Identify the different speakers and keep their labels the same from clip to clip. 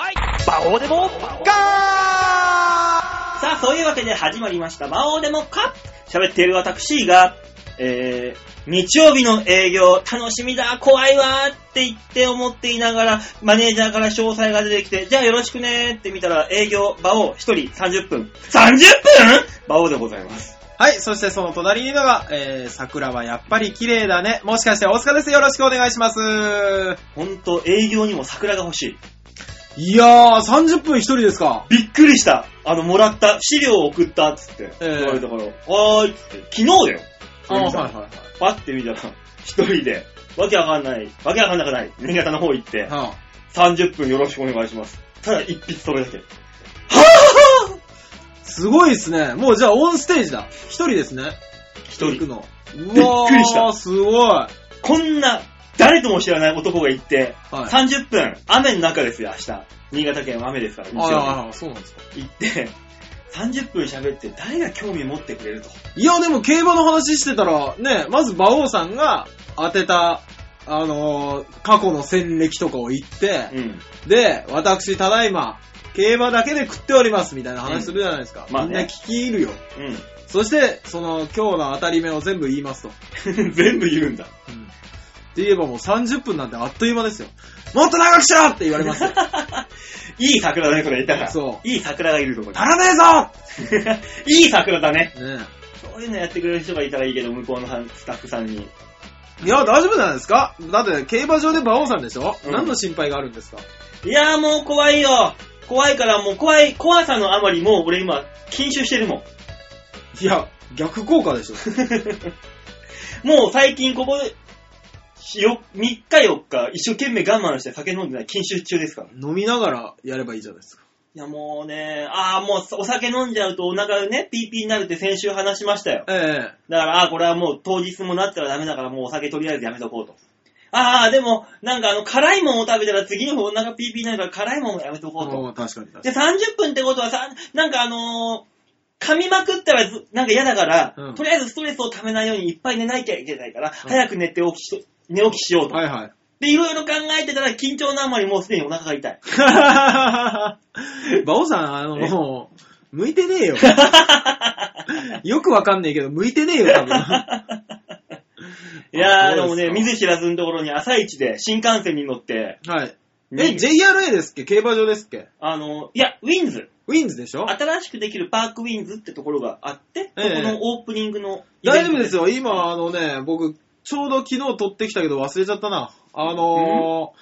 Speaker 1: 魔王でもか
Speaker 2: さあ、そういうわけで始まりました。魔王でもか喋っている私が、えー、日曜日の営業、楽しみだ、怖いわーって言って思っていながら、マネージャーから詳細が出てきて、じゃあよろしくねーって見たら、営業、馬王、一人30分。30分馬王でございます。
Speaker 3: はい、そしてその隣にいるのが、えー、桜はやっぱり綺麗だね。もしかして大塚です。よろしくお願いします。
Speaker 2: ほんと、営業にも桜が欲しい。
Speaker 3: いやー、30分一人ですか。
Speaker 2: びっくりした。あの、もらった、資料を送った、つって、
Speaker 3: えー
Speaker 2: 言われたから、はーい、つって、昨日だよ。
Speaker 3: あはいはいはい。
Speaker 2: パッて見たら、一人で、わけわかんない、わけわかんなくない、新潟の方行って、
Speaker 3: は
Speaker 2: 30分よろしくお願いします。ただ一筆それだけ。
Speaker 3: あ、すごいですね。もうじゃあオンステージだ。一人ですね。
Speaker 2: 一
Speaker 3: 行く
Speaker 2: 人。
Speaker 3: の。う
Speaker 2: びっくりした
Speaker 3: すごい。
Speaker 2: こんな、誰とも知らない男が行って、
Speaker 3: はい
Speaker 2: 30分、雨の中ですよ、明日。新潟県は雨ですから、日
Speaker 3: あ
Speaker 2: 曜
Speaker 3: あ、そうなんですか。
Speaker 2: 日。行って、30分喋って誰が興味持ってくれると。
Speaker 3: いや、でも競馬の話してたら、ね、まず馬王さんが当てた、あのー過去の戦歴とかを言って、
Speaker 2: うん。
Speaker 3: で、私、ただいま、競馬だけで食っております、みたいな話するじゃないですか。
Speaker 2: うんまあね
Speaker 3: みんな聞き入るよ。
Speaker 2: うん。
Speaker 3: そして、その、今日の当たり目を全部言いますと。
Speaker 2: 全部言うんだ。
Speaker 3: うん。って言えばもう30分なんてあっという間ですよ。もっと長くしろって言われ ますよ。
Speaker 2: いい桜だね、それ、いたら。。
Speaker 3: そう
Speaker 2: いい桜がいるとこ
Speaker 3: 足らね
Speaker 2: に。 いい桜だね。
Speaker 3: えぞね
Speaker 2: そういうのやってくれる人がいたらいいけど、向こうのスタッフさんに。
Speaker 3: え。いや、大丈夫じゃないですかだって、競馬場で馬王さんでしょ、
Speaker 2: うん
Speaker 3: 何の心配があるんですか
Speaker 2: いやーもう怖いよ。怖いからもう怖い、怖さのあまりもう俺今、禁酒してるもん。
Speaker 3: いや、逆効果でしょ。
Speaker 2: もう最近ここで、よ、3日4日、一生懸命我慢して酒飲んでない禁酒中ですから。い
Speaker 3: 飲みながらやればいいじゃないですか。
Speaker 2: やもうね、ああ、もうお酒飲んじゃうとお腹がね、ピーピーになるって先週話しましたよ。
Speaker 3: え
Speaker 2: だから、ああ、これはもう当日もなったらダメだからもうお酒とりあえずやめとこうと。ああ、でも、なんかあの、辛いもんを食べたら次の日お腹ピーピーになるから辛いもんもやめと
Speaker 3: え
Speaker 2: こうと。
Speaker 3: うん確かに確
Speaker 2: で、
Speaker 3: か
Speaker 2: 30分ってことはさ、なんかあのー噛みまくったらずなんか嫌だから、
Speaker 3: うん
Speaker 2: とりあえずストレスをためないようにいっぱい寝なきゃいけないから、
Speaker 3: うん
Speaker 2: 早く寝て起きし、寝起きしよう
Speaker 3: に。
Speaker 2: と。
Speaker 3: はいはい。
Speaker 2: で、いろいろ考えてたら緊張のあまりもうすでにお腹が痛い。
Speaker 3: バオさん、あの、
Speaker 2: え
Speaker 3: もう、向いてね えよ。よくわかんねえけど、向いてねえよ、多分。
Speaker 2: いやー、で
Speaker 3: そう
Speaker 2: も
Speaker 3: です
Speaker 2: ね、
Speaker 3: か
Speaker 2: 見ず知らずのところに朝一で新幹線に乗って、
Speaker 3: はい。え、
Speaker 2: に
Speaker 3: JRA ですっけ競馬場ですっけ
Speaker 2: あのー、いや、ウィンズ、
Speaker 3: ウィンズでしょ
Speaker 2: 新しくできるパークウィンズってところがあって、
Speaker 3: ええ
Speaker 2: そこのオープニングのイベント
Speaker 3: 大丈夫ですよ。今、あのね、僕、ちょうど昨日撮ってきたけど忘れちゃったな。あの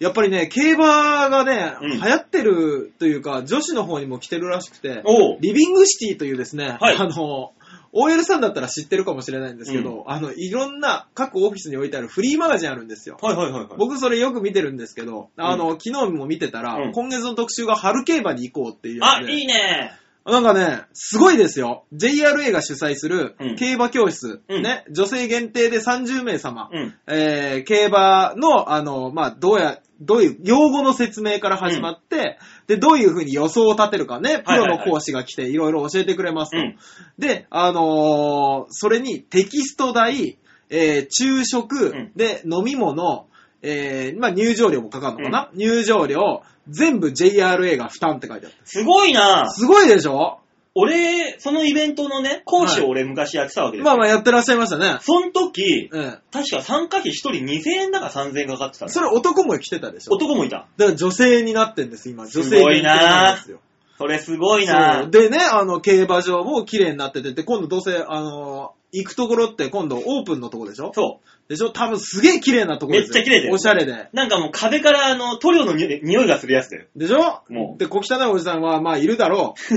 Speaker 3: ー、やっぱりね、競馬がね、
Speaker 2: うん
Speaker 3: 流行ってるというか、女子の方にも来てるらしくて、
Speaker 2: おう
Speaker 3: リビングシティというですね、
Speaker 2: はい
Speaker 3: あの、OL さんだったら知ってるかもしれないんですけど、あの、いろんな各オフィスに置いてあるフリーマガジンあるんですよ。
Speaker 2: はいはいはいはい。
Speaker 3: 僕それよく見てるんですけど、あの、昨日も見てたら、
Speaker 2: うん
Speaker 3: 今月の特集が春競馬に行こうっていう
Speaker 2: あ、
Speaker 3: やつで
Speaker 2: いいね
Speaker 3: なんかね、すごいですよ。JRA が主催する
Speaker 2: うん
Speaker 3: 競馬教室、
Speaker 2: うん
Speaker 3: ね、女性限定で30名様、
Speaker 2: うん。
Speaker 3: えー、競馬の、あの、まあ、どうや、どういう、用語の説明から始まって、で、どういうふうに予想を立てるかね、プ
Speaker 2: はいはいは
Speaker 3: ロ
Speaker 2: い
Speaker 3: の講師が来ていろいろ教えてくれますと。
Speaker 2: うん
Speaker 3: で、あのーそれにテキスト代、えー昼食、
Speaker 2: うん
Speaker 3: で、飲み物、えーまあ、入場料もかかるのかな、入場料、全部 JRA が負担って書いてある。
Speaker 2: すごいな
Speaker 3: すごいでしょ
Speaker 2: 俺、そのイベントのね、講師を俺昔やってたわけですよ。
Speaker 3: まあまあやってらっしゃいましたね。
Speaker 2: その時、
Speaker 3: うん。
Speaker 2: 確か参加費1人2000円だか3000円かかってたの
Speaker 3: それ男も来てたでしょ
Speaker 2: 男もいた。
Speaker 3: だから女性になってんです、今。女性
Speaker 2: すごいなん
Speaker 3: ですよ。
Speaker 2: それすごいな
Speaker 3: そうでね、あの、競馬場も綺麗になってて、で、今度どうせ、あの、行くところって今度オープンのとこでしょ
Speaker 2: そ
Speaker 3: でしょ多分すげえ綺麗なとこですよ
Speaker 2: めっちゃ綺麗だよ
Speaker 3: おしゃれで。
Speaker 2: う。なんかもう壁からあの、塗料のに匂いがするやつだよ。
Speaker 3: でしょ
Speaker 2: もう
Speaker 3: で、小汚いおじさんは、まあ、いるだろう。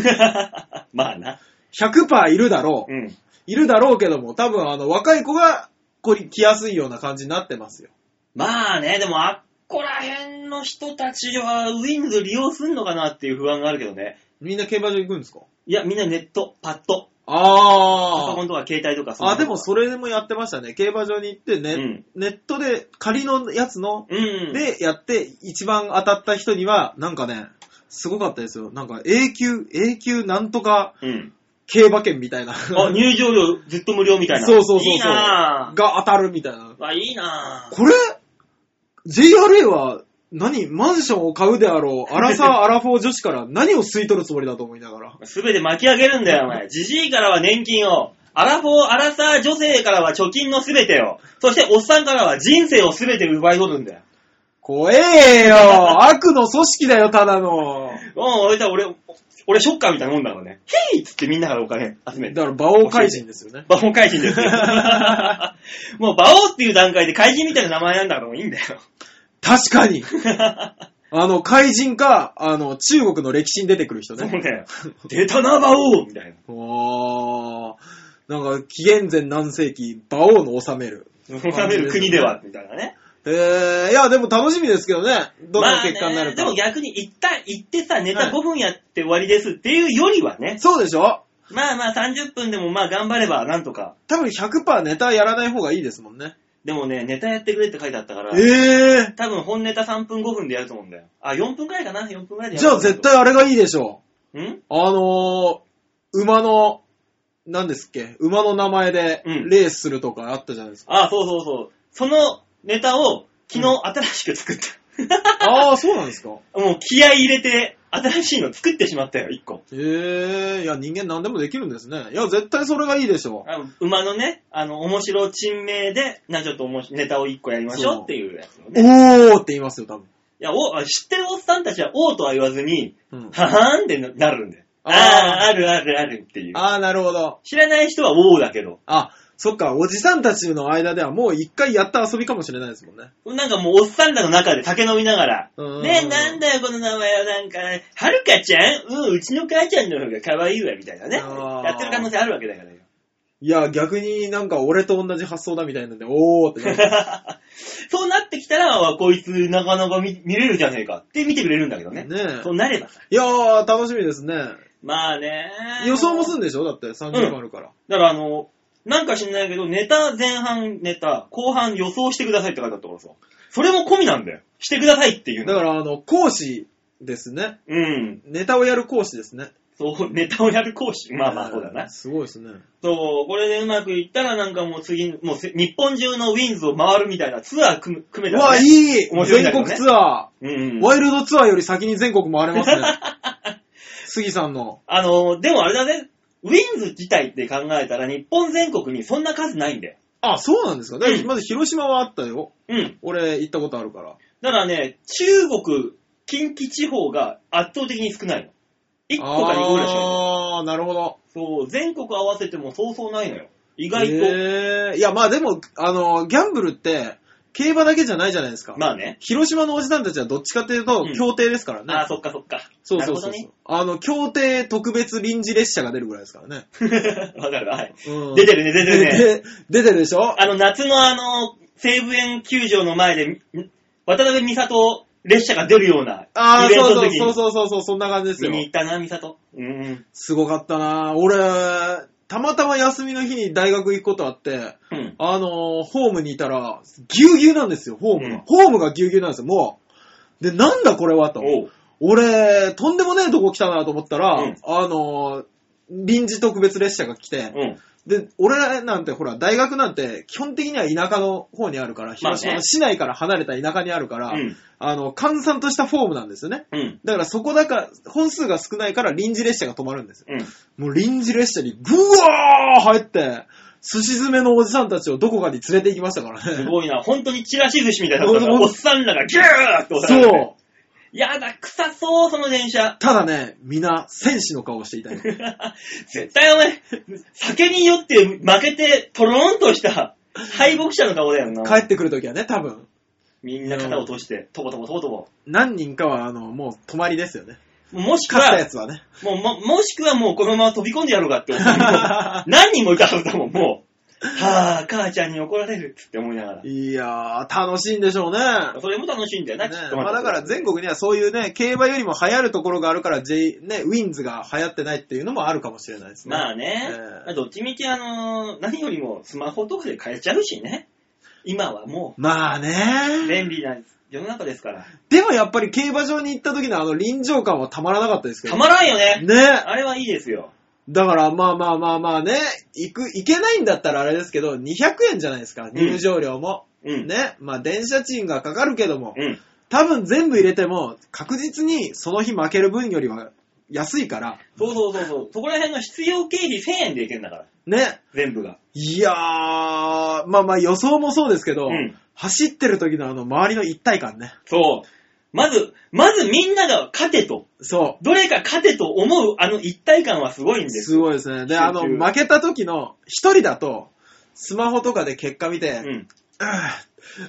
Speaker 2: まあな。
Speaker 3: 100%いるだろう。
Speaker 2: うん。
Speaker 3: いるだろうけども、多分、あの、若い子が、こり、来やすいような感じになってますよ。
Speaker 2: まあね、でもあっこら辺の人たちはウィンズ利用すんのかなっていう不安があるけどね。
Speaker 3: みんな競馬場行くんですか
Speaker 2: いや、みんなネット、パッド、パソ
Speaker 3: あ
Speaker 2: コ
Speaker 3: ー
Speaker 2: ン。とか携帯とか
Speaker 3: あ、でも
Speaker 2: れ。
Speaker 3: それでもやってましたね。競馬場に行ってね、
Speaker 2: うん
Speaker 3: ネットで仮のやつの、
Speaker 2: うん。
Speaker 3: でやって、一番当たった人には、なんかね、すごかったですよ。なんか永久、永久なんとか
Speaker 2: うん。
Speaker 3: 競馬券みたいな。
Speaker 2: あ、入場料ずっと無料みたいな。
Speaker 3: そうそうそうそう
Speaker 2: いいな
Speaker 3: が当たるみたいな。
Speaker 2: ぁ。あ、いいなぁ。
Speaker 3: これ、JRA は何マンションを買うであろう、アラサー、アラフォー女子から何を吸い取るつもりだと思いながら。
Speaker 2: すべて巻き上げるんだよ、お前。じじいからは年金を。アラフォー、アラサー女性からは貯金のすべてを。そして、おっさんからは人生をすべて奪い取るんだよ。
Speaker 3: 怖えよ悪の組織だよ、ただの。
Speaker 2: もう、俺た俺、俺、ショッカーみたいなもんだからね。ヘイっつってみんなからお金集め
Speaker 3: だ
Speaker 2: る。
Speaker 3: から、馬王怪人ですよね。
Speaker 2: 馬王怪人 ですよ。もう、馬王っていう段階で怪人みたいな名前なんだからもういいんだ よ。
Speaker 3: 確かに。
Speaker 2: そうだ
Speaker 3: あの、怪人か、あの、中国の歴史に出てくる人ね。
Speaker 2: よ。出たな、馬王みた い
Speaker 3: おー。なんか、紀元前何世紀、馬王の治める。
Speaker 2: な。治める国では、みたいなね。
Speaker 3: えー、いや、でも楽しみですけどね。どんな結果になるか。
Speaker 2: まあねでも逆に一旦行ってさ、ネタ
Speaker 3: はい
Speaker 2: 5分やって終わりですっていうよりはね、
Speaker 3: そうでしょ
Speaker 2: まあまあ30分でもまあ頑張ればなんとか。
Speaker 3: 多分100%ネタやらない方がいいですもんね。
Speaker 2: でもね、ネタやってくれって書いてあったから、
Speaker 3: え
Speaker 2: 多分本ネタ3分5分でやると思うんだよ。あ、4分くらいかな ?4 分くらい
Speaker 3: ー。
Speaker 2: でや
Speaker 3: じ
Speaker 2: る
Speaker 3: ゃあ絶対あれがいいでしょ
Speaker 2: 対。ん
Speaker 3: う。あのー、馬の、何ですっけ馬の名前で
Speaker 2: うん
Speaker 3: レースするとかあったじゃないですか。
Speaker 2: あ、そうそうそう。そのネタを昨
Speaker 3: う
Speaker 2: 日新しく作った。
Speaker 3: ああ、そうなんですか。
Speaker 2: もう気合い入れて新しいの作ってしまったよ、1個。
Speaker 3: えー、いや人間何でもできるんですね。いや、絶対それがいいでしょ
Speaker 2: あの馬のね、あの、面白珍名で、な、ちょっと面白いネタを1個やりましょうっていうやつを
Speaker 3: う。
Speaker 2: ね。
Speaker 3: おーって言いますよ、多分。
Speaker 2: いや、お、あ知ってるおっさんたちは、おーとは言わずに、
Speaker 3: うん、
Speaker 2: ははーんってななるんで。
Speaker 3: あ
Speaker 2: あ
Speaker 3: ー
Speaker 2: あー、あるあるあるっていう。
Speaker 3: ああ、なるほど。
Speaker 2: 知らない人は、おーだけど。
Speaker 3: あ、そっか、おじさんたちの間ではもう一回やった遊びかもしれないですもんね。
Speaker 2: なんかもう、おっさんらの中で酒飲みながら、
Speaker 3: うん
Speaker 2: ねえ、なんだよ、この名前は、なんか、はるかちゃんうん、うちの母ちゃんの方が可愛いわ、みたいなね。
Speaker 3: あー
Speaker 2: やってる可能性あるわけだからよ。
Speaker 3: いや、逆になんか俺と同じ発想だみたいなんで、おーってなる
Speaker 2: そうなってきたら、わこいつ、なかなか見見れるじゃねえかって見てくれるんだけどね。
Speaker 3: ねえ
Speaker 2: そうなればさ。
Speaker 3: いやー、楽しみですね。
Speaker 2: まあね。
Speaker 3: 予想もすんでしょだって30分あるから。
Speaker 2: だからあの、なんか知んないけど、ネタ前半ネタ、後半予想してくださいって書いてあったからさ。それも込みなんだよ。してくださいっていう
Speaker 3: だ
Speaker 2: の。
Speaker 3: から、あの、講師ですね。
Speaker 2: うん。
Speaker 3: ネタをやる講師ですね。
Speaker 2: そう、ネタをやる講師。まあまあ、そうだな。
Speaker 3: すごいですね。
Speaker 2: そう、これでうまくいったらなんかもう次、もうせ日本中のウィンズを回るみたいなツアー組む組め
Speaker 3: う
Speaker 2: た
Speaker 3: わ、い
Speaker 2: ね。
Speaker 3: い
Speaker 2: 面白いんだ
Speaker 3: 全
Speaker 2: けど
Speaker 3: 国
Speaker 2: ね
Speaker 3: ツア
Speaker 2: うん
Speaker 3: ー、
Speaker 2: うん。
Speaker 3: ワイルドツアーより先に全国回れます ね。杉さんの。
Speaker 2: あの、でもあれだね。ウィンズ自体って考えたら日本全国にそんな数ないんだよ。
Speaker 3: あ、そうなんですか。だから
Speaker 2: うん
Speaker 3: まず広島はあったよ。
Speaker 2: うん。
Speaker 3: 俺行ったことあるから。
Speaker 2: だからね、中国、近畿地方が圧倒的に少ないの。1個か2個ぐらいしかない。
Speaker 3: あー、なるほど。
Speaker 2: そう、全国合わせてもそうそうないのよ。意外と。
Speaker 3: えー、いや、まあでも、あの、ギャンブルって、競馬だけじゃないじゃないですか。
Speaker 2: まあね。
Speaker 3: 広島のおじさんたちはどっちかっていうと、
Speaker 2: うん
Speaker 3: 競艇ですからね。
Speaker 2: ああ、そっかそっか。
Speaker 3: そうそうそうそう、
Speaker 2: なる
Speaker 3: あの、協定特別臨時列車が出るぐらいですからね。
Speaker 2: ほどね。 わかるわ。はい。
Speaker 3: うん
Speaker 2: 出てるね、出てるね。
Speaker 3: で出てるでしょ
Speaker 2: あの、夏のあの、西武園球場の前で、ん渡辺美里列車が出るような
Speaker 3: ああ、
Speaker 2: イベント
Speaker 3: そ
Speaker 2: の
Speaker 3: う
Speaker 2: 時
Speaker 3: そう
Speaker 2: に
Speaker 3: そうそうそうそう、そんな感じです
Speaker 2: 見
Speaker 3: よ
Speaker 2: に。行ったな、美里。うん。
Speaker 3: すごかったな俺、たまたま休みの日に大学行くことあって、
Speaker 2: うん。
Speaker 3: あのーホームにいたら、ぎゅうぎゅうなんですよ、ホームが。
Speaker 2: うん
Speaker 3: ホームがぎゅうぎゅうなんですよ、もう。で、なんだこれはと。
Speaker 2: おう。
Speaker 3: 俺、とんでもねえとこ来たなと思ったら、
Speaker 2: うん
Speaker 3: あのー臨時特別列車が来て、
Speaker 2: うん。
Speaker 3: で、俺なんてほら、大学なんて基本的には田舎の方にあるから、広島の市内から離れた田舎にあるから、
Speaker 2: うん。
Speaker 3: あの、閑散としたフォームなんですよね。
Speaker 2: うん。
Speaker 3: だからそこだから、本数が少ないから臨時列車が止まるんですよ。
Speaker 2: うん。
Speaker 3: もう臨時列車にぐわー入って、寿司詰めのおじさんたちをどこかに連れて行きましたから
Speaker 2: す
Speaker 3: ね。
Speaker 2: ごいな。本当にチラシ寿司みたいな。おっさんらがギューって押されて。
Speaker 3: そう。
Speaker 2: やだ、臭そう、その電車。
Speaker 3: ただね、皆、戦士の顔をしていた よ。
Speaker 2: 絶対お前、酒に酔って負けて、トローンとした敗北者の顔だよな。
Speaker 3: 帰ってくるときはね、多分、
Speaker 2: みんな肩を閉じて、とぼとぼとぼとぼ。も
Speaker 3: 何人かは、あの、もう泊まりですよね。
Speaker 2: うもしく
Speaker 3: 勝った
Speaker 2: は
Speaker 3: や、つはね。
Speaker 2: もうも、もしくはもうこのまま飛び込んでやろうかって思う。 何人もいたはずだもん、もう。はぁ、母ちゃんに怒られるって思いながら。
Speaker 3: いやー、楽しいんでしょうね。
Speaker 2: それも楽しいんだよな、きっ
Speaker 3: ね
Speaker 2: と。
Speaker 3: まあ、だから全国にはそういうね、競馬よりも流行るところがあるから、J ね、ウィンズが流行ってないっていうのもあるかもしれないですね。
Speaker 2: まあね、
Speaker 3: ええ
Speaker 2: どっちみちあのー何よりもスマホとかで買えちゃうしね。今はも
Speaker 3: まあ
Speaker 2: う、
Speaker 3: ね。
Speaker 2: 便利な世の中ですから。
Speaker 3: でもやっぱり競馬場に行った時のあの臨場感はたまらなかったですけど。
Speaker 2: たまらんよね。
Speaker 3: ね。
Speaker 2: あれはいいですよ。
Speaker 3: だからまあまあまあまあね、行く、行けないんだったらあれですけど、200円じゃないですか、入場料も。
Speaker 2: うん。
Speaker 3: ね。まあ電車賃がかかるけども、
Speaker 2: うん。
Speaker 3: 多分全部入れても、確実にその日負ける分よりは安いから、
Speaker 2: そうそうそうそう。そこら辺の必要経費1000円でいけんだから。
Speaker 3: ね。
Speaker 2: 全部が。
Speaker 3: いやー、まあまあ予想もそうですけど、
Speaker 2: うん
Speaker 3: 走ってる時のあの周りの一体感ね。
Speaker 2: そう。まず、まずみんなが勝てと。
Speaker 3: そ
Speaker 2: どれか勝てと思うあの一体感はすごいん
Speaker 3: う。
Speaker 2: です。
Speaker 3: すごいですね。で、
Speaker 2: 集中
Speaker 3: あの、負けた時の、一人だと、スマホとかで結果見て、
Speaker 2: う
Speaker 3: うん、
Speaker 2: ん。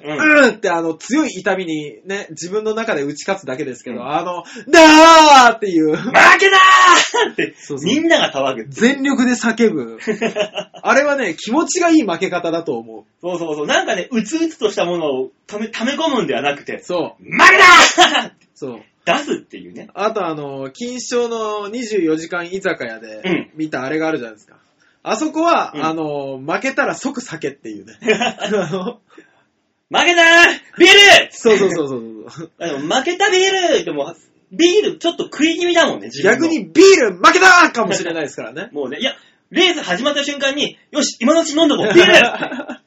Speaker 2: うん。
Speaker 3: うんってあの強い痛みにね、自分の中で打ち勝つだけですけど、
Speaker 2: うん
Speaker 3: あの、なーっていう、
Speaker 2: 負けだーって
Speaker 3: そう、そう
Speaker 2: みんなが騒ぐ。
Speaker 3: 全力で 叫ぶ。あれはね、気持ちがいい負け方だと思
Speaker 2: そうそうそう。なんかね、うつうつとしたものをため、溜め込むんではなく
Speaker 3: う。
Speaker 2: て、
Speaker 3: そ
Speaker 2: 負けだーって
Speaker 3: う、そう。
Speaker 2: 出すっていうね。
Speaker 3: あとあの、金賞の24時間居酒屋で
Speaker 2: うん
Speaker 3: 見たあれがあるじゃないですか。あそこは、
Speaker 2: うん
Speaker 3: あの、負けたら即酒っていうね。 あの
Speaker 2: 負けだービール
Speaker 3: そうそうそうそうそう。
Speaker 2: あでも負けたビールでも、ビールちょっと食い気味だもんね、自分の
Speaker 3: 逆。にビール負けたかもしれないですからね。
Speaker 2: もうね、いや、レース始まった瞬間に、よし、今のうち飲んどこう、ビー ル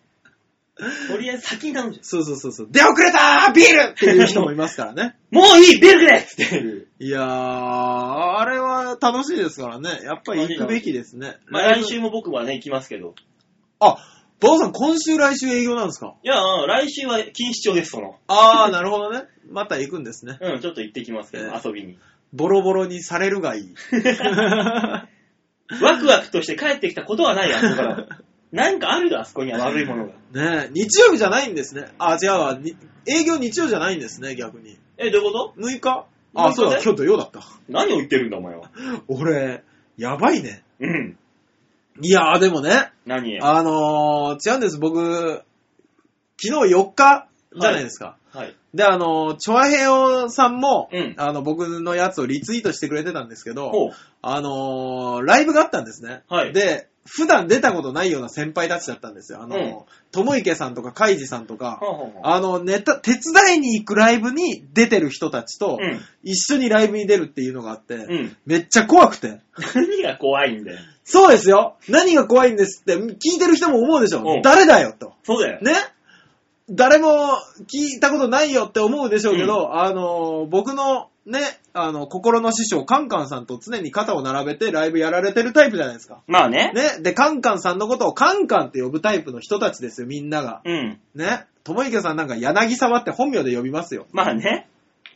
Speaker 2: とりあえず先に頼むじゃ
Speaker 3: そうそうそうそう。出遅れたービールっていう人もいますから ね。
Speaker 2: ん。もういいビールくれっていう。
Speaker 3: いやー、あれは楽しいですからね。やっぱり行くべきですね。
Speaker 2: まあ来週も僕はね、行きますけど。
Speaker 3: あ、バオさん、今週来週営業なんですか
Speaker 2: いや、来週は錦糸町です、その。
Speaker 3: あー、なるほどね。また行くんですね。
Speaker 2: うん、ちょっと行ってきますけど、
Speaker 3: ええ
Speaker 2: 遊び に。
Speaker 3: ボロボロにされるがい い。
Speaker 2: ワクワクとして帰ってきたことはない、あそこ から。なんかあるよ、あそこには悪いものが。
Speaker 3: ねえ、日曜日じゃないんですね。あ、違うわ。に営業日曜じゃないんですね、逆に。
Speaker 2: え、どういうこと6
Speaker 3: 6日
Speaker 2: 日
Speaker 3: あ、
Speaker 2: ね
Speaker 3: そうだ、今日土曜だった。
Speaker 2: 何を言ってるんだ、お前は。
Speaker 3: 俺、やばいね。
Speaker 2: うん。
Speaker 3: いやー、でもね、
Speaker 2: 何は
Speaker 3: あのー、違うんです、僕、昨日4日じゃないですか。
Speaker 2: い。
Speaker 3: で、あのー、チョアヘヨさんも、
Speaker 2: うん
Speaker 3: あの、僕のやつをリツイートしてくれてたんですけど、
Speaker 2: ほう。
Speaker 3: あのーライブがあったんですね。
Speaker 2: はい
Speaker 3: で、普段出たことないような先輩たちだったんですよ。あのー
Speaker 2: うん
Speaker 3: ともいけさんとか、かいじさんとか、
Speaker 2: ほうほうほう
Speaker 3: あの、ネタ、手伝いに行くライブに出てる人たちと、
Speaker 2: うん
Speaker 3: 一緒にライブに出るっていうのがあって、
Speaker 2: うん。
Speaker 3: めっちゃ怖くて。
Speaker 2: 何が怖いんだよ。
Speaker 3: そうですよ何が怖いんですって、聞いてる人も思うでしょ、
Speaker 2: うん
Speaker 3: 誰だよと。
Speaker 2: そうだよ。
Speaker 3: ね誰も聞いたことないよって思うでしょうけど、あの、僕のね、あの、心の師匠、カンカンさんと常に肩を並べてライブやられてるタイプじゃないですか。
Speaker 2: まあね。
Speaker 3: ね。で、カンカンさんのことをカンカンって呼ぶタイプの人たちですよ、みんなが。
Speaker 2: うん。
Speaker 3: ね。ともいけさんなんか柳沢って本名で呼びますよ。
Speaker 2: まあね。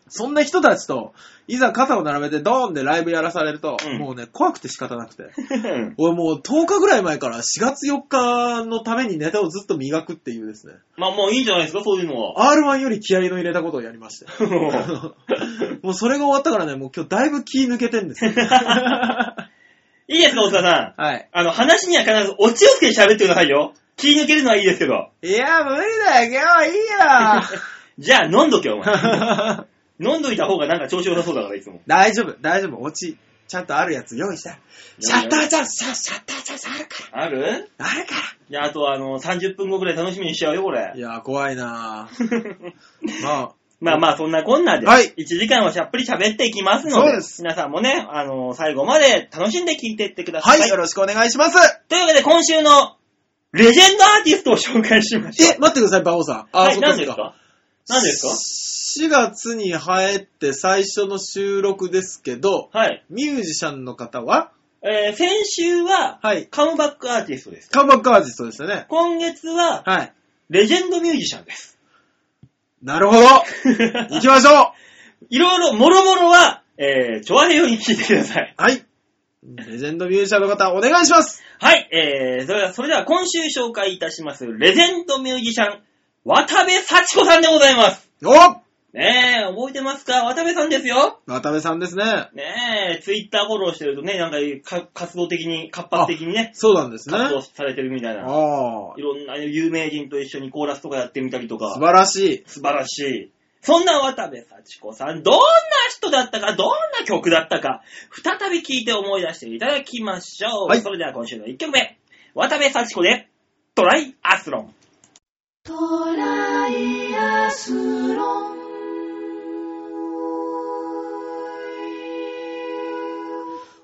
Speaker 3: そんな人たちと、いざ肩を並べてドーンでライブやらされると、
Speaker 2: うん
Speaker 3: もうね、怖くて仕方なくて。俺もう10日ぐらい前から4月4日のためにネタをずっと磨くっていうですね。
Speaker 2: まあもういいんじゃないですか、そういうのは。。
Speaker 3: R1 より気合の入れたことをやり まして
Speaker 2: い
Speaker 3: もうそれが終わったからね、もう今日だいぶ気抜けてんですよ。
Speaker 2: いですか、大塚さん。
Speaker 3: はい。
Speaker 2: あの、話には必ずオチをつけて喋ってくださいよ。気抜けるのはいいですけど。
Speaker 3: いや、無理だよ、今日い
Speaker 2: じゃあ飲んどけよ、お 前。
Speaker 3: いよ。
Speaker 2: 飲んどいた方がなんか調子良さそうだから、いつも。
Speaker 3: 大丈夫、大丈夫、オチ、ちゃんとあるやつ用意した。シャッターチャンス、シャシャッターチャンスあるか
Speaker 2: ある
Speaker 3: ら、あるか
Speaker 2: じゃあ、あとあの、30分後ぐらい楽しみにしちゃうよ、これ
Speaker 3: ら。い。や、怖いなぁ。 まあ、
Speaker 2: まあまあ、そんなこんなで、
Speaker 3: はい
Speaker 2: 1時間はしゃっぷり喋っていきますの
Speaker 3: そう
Speaker 2: で、
Speaker 3: です
Speaker 2: 皆さんもね、あの、最後まで楽しんで聞いていってください。
Speaker 3: はい、よろしくお願いします。
Speaker 2: というわけで、今週のレジェンドアーティストを紹介しましょう。
Speaker 3: え、待ってください、バオさん。
Speaker 2: はい、
Speaker 3: そっ
Speaker 2: 何
Speaker 3: そ
Speaker 2: で
Speaker 3: っ
Speaker 2: すか何です
Speaker 3: すか ?4 月に入って最初の収録ですけど、
Speaker 2: かはい。
Speaker 3: ミュージシャンの方は
Speaker 2: えー、先週は、
Speaker 3: はい。
Speaker 2: カムバックアーティストです。
Speaker 3: カンバックアーティストでしたね。
Speaker 2: 今月は、
Speaker 3: はい。
Speaker 2: レジェンドミュージシャンです。
Speaker 3: なるほど行きましょ
Speaker 2: いろいろ、もろもろは、えー、ちょわへよに聞いてください。
Speaker 3: うはい。レジェンドミュージシャンの方、お願いします
Speaker 2: はい、えー、それでは、それでは今週紹介いたします、レジェンドミュージシャン、渡部幸子さんでございます。
Speaker 3: お
Speaker 2: ねえ、覚えてますか渡部さんですよ。
Speaker 3: 渡部さんですね。
Speaker 2: ねえ、ツイッターフォローしてるとね、なんかか活動的に、活発的にね、
Speaker 3: そうなんですね。
Speaker 2: 活動されてるみたいな。
Speaker 3: ああ
Speaker 2: い、ろんな有名人と一緒にコーラスとかやってみたりと
Speaker 3: 素
Speaker 2: か、
Speaker 3: 晴らし
Speaker 2: 素晴らしい。そんな渡部幸子さん、どんな人だったか、どんな曲だったか、再び聴いて思い出していただきましょう。
Speaker 3: はい
Speaker 2: それでは今週の1曲目、渡部幸子で、トライアスロン。
Speaker 1: トライアスロン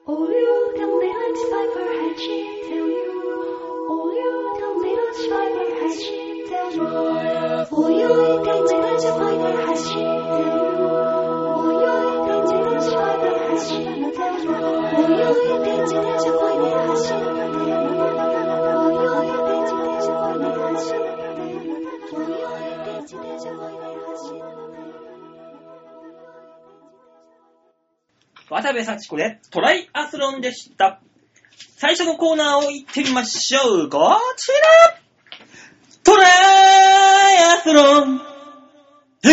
Speaker 1: お湯でもねんしばいばはしってるお湯でもねんしばいばはしってるお湯でもねんしばいばはしってる
Speaker 2: 渡部幸子でトライアスロンでした。最初のコーナーを行ってみましょう。こちらトライアスロン
Speaker 3: え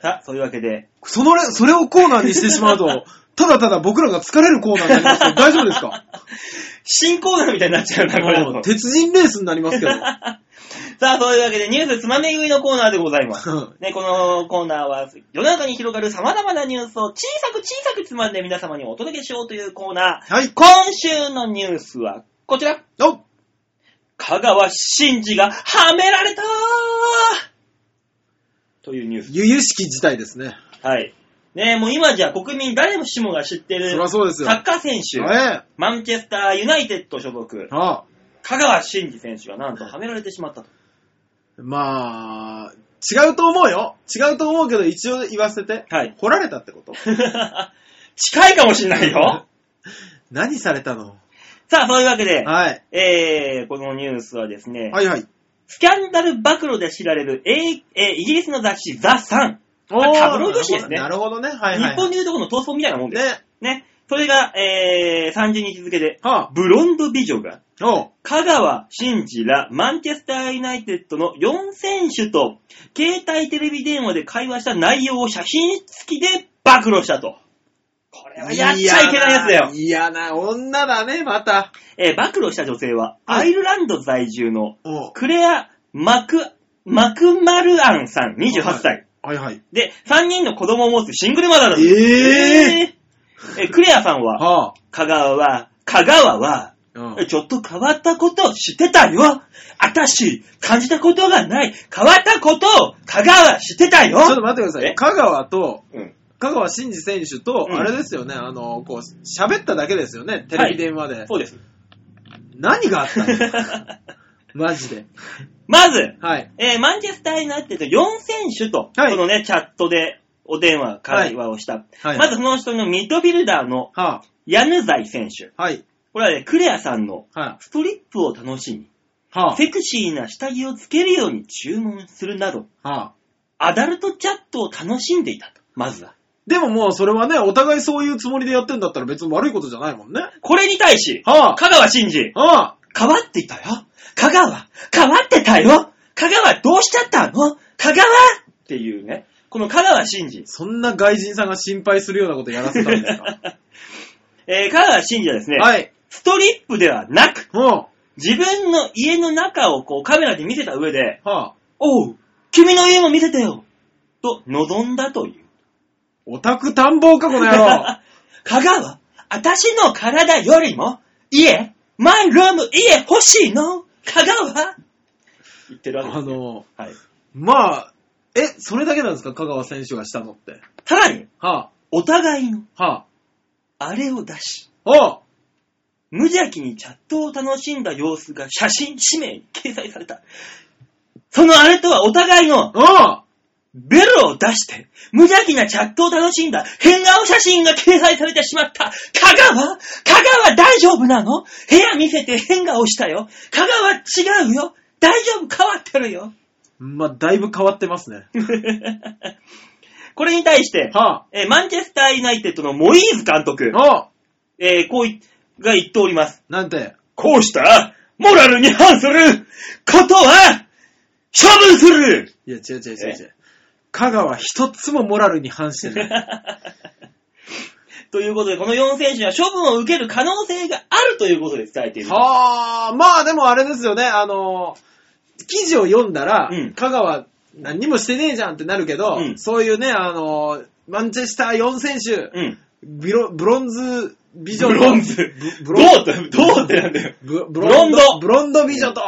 Speaker 2: さあ、そういうわけで、
Speaker 3: そのれ、それをコーナーにしてしまうと、ただただ僕らが疲れるコーナーになりますけど、大丈夫ですか
Speaker 2: 新コーナーみたいになっちゃうな、これ
Speaker 3: もう鉄人レースになりますけど。
Speaker 2: さあ、そういうわけで、ニュースつまみ食いのコーナーでございます。
Speaker 3: は
Speaker 2: ね、このコーナーは、世の中に広がる様々なニュースを小さく小さくつまんで皆様にお届けしようというコーナー。
Speaker 3: い。
Speaker 2: 今週のニュースは、こちら。
Speaker 3: お
Speaker 2: 香川真司がはめられたというニュース。
Speaker 3: ゆゆしき事態ですね。
Speaker 2: はい。ねもう今じゃ国民誰しもが知って
Speaker 3: そ
Speaker 2: る
Speaker 3: りゃそうですよ。
Speaker 2: サッカー選手、
Speaker 3: え
Speaker 2: マンチェスターユナイテッド所属
Speaker 3: え。、ああ。
Speaker 2: 香川真司選手がなんとはめられてしまったと。
Speaker 3: まあ、違うと思うよ。違うと思うけど、一応言わせて。
Speaker 2: はい。
Speaker 3: 掘られたってこと
Speaker 2: 近いかもしんないよ。
Speaker 3: 何されたの
Speaker 2: さあ、そういうわけで、
Speaker 3: はい。
Speaker 2: えー、このニュースはですね、
Speaker 3: はいはい。
Speaker 2: スキャンダル暴露で知られる、えーえーイギリスの雑誌ザ・サン。まあ
Speaker 3: おー
Speaker 2: タブロイド紙ですね
Speaker 3: なるほどね。はいはい。
Speaker 2: 日本でいうとこの闘争みたいなもんです。
Speaker 3: ね。
Speaker 2: ね。それが、えー、30日付で、
Speaker 3: はあ。
Speaker 2: ブロンド美女が、
Speaker 3: おう
Speaker 2: 香川真司らマンチェスターユナイテッドの4選手と、携帯テレビ電話で会話した内容を写真付きで暴露したと。これはやっちゃいけないやつだよ。
Speaker 3: 嫌な、嫌な女だね、また。
Speaker 2: えー、暴露した女性は、
Speaker 3: はい
Speaker 2: アイルランド在住の
Speaker 3: おう
Speaker 2: クレア・マク、マクマルアンさん、28歳。
Speaker 3: はいはい。
Speaker 2: で、3人の子供を持つシングルマザーだと。
Speaker 3: え
Speaker 2: えーえクレアさんは、
Speaker 3: はあ。
Speaker 2: 香川は、香川は、
Speaker 3: うん
Speaker 2: ちょっと変わったことを知ってたよ。あたし、感じたことがない。変わったことを、香川知ってたよ。
Speaker 3: ちょっと待ってくださ
Speaker 2: え
Speaker 3: い。香川と、
Speaker 2: うん
Speaker 3: 香川真司選手と、
Speaker 2: うん
Speaker 3: あれですよね、あの、こう、喋っただけですよね、テレビ電話で。
Speaker 2: そうです。
Speaker 3: 何があった のマジで。
Speaker 2: まず、
Speaker 3: はい。
Speaker 2: えーマンチェスターになってと4選手と、
Speaker 3: はい
Speaker 2: このね、チャットでお電話、会話をした。
Speaker 3: はい。
Speaker 2: まず、その人のミッドフィルダーの
Speaker 3: は
Speaker 2: ヤヌザイ選手。
Speaker 3: あ、はい。
Speaker 2: これはね、クレアさんの
Speaker 3: は
Speaker 2: ストリップを楽しみ、
Speaker 3: あ、は
Speaker 2: セクシーな下着をつけるように注文するなど、
Speaker 3: あ、はあ。
Speaker 2: アダルトチャットを楽しんでいたと。まずは。
Speaker 3: でももうそれはね、お互いそういうつもりでやってんだったら別に悪いことじゃないもんね。
Speaker 2: これに対し、
Speaker 3: はあ、
Speaker 2: 香川真司、
Speaker 3: はあ、
Speaker 2: 変わっていたよ香川変わってたよ香川どうしちゃったの香川っていうね、この香川真司。
Speaker 3: そんな外人さんが心配するようなことやらせたんですか
Speaker 2: えー香川真司はですね、
Speaker 3: はい。
Speaker 2: ストリップではなく、
Speaker 3: は
Speaker 2: 自分の家の中をこうカメラで見せた上で、
Speaker 3: あ、はあ、
Speaker 2: おう君の家も見せてよと望んだという。
Speaker 3: オタク探訪かこの野 郎
Speaker 2: 香川、私の体よりも、家、マイルーム、家欲しいの香川言ってるわけ
Speaker 3: あ
Speaker 2: ですよ。
Speaker 3: の、
Speaker 2: はい。
Speaker 3: まあ、え、それだけなんですか香川選手がしたのって。
Speaker 2: さらに、
Speaker 3: は
Speaker 2: お互いの
Speaker 3: あ、は
Speaker 2: あれを出し、
Speaker 3: あ、おう
Speaker 2: 無邪気にチャットを楽しんだ様子が写真、氏名に掲載された。そのあれとはお互いの
Speaker 3: おう
Speaker 2: ベロを出して、無邪気なチャットを楽しんだ変顔写真が掲載されてしまった。香川香川大丈夫なの部屋見せて変顔したよ。香川違うよ。大丈夫変わってるよ。
Speaker 3: まあ、だいぶ変わってます ね。
Speaker 2: これに対して、
Speaker 3: はあ、
Speaker 2: えーマンチェスターユナイテッドのモイーズ監督、
Speaker 3: おう
Speaker 2: えーこうい、が言っております。
Speaker 3: なんて、
Speaker 2: こうした、モラルに反することは、処分する
Speaker 3: いや、違う違う違う違う。香川一つもモラルに反してない。
Speaker 2: ということで、この4選手は処分を受ける可能性があるということで伝えている。
Speaker 3: は あ、まあでもあれですよね、あの、記事を読んだら、
Speaker 2: うん
Speaker 3: 香川何にもしてねえじゃんってなるけど、
Speaker 2: うん
Speaker 3: そういうね、あの、マンチェスター4選手、
Speaker 2: うん。
Speaker 3: ビロブロンズ美女
Speaker 2: ブロンズ。
Speaker 3: ブ
Speaker 2: ど
Speaker 3: ブロン
Speaker 2: うって、どうってなんだよ。
Speaker 3: ブ
Speaker 2: ブ
Speaker 3: ブ
Speaker 2: ロ
Speaker 3: ロ
Speaker 2: ン
Speaker 3: ン
Speaker 2: ド
Speaker 3: ド、ブロンド美女と、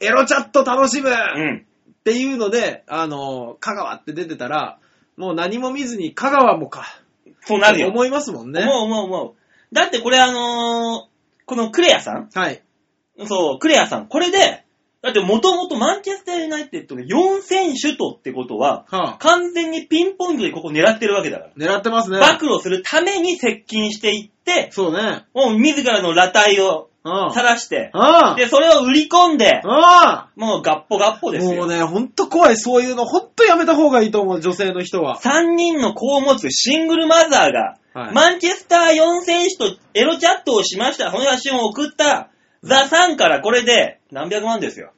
Speaker 3: エロチャット楽しむ、
Speaker 2: う
Speaker 3: っ
Speaker 2: ん。
Speaker 3: ていうので、あの、香川って出てたら、もう何も見ずに香川もか、
Speaker 2: そうなる
Speaker 3: と
Speaker 2: よ。
Speaker 3: 思いますもんね。
Speaker 2: 思う思う思う。だってこれあのーこのクレアさん
Speaker 3: はい。
Speaker 2: そう、クレアさん。これで、だってもともとマンチェスターユナイテッドの4選手とってことは、
Speaker 3: はあ、
Speaker 2: 完全にピンポイントでここ狙ってるわけだから。
Speaker 3: 狙ってますね。
Speaker 2: 暴露するために接近していって、
Speaker 3: そうね。
Speaker 2: もう自らの裸体を
Speaker 3: うん。うん。
Speaker 2: 晒して、
Speaker 3: う
Speaker 2: で、それを売り込んで、
Speaker 3: ん。
Speaker 2: もうガッポガッポです
Speaker 3: も
Speaker 2: よ。
Speaker 3: うね、ほんと怖い。そういうの、ほんとやめた方がいいと思う、女性の人は。
Speaker 2: 3人の子を持つシングルマザーが、
Speaker 3: はい
Speaker 2: マンチェスター4選手とエロチャットをしました。その写真を送った、ザ・サンからこれで何百万ですよ。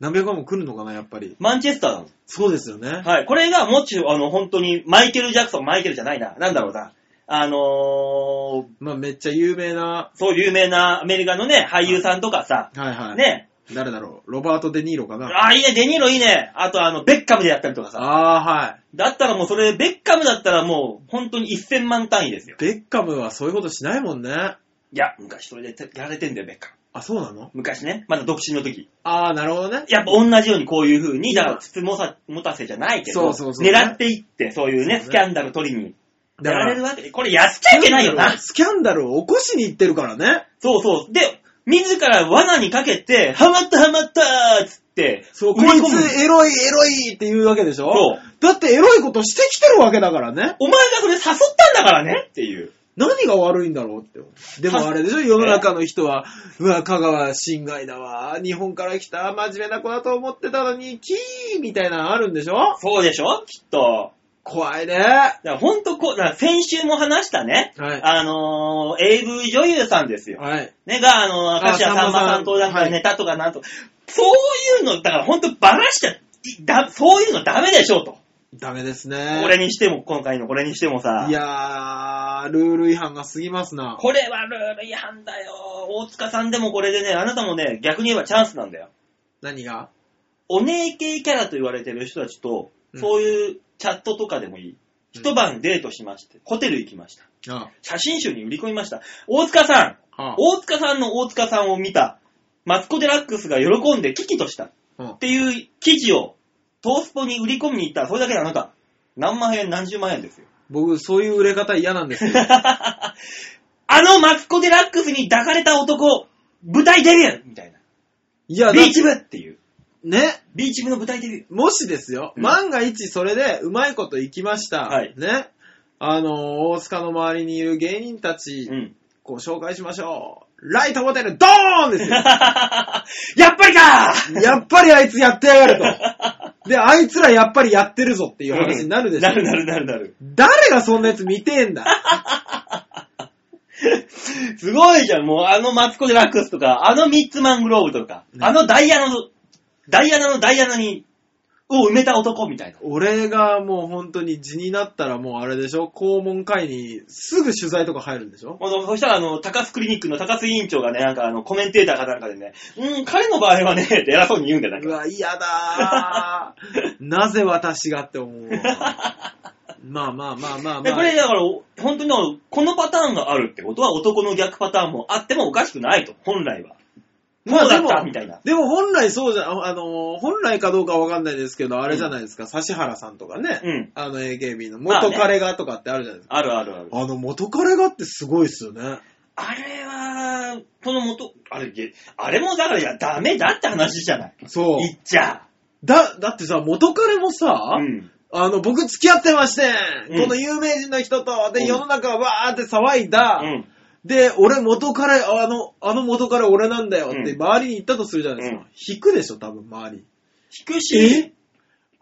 Speaker 3: 何百万も来るのかな、やっぱり。
Speaker 2: マンチェスターなんです。
Speaker 3: そうですよね。
Speaker 2: はい。これがもちろん、あの、本当に、マイケル・ジャクソン、マイケルじゃないな。なんだろうな。あのー、
Speaker 3: まあ、めっちゃ有名な、
Speaker 2: そう有名なアメリカのね、俳優さんとかさ、
Speaker 3: はいはい。
Speaker 2: ね、
Speaker 3: 誰だろう。ロバート・デ・ニーロかな。
Speaker 2: ああ、いいね、デニーロいいね。あと、あの、ベッカムでやったりとかさ。
Speaker 3: あー、はい。
Speaker 2: だったらもうそれ、ベッカムだったらもう、本当に1000万単位ですよ。
Speaker 3: ベッカムはそういうことしないもんね。
Speaker 2: いや、昔それでやられてんだよ、ベッカム。
Speaker 3: あ、そうなの
Speaker 2: 昔ね、まだ独身の時。
Speaker 3: あー、なるほどね。
Speaker 2: やっぱ同じようにこういう風に、だから、筒もさ、持たせじゃないけど、
Speaker 3: そうそうそうね
Speaker 2: 狙っていって、そういうね、
Speaker 3: そうね
Speaker 2: スキャンダル取りに、
Speaker 3: だ
Speaker 2: や
Speaker 3: からら
Speaker 2: れるわけで、これやっちゃいけないよな。
Speaker 3: スキャンダルを起こしに行ってるからね。
Speaker 2: そうそう。で、自ら罠にかけて、ハマったハマったーっつって、
Speaker 3: そう、こ
Speaker 2: 売
Speaker 3: い
Speaker 2: り込む
Speaker 3: つエロいエロいって言うわけでしょ
Speaker 2: そう
Speaker 3: だってエロいことしてきてるわけだからね。
Speaker 2: お前がそれ誘ったんだからねっていう。
Speaker 3: 何が悪いんだろうって思う。でもあれでしょ世の中の人は、うわ、香川侵害だわ。日本から来た真面目な子だと思ってたのに、キーみたいなのあるんでしょ
Speaker 2: そうでしょきっと。
Speaker 3: 怖いね。は
Speaker 2: だからほんとこう、だから先週も話したね、
Speaker 3: はい
Speaker 2: あのー、AV 女優さんですよ。
Speaker 3: い。
Speaker 2: ね、が、あのー、
Speaker 3: あ
Speaker 2: 歌詞やさんまさんとなん
Speaker 3: は
Speaker 2: か
Speaker 3: い
Speaker 2: ネタとかなんと、そういうの、だからほんとバラしちゃ、いだそういうのダメでしょと。
Speaker 3: ダメですね。
Speaker 2: これにしても、今回のこれにしてもさ。
Speaker 3: いやー、ルール違反が過ぎますな。
Speaker 2: これはルール違反だよ。大塚さんでもこれでね、あなたもね、逆に言えばチャンスなんだよ。
Speaker 3: 何が
Speaker 2: お姉系キャラと言われてる人たちと、
Speaker 3: うん
Speaker 2: そういうチャットとかでもいい。
Speaker 3: うん
Speaker 2: 一晩デートしまして、ホテル行きました。
Speaker 3: あ
Speaker 2: 写真集に売り込みました。大塚さん、
Speaker 3: あ。
Speaker 2: 大塚さんの大塚さんを見た、マツコ・デラックスが喜んで危機としたっ
Speaker 3: うん
Speaker 2: ていう記事を、トースポに売り込みに行ったら、それだけであなた、何万円、何十万円ですよ。
Speaker 3: 僕、そういう売れ方嫌なんですよ。
Speaker 2: あのマツコ・デラックスに抱かれた男、舞台デビューみたいな。
Speaker 3: いや、だ
Speaker 2: ビーチ部っていう。
Speaker 3: ね。
Speaker 2: ビーチ部の舞台デビュー。
Speaker 3: もしですよ、
Speaker 2: うん
Speaker 3: 万が一それでうまいこといきました。
Speaker 2: はい
Speaker 3: ね。あの、大塚の周りにいる芸人たち、
Speaker 2: うん。。
Speaker 3: ご紹介しましょう。ライトホテル、ドーンですよ
Speaker 2: やっぱりか
Speaker 3: やっぱりあいつやってやがる と。で、あいつらやっぱりやってるぞっていう話になるでしょ。
Speaker 2: なるなるなるなる。
Speaker 3: 誰がそんなやつ見てえ んだ。
Speaker 2: すごいじゃん、もうあのマツコ・デラックスとか、あのミッツマングローブとか、
Speaker 3: うん
Speaker 2: あのダイアナの、ダイアナのダイアナに、を埋めた男みたいな。
Speaker 3: 俺がもう本当に地になったらもうあれでしょ肛門会にすぐ取材とか入るんでしょ
Speaker 2: もうそしたら、あの、高須クリニックの高須委員長がね、なんかあの、コメンテーターかなんかでね、うん、彼の場合はね、って偉そうに言うんだよ、なん
Speaker 3: う
Speaker 2: か。
Speaker 3: わ、嫌だー。 なぜ私がって思うわ。まあまあまあまあまあ。
Speaker 2: でこれだから、本当にこのパターンがあるってことは男の逆パターンもあってもおかしくないと、本来は。
Speaker 3: ま
Speaker 2: そ
Speaker 3: あ
Speaker 2: う
Speaker 3: で
Speaker 2: だっ
Speaker 3: も
Speaker 2: たみたいな。
Speaker 3: でも本来そうじゃ、ああのー、本来かどうかわかんないですけど、あれじゃないですか、指原さんとかね、
Speaker 2: うん
Speaker 3: あの AKB の
Speaker 2: まあね
Speaker 3: 元彼がとかってあるじゃないですか。
Speaker 2: あるあるある。
Speaker 3: あの元彼がってすごいっすよね。
Speaker 2: あれは、この元、あれ、げあれもだからいや、ダメだって話じゃない。
Speaker 3: そう。
Speaker 2: 言っちゃ。
Speaker 3: だ、だってさ、元彼もさ、
Speaker 2: うん。
Speaker 3: あの、僕付き合ってまして、
Speaker 2: うん
Speaker 3: この有名人の人と、
Speaker 2: う
Speaker 3: で、
Speaker 2: ん
Speaker 3: 世の中はわーって騒いだ、
Speaker 2: うん。
Speaker 3: で、俺元彼、あの、あの元彼俺なんだよって
Speaker 2: うん
Speaker 3: 周りに言ったとするじゃないですか。
Speaker 2: うん
Speaker 3: 引くでしょ、多分周り。
Speaker 2: 引くし、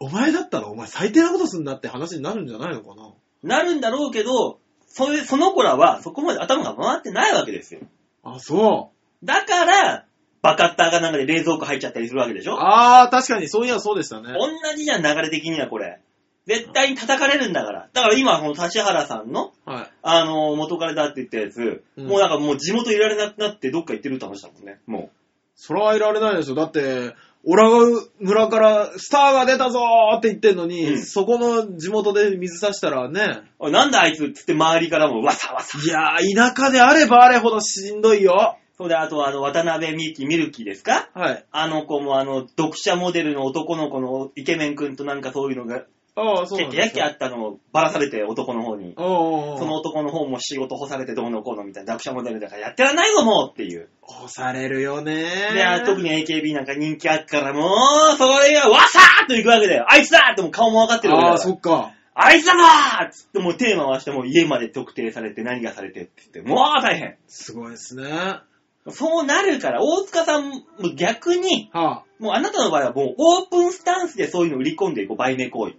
Speaker 3: お前だったらお前最低なことすんなって話になるんじゃないのかな
Speaker 2: なるんだろうけど、それ、その子らはそこまで頭が回ってないわけですよ。
Speaker 3: あ、そ
Speaker 2: だから、バカッターがなんかで冷蔵庫入っちゃったりするわけでし
Speaker 3: う。
Speaker 2: ょ
Speaker 3: あー、確かに、そういやそうでしたね。
Speaker 2: 同じじゃん、流れ的にはこれ。絶対に叩かれるんだから。だから今、この指原さんの、
Speaker 3: はい。
Speaker 2: あの、元彼だって言ったやつ、
Speaker 3: うん
Speaker 2: もうなんかもう地元いられなくなってどっか行ってるって話だもんね。も
Speaker 3: それはいられないでしょ。だって、オラが村からスターが出たぞーって言ってんのに、
Speaker 2: うん
Speaker 3: そこの地元で水差したらね、
Speaker 2: う。おいなんだあいつっつって周りからもわさわさ。
Speaker 3: いやー、田舎であればあれほどしんどいよ。
Speaker 2: そうで、あとあの、渡辺美樹、ミルキですか
Speaker 3: はい。
Speaker 2: あの子もあの、読者モデルの男の子のイケメンくんとなんかそういうのが、
Speaker 3: ああ、そう
Speaker 2: ケ
Speaker 3: なん
Speaker 2: ッ
Speaker 3: だ
Speaker 2: キヤッキあったのをばらされて男の方に。
Speaker 3: ああああ
Speaker 2: その男の方も仕事干されてどうのこうのみたいな、学者モデルだからやってらんないぞもうっていう。
Speaker 3: 押されるよね。
Speaker 2: で、あ特に AKB なんか人気あるからもう、それがわさーっと行くわけだよ。あいつだってもう顔もわかってるわけ
Speaker 3: あ
Speaker 2: だ
Speaker 3: あ、
Speaker 2: か
Speaker 3: そ
Speaker 2: ら。
Speaker 3: っか。
Speaker 2: あいつだなーっつってもうテーマはしてもう家まで特定されて何がされてって言って、もう大変。
Speaker 3: すごいですね。は
Speaker 2: そうなるから、大塚さんも逆に、
Speaker 3: あ。
Speaker 2: もうあなたの場合はもうオープンスタンスでそういうの売り込んでいこう、売名行為。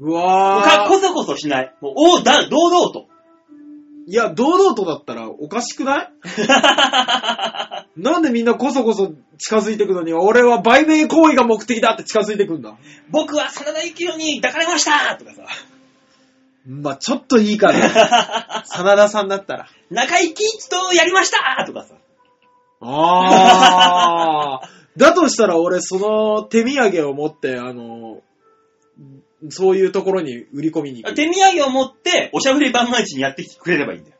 Speaker 3: うわ
Speaker 2: 他こ
Speaker 3: ー
Speaker 2: そこそしない。もう、おだ、堂々と。
Speaker 3: いや、堂々とだったらおかしく ないなんでみんなこそこそ近づいてくのに、俺は売名行為が目的だって近づいてくんだ。
Speaker 2: 僕は真田幸宏に抱かれましたとかさ。
Speaker 3: まあ、ちょっといい から。真田さんだったら。
Speaker 2: 中井貴一とやりましたとかさ。
Speaker 3: ああ。 だとしたら俺、その手土産を持って、あの、そういうところに売り込みに行く。
Speaker 2: 手土産を持って、おしゃべり万が一にやってきてくれればいいんだよ。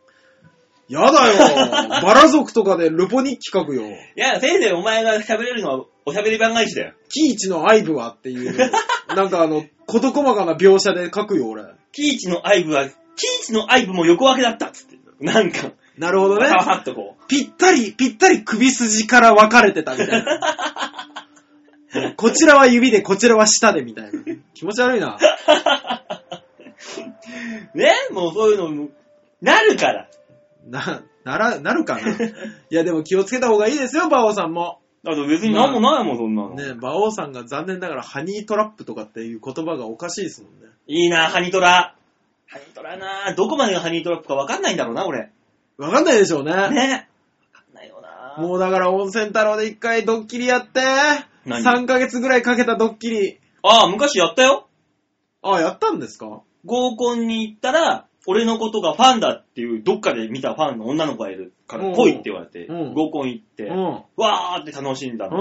Speaker 3: やだよ バラ族とかでルポ日記書くよ。
Speaker 2: いや、せいぜいお前が喋れるのはおしゃべり万が一だよ。
Speaker 3: キイチの愛部はって いう、なんかあの、事細かな描写で書くよ、俺。
Speaker 2: 貴一の愛部は、貴一の愛部も横分けだったっつって。なんか、
Speaker 3: なるほど
Speaker 2: パ
Speaker 3: ね。
Speaker 2: サパサっとこ
Speaker 3: ぴったり、ぴったり首筋から分かれてたみたいな。こちらは指で、こちらは舌でみたいな。気持ち悪いな。
Speaker 2: う。 ねもうそういうのも、なるから。
Speaker 3: な、なら、なるかな。いや、でも気をつけた方がいいですよ、バオさんも。
Speaker 2: あと別になんもないもん、そんなの。
Speaker 3: ね、バオさんが残念ながらハニートラップとかっていう言葉がおかしいですもんね。
Speaker 2: いいな、ハニトラ。ハニトラなどこまでがハニトラップかわかんないんだろうな、俺。
Speaker 3: わかんないでしょうね。
Speaker 2: ねわかんないよな
Speaker 3: もうだから温泉太郎で一回ドッキリやって、
Speaker 2: 何
Speaker 3: 3ヶ月ぐらいかけたドッキリ。
Speaker 2: ああ、昔やったよ。
Speaker 3: あ、やったんですか
Speaker 2: 合コンに行ったら、俺のことがファンだっていう、どっかで見たファンの女の子がいるから、来いって言われて、
Speaker 3: うん
Speaker 2: 合コン行って、
Speaker 3: うん。
Speaker 2: わーって楽しんだ
Speaker 3: う
Speaker 2: の
Speaker 3: ん。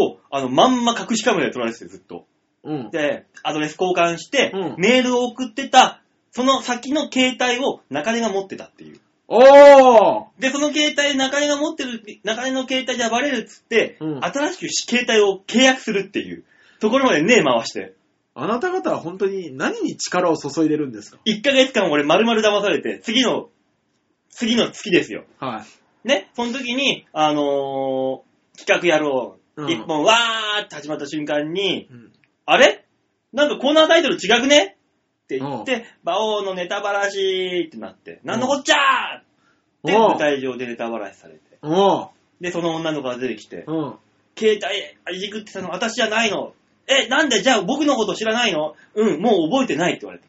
Speaker 2: を、あの、まんま隠しカメラで撮られてて、ずっと。
Speaker 3: うん。
Speaker 2: で、アドレス交換して、
Speaker 3: うん
Speaker 2: メールを送ってた、その先の携帯を中根が持ってたっていう。
Speaker 3: おー
Speaker 2: で、その携帯、中根が持ってる、中根の携帯じゃバレるっつって、
Speaker 3: うん
Speaker 2: 新しく携帯を契約するっていう、ところまでね、回して。
Speaker 3: あなた方は本当に何に力を注いでるんですか
Speaker 2: 1ヶ月間俺丸々騙されて、次の、次の月ですよ。
Speaker 3: はい。
Speaker 2: ね、その時に、あのー企画やろ
Speaker 3: う
Speaker 2: う。
Speaker 3: ん
Speaker 2: 一、本わーって始まった瞬間に、
Speaker 3: うん
Speaker 2: あれなんかコーナータイトル違くねって言って、馬王のネタばらしってなって、なんのこっちゃーって
Speaker 3: おう
Speaker 2: 舞台上でネタばらしされて。
Speaker 3: お
Speaker 2: で、その女の子が出てきて、
Speaker 3: うん。うん。
Speaker 2: 携帯いじくってたの私じゃないの。え、なんでじゃあ僕のこと知らないのうん、もう覚えてないって言われ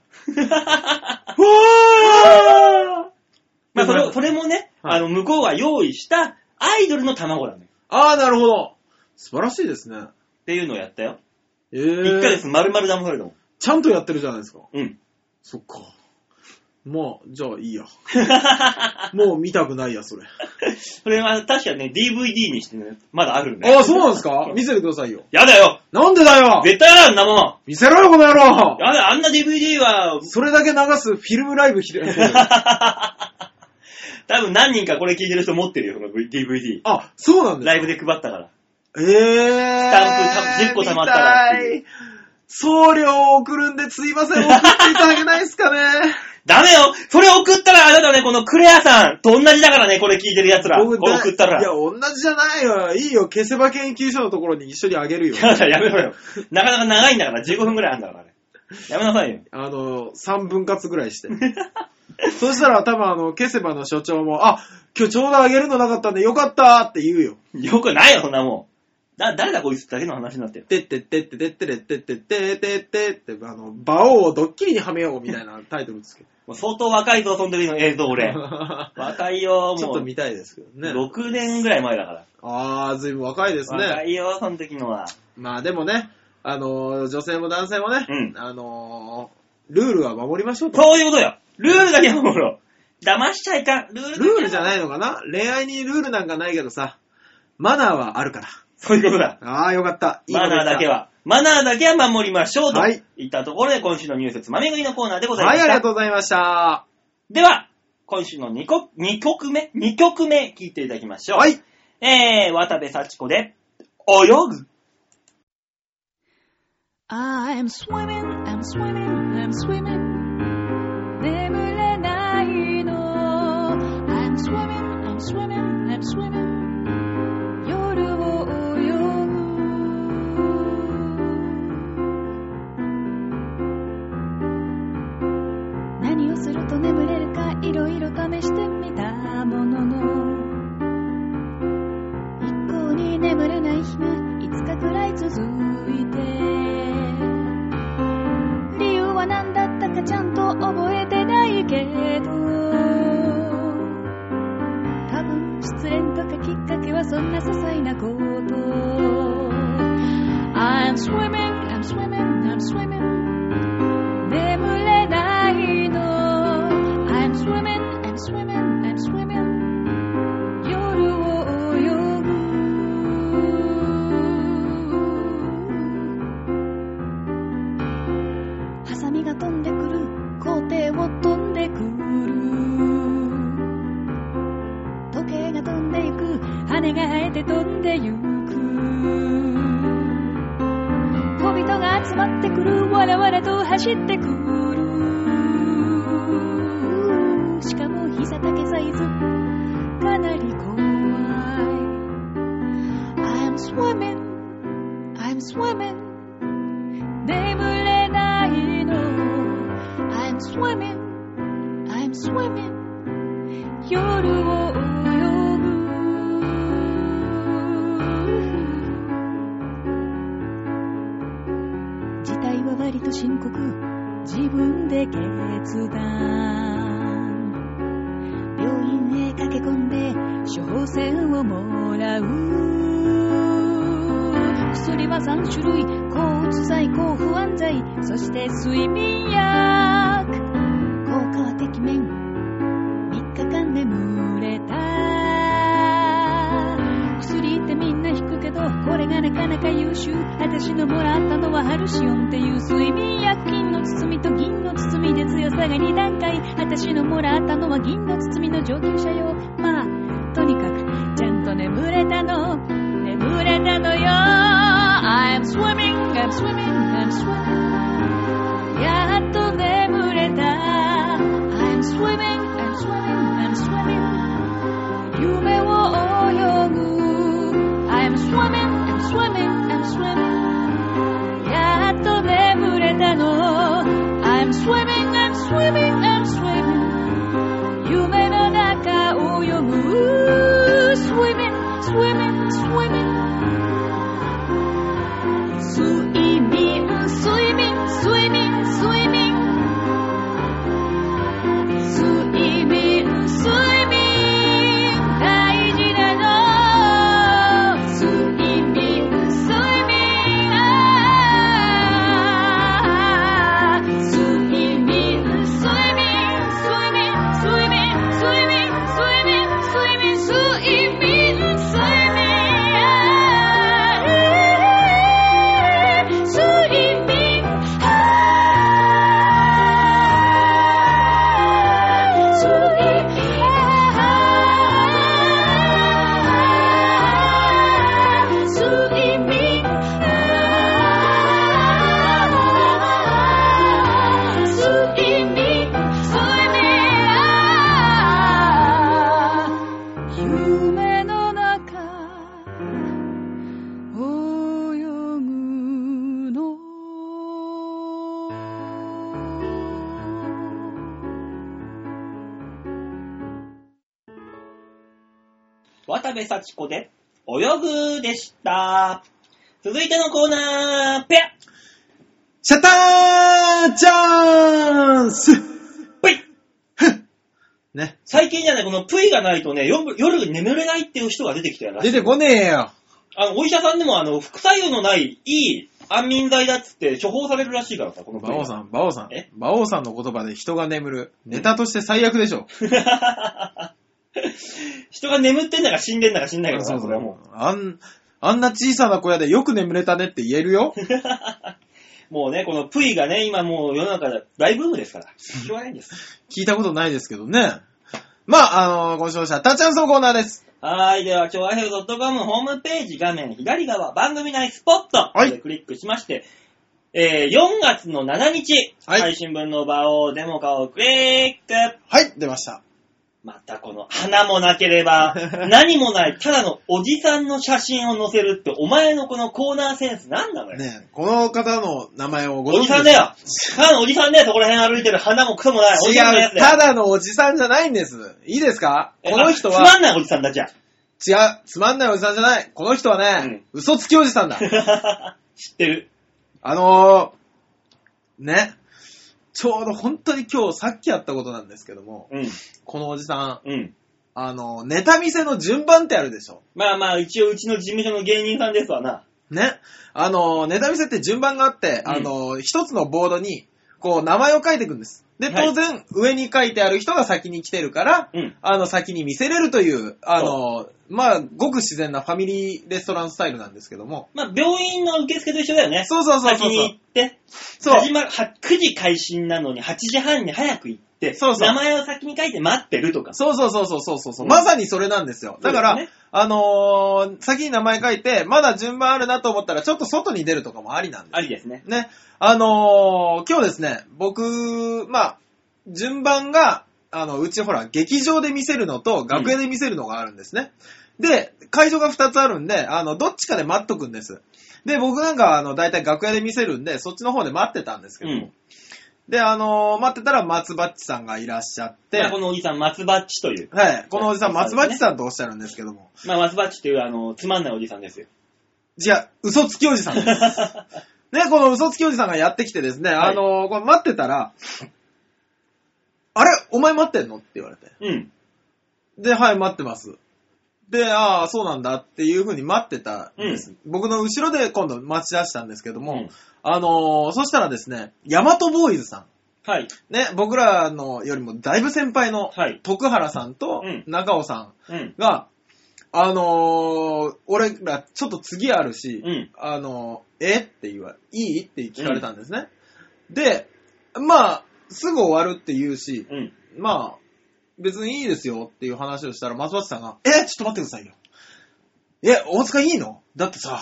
Speaker 2: た。
Speaker 3: わー
Speaker 2: まあそ
Speaker 3: で
Speaker 2: れ
Speaker 3: も
Speaker 2: それもね、
Speaker 3: はい
Speaker 2: あの、向こうが用意したアイドルの卵なのよ。
Speaker 3: あー、なるほど。素晴らしいですね。
Speaker 2: っていうのをやったよ。
Speaker 3: え
Speaker 2: 1ヶ
Speaker 3: ー。
Speaker 2: 月丸々騙されたもん。
Speaker 3: ちゃんとやってるじゃないですか。
Speaker 2: うん。
Speaker 3: そっか。まあ、じゃあいいや。もう見たくないや、 それ。
Speaker 2: それは確かね、DVD にしてね、まだあるんだよ。
Speaker 3: あ、そうなんですか見せてくださいよ。
Speaker 2: やだよ
Speaker 3: なんでだよ
Speaker 2: 絶対やだ、あんなもん
Speaker 3: 見せろよ、この野郎
Speaker 2: やだ、あんな DVD は、
Speaker 3: それだけ流すフィルムライブ ひ
Speaker 2: 多分何人かこれ聞いてる人持ってるよ、その DVD。
Speaker 3: あ、そうなんです
Speaker 2: ラ
Speaker 3: か
Speaker 2: イブで配ったから。
Speaker 3: えー。
Speaker 2: タンプ10個貯まったらっていう
Speaker 3: 見たい送料を送るんですいません、送っていただけないですかね。
Speaker 2: ダメよそれ送ったらあなたね、このクレアさんと同じだからね、これ聞いてる奴ら。これ
Speaker 3: だ
Speaker 2: 送ったら。
Speaker 3: いや、同じじゃないよ。いいよ、消せば研究所のところに一緒にあげるよ。
Speaker 2: やだ、やめろよ。なかなか長いんだから、15分くらいあるんだから、あれ。やめなさいよ。
Speaker 3: あの、3分割ぐらいして。そしたら多分あの、消せばの所長も、あ、今日ちょうどあげるのなかったんでよかったって言うよ。
Speaker 2: よくないよ、そんなもん。だ、誰だこいつだけの話になってる。
Speaker 3: てってってってってってってってってってってって、あの、馬王をドッキリにはめようみたいなタイトルつけて。
Speaker 2: もう相当若いぞ、その時の映像、 俺。
Speaker 3: ち
Speaker 2: 若いよ、
Speaker 3: ょっ
Speaker 2: も
Speaker 3: と
Speaker 2: う。
Speaker 3: 見たいですけどね。
Speaker 2: 6年ぐらい前だから。
Speaker 3: あー、ずいぶん若いです
Speaker 2: 若
Speaker 3: ね。
Speaker 2: いよ、その時のは。
Speaker 3: まあでもね、あのー、女性も男性もね、
Speaker 2: うん
Speaker 3: あのー、ルールは守りましょうと。
Speaker 2: そういうことよ。ルールだけは守ろう。騙しちゃいかん。ルールだけは
Speaker 3: ルールじゃないのかな恋愛にルールなんかないけどさ、マナーはあるから。
Speaker 2: そういうことだ。
Speaker 3: あー、よかった。いいこと
Speaker 2: マ
Speaker 3: 言
Speaker 2: ナ
Speaker 3: った
Speaker 2: ーだけ。は、マナーだけは守りましょうと。
Speaker 3: はい
Speaker 2: い。ったところで今週のニュースつまみ食いのコーナーでございま
Speaker 3: は
Speaker 2: し
Speaker 3: い、
Speaker 2: た。
Speaker 3: ありがとうございました。
Speaker 2: では、今週の 2, こ2曲目、2曲目聞いていただきましょう。
Speaker 3: はい。
Speaker 2: えー、渡部幸子で、泳ぐ。
Speaker 4: I'm swimming, I'm swimming, I'm swimming 眠れないの I'm swimming, I'm swimming, I'm swimming 夜を泳ぐ何をすると眠れるかいろいろ試してみたものの一向に眠れない日が5日くらい続いて理由は何だったかちゃんと覚えてないけど多分失恋とかきっかけはそんな些細なこと I'm swimming, I'm swimming, I'm swimming 眠れないの I'm swimming, I'm swimming, I'm swimming 夜を泳ぐハサミが飛んでくる校庭を飛んでくる時計が飛んでいく羽が生えて飛んでゆく小人が集まってくるわらわらと走ってくるしかも膝丈サイズかなり怖い I'm swimming I'm swimming 眠れないの I'm swimming I'm swimming 夜を泳ぐ事態は割と深刻自分で決断病院へ駆け込んで処方箋をもらう薬は3種類抗うつ剤抗不安剤そして睡眠薬効果はてきめん3日間眠れた薬ってみんな引くけどこれがなかなか優秀私のもらったのはハルシオンっていう睡眠薬金の包みと銀の包みで強さが2段階私のもらったのは銀の包みの上級者用まあとにかくちゃんと眠れたの眠れたのよ I'm swimming I'm swimming I'm swimming やっと眠れた I'm swimming I'm swimming I'm swimming 夢を泳ぐ I'm swimming I'm swimming I'm swimming やっと眠れたの I'm swimming I'm swimming I'm swimming 夢の中泳ぐ Swimming swimming swimming 睡眠睡眠睡眠睡眠睡眠睡眠大事なの睡眠睡眠ああ睡眠睡眠睡眠睡眠睡眠睡眠睡眠睡眠睡眠ああ睡眠夢の中泳ぐの
Speaker 2: 渡部幸子で、泳ぐでした。続いてのコーナー、ペア
Speaker 3: シャッターチャンス
Speaker 2: ぷい
Speaker 3: ね。
Speaker 2: 最近じゃない、このプイがないとね、夜夜眠れないっていう人が出てきたよな。
Speaker 3: 出てこねえよ。
Speaker 2: あの、お医者さんでも、あの、副作用のない、いい安眠剤だっつって処方されるらしいからさ、このプイ
Speaker 3: 馬王さん、馬王さん
Speaker 2: え。
Speaker 3: 馬王さんの言葉で人が眠る。ネタとして最悪でしょ。
Speaker 2: 人が眠ってんだか死んでんだか死んないから
Speaker 3: そ
Speaker 2: さ、
Speaker 3: う
Speaker 2: そ
Speaker 3: そ
Speaker 2: れはも
Speaker 3: う。あん、あんな小さな小屋でよく眠れたねって言え るよ。
Speaker 2: う。もうね、このプイがね、今もう世の中で大ブームですから。しょうがないんです。
Speaker 3: 聞いたことないですけどね。まあ、あの今週のシャッターチャンスのコーナーです。
Speaker 2: はーい、では、超愛ドッ .com ホームページ画面左側、番組内スポット。
Speaker 3: はい
Speaker 2: でクリックしまして、えー、4月の7日、
Speaker 3: はい
Speaker 2: 配信分の場をデモ化をクリック
Speaker 3: はい、出ました。
Speaker 2: またこの花もなけれ ば、何もない、ただのおじさんの写真を載せるって、お前のこのコーナーセンスなんなのよ。
Speaker 3: ねえこの方の名前をご
Speaker 2: お
Speaker 3: 存
Speaker 2: じ
Speaker 3: 知で
Speaker 2: さん
Speaker 3: す
Speaker 2: だよただのおじさんだよ、そこら辺歩いてる花もクソもない、おじさんのやつ
Speaker 3: 違う、
Speaker 2: だ
Speaker 3: た
Speaker 2: よ。
Speaker 3: だのおじさんじゃないんです。いいですか
Speaker 2: え
Speaker 3: この人
Speaker 2: あつま
Speaker 3: は、
Speaker 2: んないおじさんだ、じゃ
Speaker 3: 違う、つまんないおじさんじゃない。この人はね、嘘つきおじ さんだ。
Speaker 2: あ。 知ってる。
Speaker 3: あのー、ね、ちょうど本当に今日さっきやったことなんですけども、
Speaker 2: うん、
Speaker 3: このおじさん、
Speaker 2: うん。
Speaker 3: あの、ネタ見せの順番ってあるでしょ。
Speaker 2: まあまあ、一応うちの事務所の芸人さんですわな。
Speaker 3: ね。あの、ネタ見せって順番があって、
Speaker 2: うん
Speaker 3: あの、一つのボードに、こう、名前を書いていくんです。で、
Speaker 2: はい
Speaker 3: 当然、上に書いてある人が先に来てるから、
Speaker 2: うん
Speaker 3: あの、先に見せれるという、あの、まあ、ごく自然なファミリーレストランスタイルなんですけども。
Speaker 2: まあ、病院の受付と一緒だよね。
Speaker 3: そうそうそうそう
Speaker 2: 先に行って、
Speaker 3: そう
Speaker 2: 始まる、は9時開始なのに8時半に早く行って、
Speaker 3: そうそう
Speaker 2: 名前を先に書いて待ってるとか。
Speaker 3: そうそうそうそうそうそう、
Speaker 2: うん
Speaker 3: まさにそれなんですよ。だから、
Speaker 2: そうですね
Speaker 3: あのー先に名前書いて、まだ順番あるなと思ったら、ちょっと外に出るとかもありなんです
Speaker 2: ありですね。
Speaker 3: ね、あのー今日ですね、僕、まあ、順番が、あの、うちほら、劇場で見せるのと、楽屋で見せるのがあるんですね。で、会場が2つあるんで、あの、どっちかで待っとくんです。で、僕なんか、あの、大体楽屋で見せるんで、そっちの方で待ってたんですけ
Speaker 2: う
Speaker 3: ど、
Speaker 2: ん。
Speaker 3: で、あのー待ってたら松バッチさんがいらっしゃって、
Speaker 2: まあ、このおじさん、松バッチという。
Speaker 3: はい、このおじさん、
Speaker 2: そうで
Speaker 3: 松
Speaker 2: すね
Speaker 3: バッチさんとおっしゃるんですけども、
Speaker 2: まあ、松バッチという、あの、つまんないおじさんですよ。
Speaker 3: じゃあ、嘘つきおじさんです。ね、この嘘つきおじさんがやってきてですね、
Speaker 2: はい
Speaker 3: あのこれ待ってたら、あれお前待ってんのって言われて。
Speaker 2: うん。
Speaker 3: で、はい、待ってます。で、ああ、そうなんだっていう風に待ってたんです。僕の後ろで今度待ち出したんですけども、
Speaker 2: うん
Speaker 3: あのそしたらですね、ヤマトボーイズさ
Speaker 2: はい。
Speaker 3: ん。ね、僕らのよりもだいぶ先輩の
Speaker 2: はい
Speaker 3: 徳原さんと
Speaker 2: うん
Speaker 3: 中尾さ
Speaker 2: うん
Speaker 3: ん。が、あのー俺らちょっと次あるし、
Speaker 2: うん。
Speaker 3: あの、えって言わ、いいって聞かれたんですね。で、まあ、すぐ終わるって言うし、
Speaker 2: うん。
Speaker 3: まあ、別にいいですよっていう話をしたら、松橋さんが、え、ちょっと待ってくださいよ。え、大塚いいのだってさ、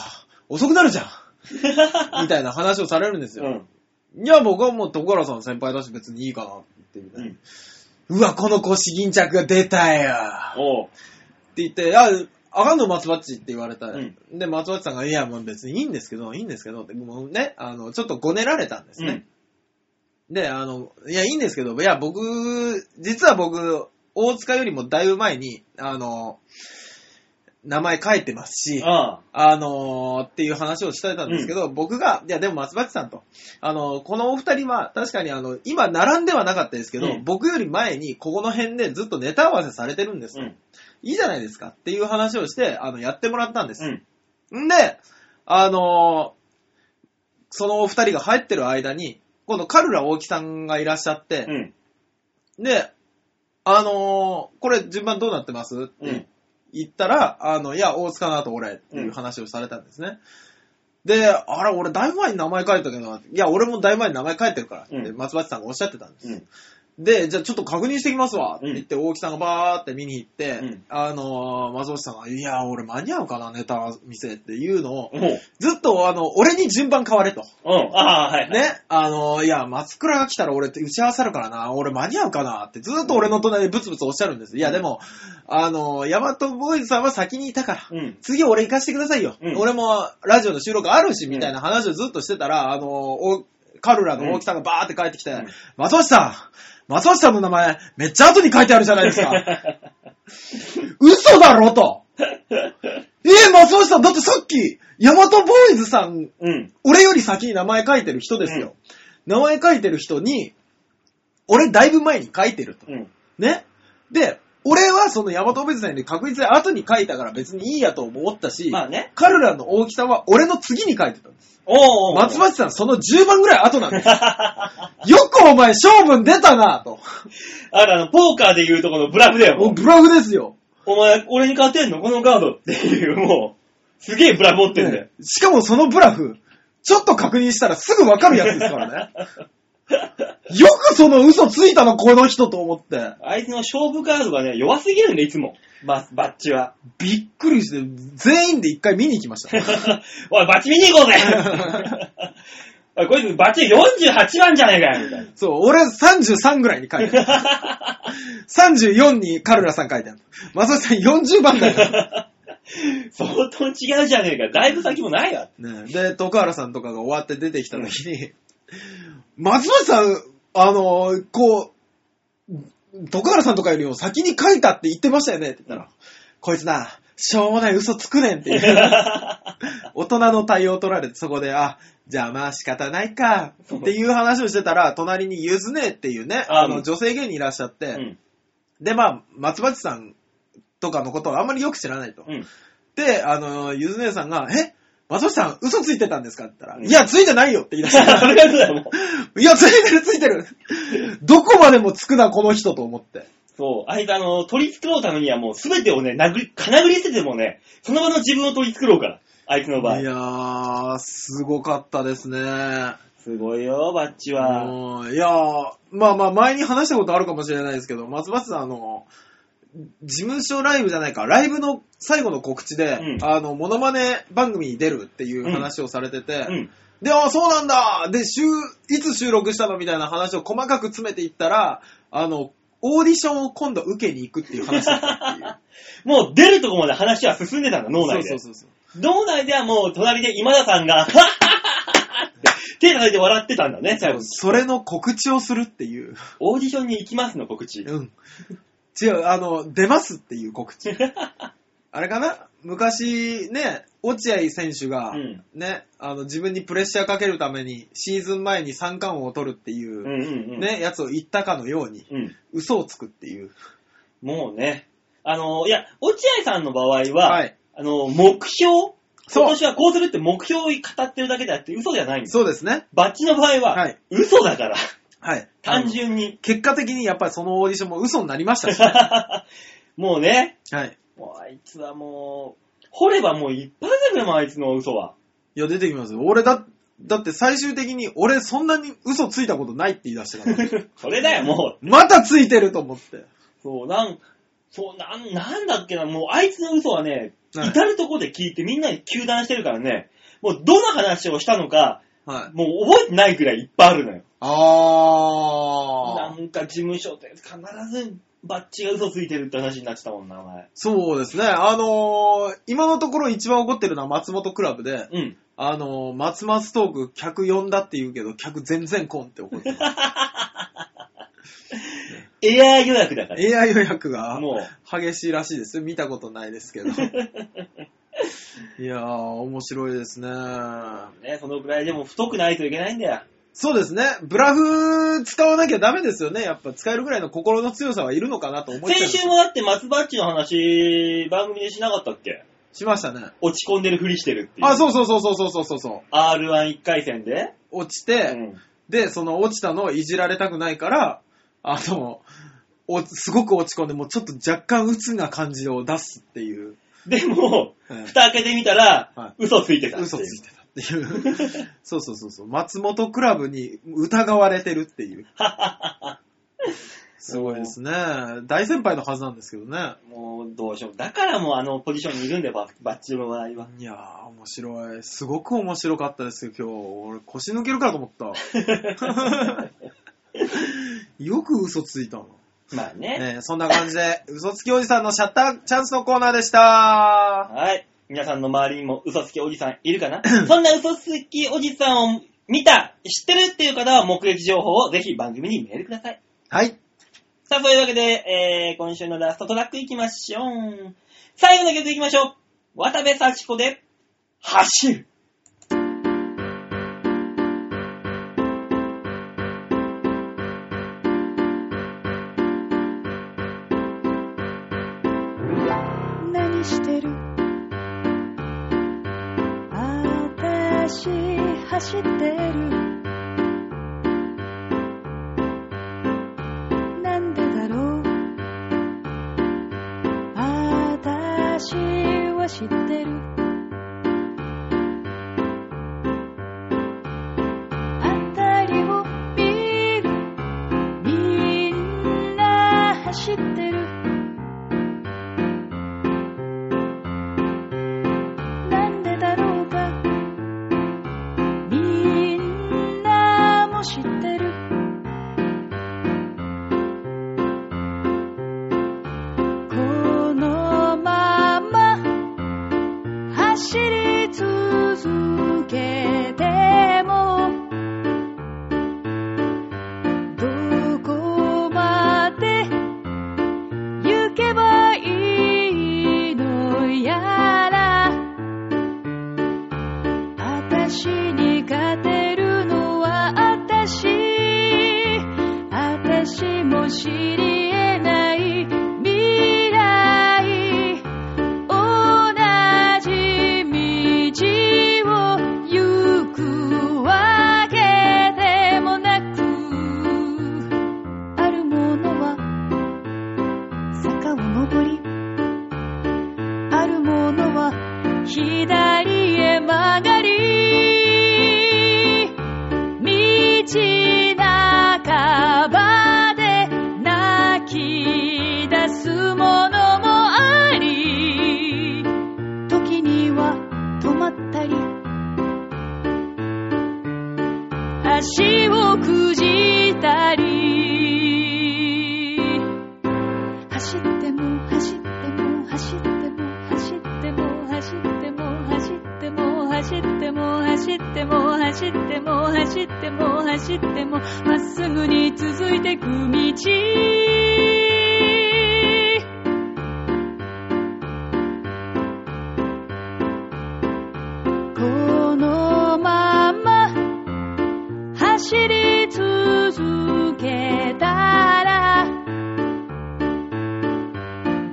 Speaker 3: 遅くなるじゃ ん。みたいな話をされるんです
Speaker 2: う
Speaker 3: よ。
Speaker 2: ん。
Speaker 3: いや、僕はもう徳原さんの先輩だし別にいいかなって言って、
Speaker 2: うん。
Speaker 3: うわ、この腰巾着が出たよ。
Speaker 2: おう。
Speaker 3: って言って、あ、あかんの松バッチって言われた、
Speaker 2: うん
Speaker 3: で、松バッチさんが、いや、もう別にいいんですけど、いいんですけどって、もうね、あの、ちょっとごねられたんです
Speaker 2: う
Speaker 3: ね
Speaker 2: ん。。
Speaker 3: で、あの、いや、いいんですけど、いや、僕、実は僕、大塚よりもだいぶ前に、あの、名前書いてますし、
Speaker 2: ああ。
Speaker 3: あのー、っていう話をしてたんですけど、僕が、いや、でも松橋さんと、あのーこのお二人は、確かにあの、今、並んではなかったですけど、
Speaker 2: うん
Speaker 3: 僕より前に、ここの辺でずっとネタ合わせされてるんです
Speaker 2: う
Speaker 3: よ。
Speaker 2: ん。
Speaker 3: いいじゃないですかっていう話をして、あの、やってもらったんです。
Speaker 2: うん。
Speaker 3: んで、あのーそのお二人が入ってる間に、今度、カルラ大木さんがいらっしゃって、
Speaker 2: うん。
Speaker 3: で、あのーこれ順番どうなってますって
Speaker 2: うん。
Speaker 3: 言ったら、あの、いや、大塚の後俺っていう話をされたんですね。で、あれ、俺、だいぶ前に名前書いたけど、いや、俺もだいぶ前に名前書いてるからって、
Speaker 2: うん
Speaker 3: 松橋さんがおっしゃってたんです。
Speaker 2: うん。
Speaker 3: で、じゃあちょっと確認してきますわって言って、大木さんがバーって見に行って、
Speaker 2: うん
Speaker 3: あのー、松本さんが、いや、俺間に合うかな、ネタ見せっていうのを、
Speaker 2: おう。
Speaker 3: ずっと、あの、俺に順番変われと。
Speaker 2: うん。ああ、はい。はい。
Speaker 3: ね、あのー、いや、松倉が来たら俺って打ち合わせるからな、俺間に合うかなって、ずっと俺の隣でブツブツおっしゃるんです。いや、でも、あのー、ヤマトボーイズさんは先にいたから、
Speaker 2: うん。
Speaker 3: 次俺行かしてくださいよ。
Speaker 2: うん
Speaker 3: 俺もラジオの収録あるし、みたいな話をずっとしてたら、あのーおカルラの大木さんがバーって帰ってきて、
Speaker 2: うん
Speaker 3: 松橋さん松橋さんの名前、めっちゃ後に書いてあるじゃな いですか嘘だろとえー、松橋さん、だってさっき、ヤマトボーイズさん、
Speaker 2: うん。
Speaker 3: 俺より先に名前書いてる人ですよ。名前書いてる人に、俺だいぶ前に書いてると。
Speaker 2: うん。
Speaker 3: ね。で、俺はそのヤマトベズさんより確実に後に書いたから別にいいやと思ったし、
Speaker 2: まあね。
Speaker 3: カルラの大きさんは俺の次に書いてたんです。
Speaker 2: おうおう。
Speaker 3: 松橋さんその10番ぐらい後なんです。よくお前勝負に出たなと。
Speaker 2: あら、あの、ポーカーで言うとこのブラフだよ。
Speaker 3: もうブラフですよ。
Speaker 2: お前、俺に勝てんのこのカードっていう、もう、すげえブラ持ってんだよ
Speaker 3: ね。しかもそのブラフ、ちょっと確認したらすぐわかるやつですからね。 よくその嘘ついたのこの人と思って。
Speaker 2: あいつの勝負カードがね、弱すぎるんだよ、いつも。ババッチは。
Speaker 3: びっくりして、全員で一回見に行きました。
Speaker 2: おい、バッチ見に行こうぜあこいつバチ48番じゃねえかよみたいな。
Speaker 3: そう、俺33ぐらいに書いてある。34 にカルラさん書いてある。まさしさん40番だよ。
Speaker 2: 相当違うじゃねえか。だいぶ先もないわ。
Speaker 3: ね、で、徳原さんとかが終わって出てきた時に、松橋さん、あのーこう、徳原さんとかよりも先に書いたって言ってましたよねって言ったら、こいつな、しょうもない嘘つくねんっ ていう。大人の対応取られてそこで、あ、じゃあまあ仕方ないか、っていう話をしてたら、隣にゆずねえっていうね、
Speaker 2: あ
Speaker 3: あ
Speaker 2: う
Speaker 3: の
Speaker 2: ん
Speaker 3: 女性芸人いらっしゃって、
Speaker 2: うん。
Speaker 3: で、まあ、松橋さんとかのことをあんまりよく知らないと。
Speaker 2: うん。
Speaker 3: で、あの、ゆず姉さんが、え松橋さん、嘘ついてたんですかって言った
Speaker 2: う
Speaker 3: ら、
Speaker 2: ん
Speaker 3: いや、ついてないよって言い出し
Speaker 2: それ
Speaker 3: た。
Speaker 2: がそうだよ、もう。
Speaker 3: いや、ついてる、ついてる。どこまでもつくな、この人と思って。
Speaker 2: そう。あいつ、あの、取り繕うためにはもう全てをね、殴り、かなぐり捨ててもね、その場の自分を取り繕うから。あいつの場
Speaker 3: い
Speaker 2: 合。
Speaker 3: やー、すごかったですね。
Speaker 2: すごいよ、バッチは。
Speaker 3: うんいやー、まあまあ、前に話したことあるかもしれないですけど、松橋さん、あの、事務所ライブじゃないか、ライブの最後の告知で、
Speaker 2: うん
Speaker 3: あの、モノマネ番組に出るっていう話をされてて、
Speaker 2: うん。
Speaker 3: で、あそうなんだで、週、いつ収録したのみたいな話を細かく詰めていったら、あの、オーディションを今度受けに行くってい う話だったっていう。
Speaker 2: もう出るとこまで話は進んでたんだ、脳内で。
Speaker 3: そうそうそう
Speaker 2: 脳内ではもう隣で今田さんが、はっは っはっはって手叩いて笑ってたんだね、
Speaker 3: そ
Speaker 2: 最
Speaker 3: う。
Speaker 2: 後に。
Speaker 3: それの告知をするっていう。
Speaker 2: オーディションに行きますの告知。
Speaker 3: うん。違う、あの、出ますっていう 告知。あれかな昔ね、落合選手が、
Speaker 2: うん
Speaker 3: ね、あの、自分にプレッシャーかけるために、シーズン前に三冠王を取るっていう
Speaker 2: んう
Speaker 3: う、
Speaker 2: んうん。。
Speaker 3: ね、やつを言ったかのように、
Speaker 2: うん。
Speaker 3: 嘘をつくっていう。
Speaker 2: もうね。あの、いや、落合さんの場合は、
Speaker 3: はい
Speaker 2: あの、目標
Speaker 3: そう
Speaker 2: 今年はこうするって目標を語ってるだけであって嘘じゃないんです。
Speaker 3: そうですね。
Speaker 2: バッチの場合は、
Speaker 3: はい
Speaker 2: 嘘だから。
Speaker 3: はい。
Speaker 2: 単純に。
Speaker 3: 結果的にやっぱりそのオーディションも嘘になりましたし、
Speaker 2: もうね、
Speaker 3: はい。
Speaker 2: もうあいつはもう、掘ればもう一発でもんあいつの嘘は。
Speaker 3: いや、出てきますよ。俺だ、だって最終的に俺そんなに嘘ついたことないって言い出して から、
Speaker 2: それだよ、もう。
Speaker 3: またついてると思って。
Speaker 2: そう、なん、そう、なん、なんだっけな、もうあいつの嘘はね、
Speaker 3: はい
Speaker 2: 至るとこで聞いてみんなに糾弾してるからね、もうどの話をしたのか、
Speaker 3: はい。
Speaker 2: もう覚えてないくらいいっぱいあるのよ。な
Speaker 3: あー。
Speaker 2: んか事務所って必ずバッチが嘘ついてるって話になってたもんな、お前。
Speaker 3: そうですね。あのー、今のところ一番怒ってるのは松本クラブで、
Speaker 2: うん。
Speaker 3: あのー、松松トーク客呼んだって言うけど、客全然来んって怒ってる。
Speaker 2: エアー予約だから。
Speaker 3: AI 予約が
Speaker 2: もう、
Speaker 3: 激しいらしいですよ。見たことないですけ ど。いやー、面白いですね。
Speaker 2: ね、そのくらいでも太くないといけないんだよ。
Speaker 3: そうですね。ブラフ使わなきゃダメですよね。やっぱ使えるぐらいの心の強さはいるのかなと思っちゃいま
Speaker 2: 先
Speaker 3: す
Speaker 2: 週もだって松バッチの話、番組でしなかったっけ
Speaker 3: しましたね。
Speaker 2: 落ち込んでるふりしてるっていう。
Speaker 3: あ、
Speaker 2: う。
Speaker 3: そうそうそうそうそうそうそう。
Speaker 2: R11 回戦で。
Speaker 3: 落ち
Speaker 2: う
Speaker 3: て、
Speaker 2: ん。
Speaker 3: で、その落ちたのをいじられたくないから、あの、おすごく落ち込んで、もうちょっと若干鬱な感じを出すっていう。
Speaker 2: でも、
Speaker 3: はい
Speaker 2: 蓋開けてみたら、
Speaker 3: は
Speaker 2: 嘘ついてたっていう。
Speaker 3: 嘘ついてたっていう。 そうそうそうそう。松本クラブに疑われてるって いう。すごいですね。大先輩のはずなんですけどね。
Speaker 2: もうどうしよう。だからもうあのポジションにいるんだよ、ババッチの場合は。
Speaker 3: いやー、面白い。すごく面白かったですよ、今日。俺、腰抜けるかと思 った。よく嘘ついたな。
Speaker 2: まあね。
Speaker 3: ねそんな感じで、嘘つきおじさんのシャッターチャンスのコーナーでした。
Speaker 2: はい。皆さんの周りにも嘘つきおじさんいるかなそんな嘘つきおじさんを見た、知ってるっていう方は目撃情報をぜひ番組にメールください。
Speaker 3: はい。
Speaker 2: さあ、そういうわけで、えー、今週のラストトラックいきましょう。最後の曲いきましょう。渡部幸子で、走る。
Speaker 4: 何してるあたし走ってるなんでだろうあたしは知ってるあたりを見るみんな走ってるなんでだろうかみん知り得ない未来同じ道を行くわけでもなくあるものは坂を登りあるものは左へ曲がり道半ばで泣き出すものもあり時には止まったり足をくじったり走っても走っても走っても走っても走っても走っても走っても走っても走っても走っても走ってもまっすぐに続いてく道このまま走り続けたら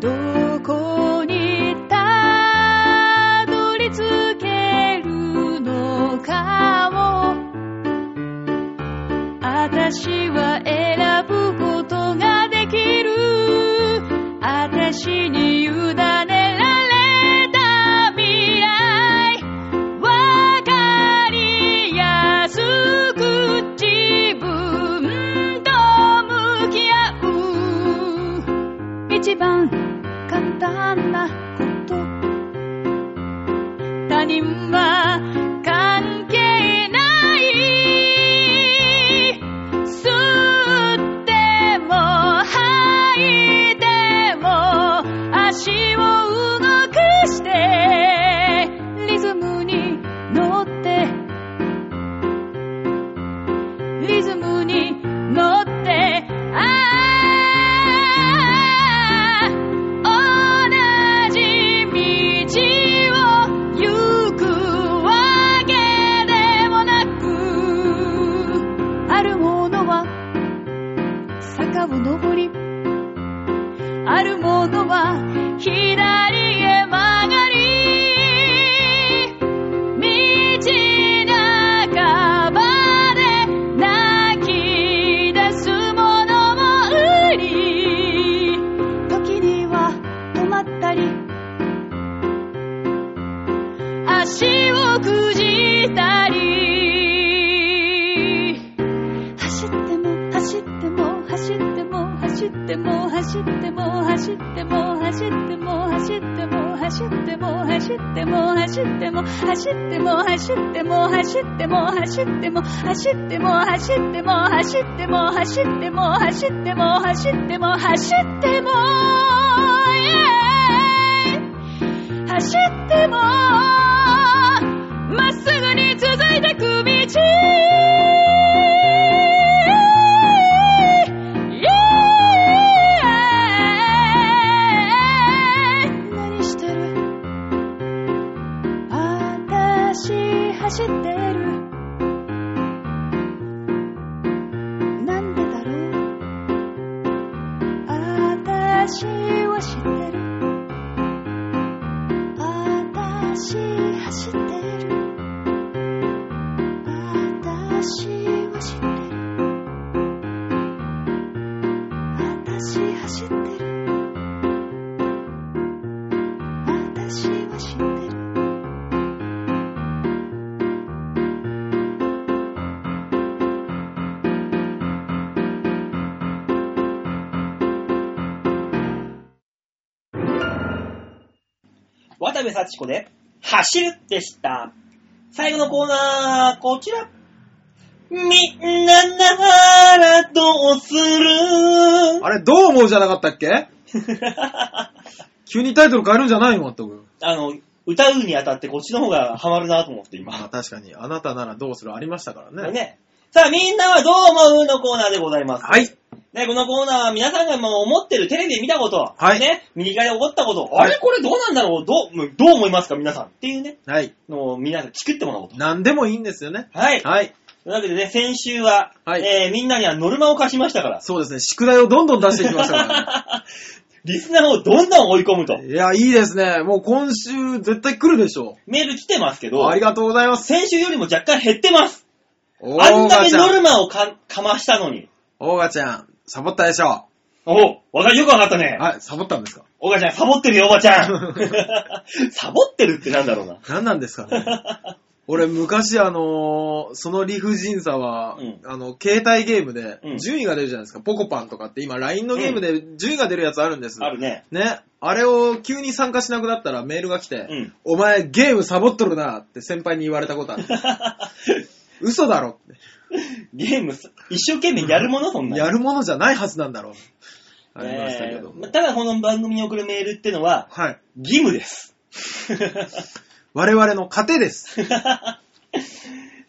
Speaker 4: どこにたどり着けるのかを私は選ぶことができる私に委ねられた未来わかりやすく自分と向き合う一番簡単なこと他人は関係ない吸っても吐いても足を動かしてリズムに乗ってリズムに乗ってああ同じ道を行くわけでもなくあるものは坂を登りあるものは左へ曲がり道半ばで泣き出すものもあり時には止まったり足をくじったり走っても走っても走っても走っても走っても走っても走っても走っても走っても走っても走っても走っても走っても走っても走っても走っても走っても走っても走っても走っても走っても走っても走ってもまっすぐに続いてく道何してる私走ってるなんでだろう私は知ってる私走ってる私は知ってる私走ってる私は知ってる
Speaker 2: 渡部幸子で、走るでした。最後のコーナー、こちら。みんなならどうする
Speaker 3: あれ、どう思うじゃなかったっけ急にタイトル変えるんじゃないよ、まったく。
Speaker 2: あの、歌うにあたってこっちの方がハマるなと思って
Speaker 3: まあ
Speaker 2: 今。
Speaker 3: 確かに、あなたならどうするありましたからね。
Speaker 2: ね。さあ、みんなはどう思うのコーナーでございます。
Speaker 3: はい。
Speaker 2: ね、このコーナーは皆さんがもう思ってるテレビで見たこと、
Speaker 3: はい
Speaker 2: ね、右側で起こったこと、
Speaker 3: はい
Speaker 2: あれこれどうなんだろうどう、もうどう思いますか皆さんっていうね、
Speaker 3: はい。
Speaker 2: のを皆さん作ってもらおうと。
Speaker 3: 何でもいいんですよね。
Speaker 2: はい。
Speaker 3: はい。
Speaker 2: とというわけでね、先週は、
Speaker 3: はい
Speaker 2: えーみんなにはノルマを課しましたから、
Speaker 3: そうですね、宿題をどんどん出していきましたか
Speaker 2: リスナーをどんどん追い込むと
Speaker 3: ら、。ね。いや、いいですね。もう今週絶対来るでしょ
Speaker 2: メール来てますけ
Speaker 3: う。
Speaker 2: ど
Speaker 3: あ、りがとうございます。
Speaker 2: 先週よりも若干減ってます。
Speaker 3: オ
Speaker 2: あん
Speaker 3: ー
Speaker 2: だ
Speaker 3: ガ
Speaker 2: け
Speaker 3: ち
Speaker 2: ノ
Speaker 3: ゃ
Speaker 2: ル
Speaker 3: ん。
Speaker 2: マをかかましたのに。
Speaker 3: オーガちゃん、サボったでしょ。
Speaker 2: おう、わかよくわかったね。
Speaker 3: はい、サボったんですか
Speaker 2: おばちゃん、サボってるよ、おばちゃん。 サボってるってなんだろうな。
Speaker 3: 何なんですかね。 俺、昔、あのーその理不尽さは、
Speaker 2: うん
Speaker 3: あの、携帯ゲームで
Speaker 2: うん、
Speaker 3: 順位が出るじゃないですか。ポコパンとかって、今、LINE のゲームで順位が出るやつあるんです。
Speaker 2: あるね。
Speaker 3: ね、あれを急に参加しなくなったらメールが来て、
Speaker 2: うん
Speaker 3: お前ゲームサボっとるなって先輩に言われた ことある。嘘だろって。
Speaker 2: ゲームす、一生懸命やるもの、そんな。
Speaker 3: やるものじゃないはずなんだろう。あ
Speaker 2: ねえ
Speaker 3: りましたけども。
Speaker 2: ただ、この番組に送るメールってのは、
Speaker 3: はい。
Speaker 2: 義務です。
Speaker 3: 我々の糧です。
Speaker 2: さ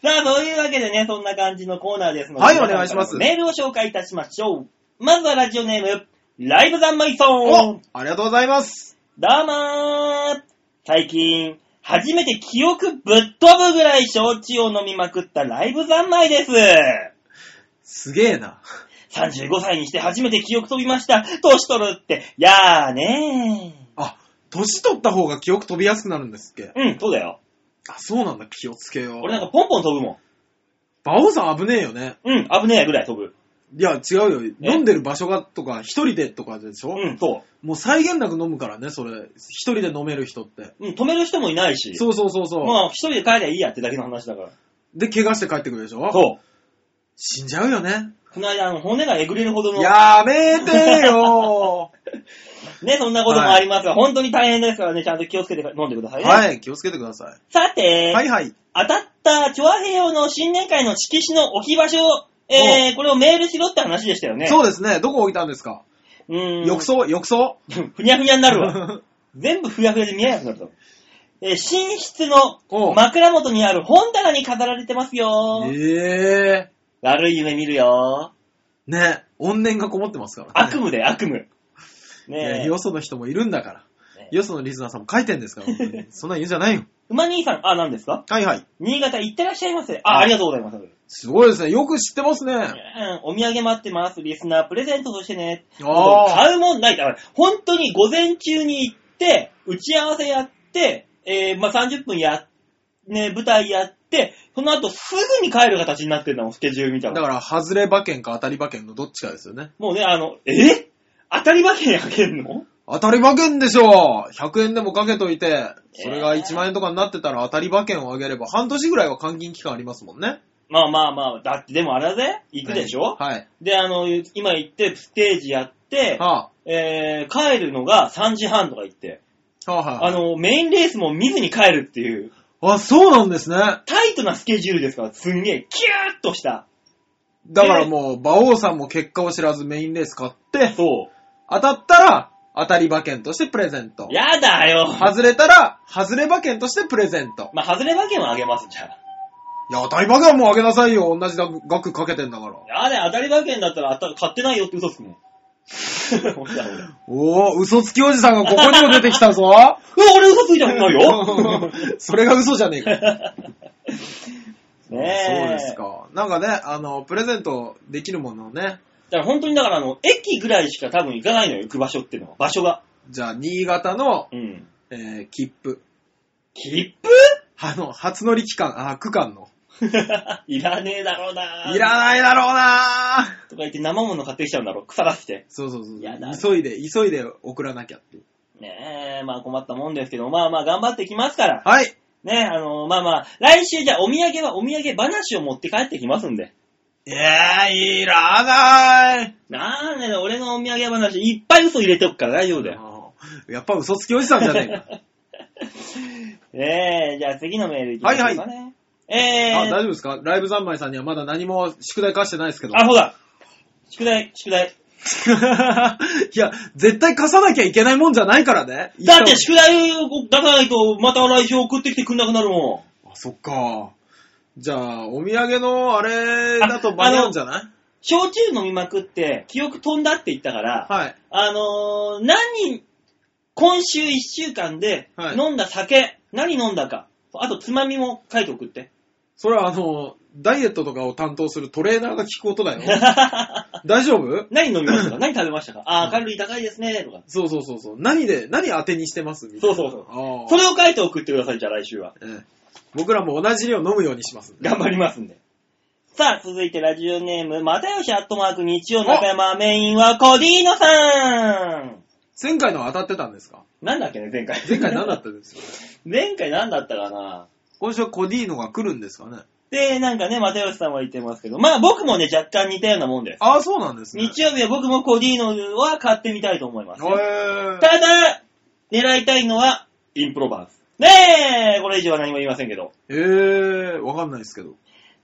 Speaker 2: あ、そういうわけでね、そんな感じのコーナーですので、
Speaker 3: はい
Speaker 2: 皆さん
Speaker 3: お願いします
Speaker 2: からのメールを紹介いたしましょう。まずはラジオネーム、ライブ三昧ソン
Speaker 3: おありがとうございます。
Speaker 2: どうもー最近、初めて記憶ぶっ飛ぶぐらい焼酎を飲みまくったライブ三昧です。
Speaker 3: すげえな。
Speaker 2: 35歳にして初めて記憶飛びました。年取るって、やーね
Speaker 3: あ、年取った方が記憶飛びやすくなるんですっ
Speaker 2: ー。
Speaker 3: け
Speaker 2: うん、そうだよ。
Speaker 3: あ、そうなんだ。気をつけよう。
Speaker 2: 俺なんかポンポン飛ぶもん。
Speaker 3: 馬王さん危ねえよね。
Speaker 2: うん、危ねえぐらい飛ぶ。
Speaker 3: いや、違うよ。飲んでる場所がとか、一人でとかでしょ、
Speaker 2: うん、そ
Speaker 3: もう際限なく飲むからね、それ。一人で飲める人って。
Speaker 2: う。うん、止める人もいないし。
Speaker 3: そうそうそうそう。
Speaker 2: まあ、一人で帰りゃいいやってだけの話だから。
Speaker 3: で、怪我して帰ってくるでしょ
Speaker 2: そう。
Speaker 3: 死んじゃうよね。
Speaker 2: この間、あの骨がえぐれるほどの、
Speaker 3: やめてよ
Speaker 2: ね、そんなこともありますが、本当に大変ですからね、ちゃんと気をつけて飲んでくださいね。
Speaker 3: はい、気をつけてくださ
Speaker 2: さ
Speaker 3: い。
Speaker 2: て、
Speaker 3: はいはい。
Speaker 2: 当たったチョアヘヨの新年会の色紙の置き場所を、えー、これをメールしろって話でしたよね。
Speaker 3: そうですね、どこ置いたんですか、
Speaker 2: う。うん。
Speaker 3: 浴槽、浴槽
Speaker 2: ふにゃふにゃになる わ。全部ふやふやで見えなくなると。えー寝室の
Speaker 3: おう
Speaker 2: 枕元にある本棚に飾られてます よ。
Speaker 3: ええ
Speaker 2: 悪い夢見るよ。
Speaker 3: ー。ね、怨念がこもってますから、
Speaker 2: 悪
Speaker 3: ね。
Speaker 2: 夢で悪夢。ね
Speaker 3: ね
Speaker 2: え。
Speaker 3: よその人もいるんだから。
Speaker 2: ね
Speaker 3: よそのリスナーさんも書いて んですから、本当にそんなん言うんじゃないよ。
Speaker 2: 馬兄さん、あ、何ですか
Speaker 3: はいはい。
Speaker 2: 新潟行ってらっしゃいませ。あ、ありがとうございます。
Speaker 3: すごいですね。よく知ってますね。
Speaker 2: うんお土産待ってます。リスナープレゼントとしてね。
Speaker 3: ああ。
Speaker 2: 買うもんない。だから、本当に午前中に行って、打ち合わせやって、えー、まあ、30分やっ、ね、舞台やって、その後すぐに帰る形になってるのもんスケジュールみたい
Speaker 3: だ
Speaker 2: な。
Speaker 3: から、外れ馬券か当たり馬券のどっちかですよね。
Speaker 2: もうね、あの、え当たり馬券あげんの
Speaker 3: 当たり馬券でしょ !100 円でもかけといて、それが1万円とかになってたら当たり馬券をあげれば、半年ぐらいは換金期間ありますもんね。
Speaker 2: まあまあまあ、だってでもあれだぜ、行くでしょ、
Speaker 3: はい。
Speaker 2: で、あの、今行って、ステージやって、
Speaker 3: は
Speaker 2: えー、帰るのが3時半とか行って、
Speaker 3: あ、はあ、
Speaker 2: あ
Speaker 3: は
Speaker 2: の、メインレースも見ずに帰るっていう、
Speaker 3: あ。あ、そうなんですね。
Speaker 2: タイトなスケジュールですから、すんげえ、キューっとした。
Speaker 3: だからもう、馬王さんも結果を知らずメインレース買って、
Speaker 2: そう。
Speaker 3: 当たったら、当たり馬券としてプレゼント。
Speaker 2: やだよ。
Speaker 3: 外れたら、外れ馬券としてプレゼント。
Speaker 2: まあ、外れ馬券はあげます、じゃあ。
Speaker 3: いや、当たり馬券はもうあげなさいよ。同じ額かけてんだから。
Speaker 2: やだよ、当たり馬券だったら当た買ってないよって嘘つくもん。ほらほらう わ、
Speaker 3: おー、嘘つきおじさんがここにも出てきたぞ。
Speaker 2: 俺嘘ついたことない よ。
Speaker 3: それが嘘じゃねえか。
Speaker 2: ねえ。
Speaker 3: そうです。か。なんかね、あの、プレゼントできるものをね、
Speaker 2: だから本当にだから、あの、駅ぐらいしか多分行かないのよ、行く場所っていうのは。場所が。
Speaker 3: じゃあ、新潟の、
Speaker 2: うん。
Speaker 3: えー、切符。
Speaker 2: 切
Speaker 3: あの、初乗り期間、あ、区間の。
Speaker 2: 符 いらねえだろうな。
Speaker 3: いらないだろうなー
Speaker 2: とか言って生物買ってきちゃうんだろう、腐らせて。
Speaker 3: そうそうそう
Speaker 2: やだ。
Speaker 3: 急いで、急いで送らなきゃっていう。
Speaker 2: ねえ、まあ困ったもんですけど、まあまあ頑張ってきますから。
Speaker 3: はい。
Speaker 2: ねえ、あの、まあまあ、来週じゃあお土産はお土産話を持って帰ってきますんで。
Speaker 3: えー、いらない
Speaker 2: なんだよ、俺のお土産話、いっぱい嘘入れておくから大丈夫だよ。
Speaker 3: あーやっぱ嘘つきおじさんじゃねえか。
Speaker 2: えー、じゃあ次のメールいきましょうかね。 えー、
Speaker 3: あ、大丈夫ですかライブ三昧さんにはまだ何も宿題課してないですけど。
Speaker 2: あ、ほら。宿題、宿題。
Speaker 3: いや、絶対貸さなきゃいけないもんじゃないからね。
Speaker 2: だって宿題を出さないと、また来週送ってきてくんなくなるもん。
Speaker 3: あ、そっか。じゃあ、お土産のあれだと間に合うんじゃない
Speaker 2: 焼酎飲みまくって、記憶飛んだって言ったから、
Speaker 3: はい。
Speaker 2: あのー、何、今週1週間で
Speaker 3: はい
Speaker 2: 飲んだ酒、何飲んだか、あとつまみも書いて送って。
Speaker 3: それはあの、ダイエットとかを担当するトレーナーが聞くことだよ。 大丈夫
Speaker 2: 何飲みました か何食べましたかあー、カロリー高いですね、とか。
Speaker 3: そうそうそうそう。何で、何当てにしてますみたい
Speaker 2: そ
Speaker 3: な
Speaker 2: うそうそう。
Speaker 3: あー
Speaker 2: それを書いて送ってください、じゃあ来週は。
Speaker 3: ええ僕らも同じ量飲むようにしますんで。
Speaker 2: 頑張りますんで。さあ、続いてラジオネーム、またよしアットマーク日曜中山メインはコディーノさん
Speaker 3: 前回のは当たってたんですか
Speaker 2: なんだっけね、前回。
Speaker 3: 前回何だったんですか
Speaker 2: 前回何だったかな
Speaker 3: 今週はコディーノが来るんですかね
Speaker 2: で、なんかね、またよしさんは言ってますけど、まあ僕もね、若干似たようなもんです。
Speaker 3: ああ、そうなんですね。
Speaker 2: 日曜日は僕もコディーノは買ってみたいと思いますよ。
Speaker 3: へー
Speaker 2: ただ、狙いたいのは、インプロバンス。ねえ、これ以上は何も言いませんけど。
Speaker 3: えー、わかんないですけど。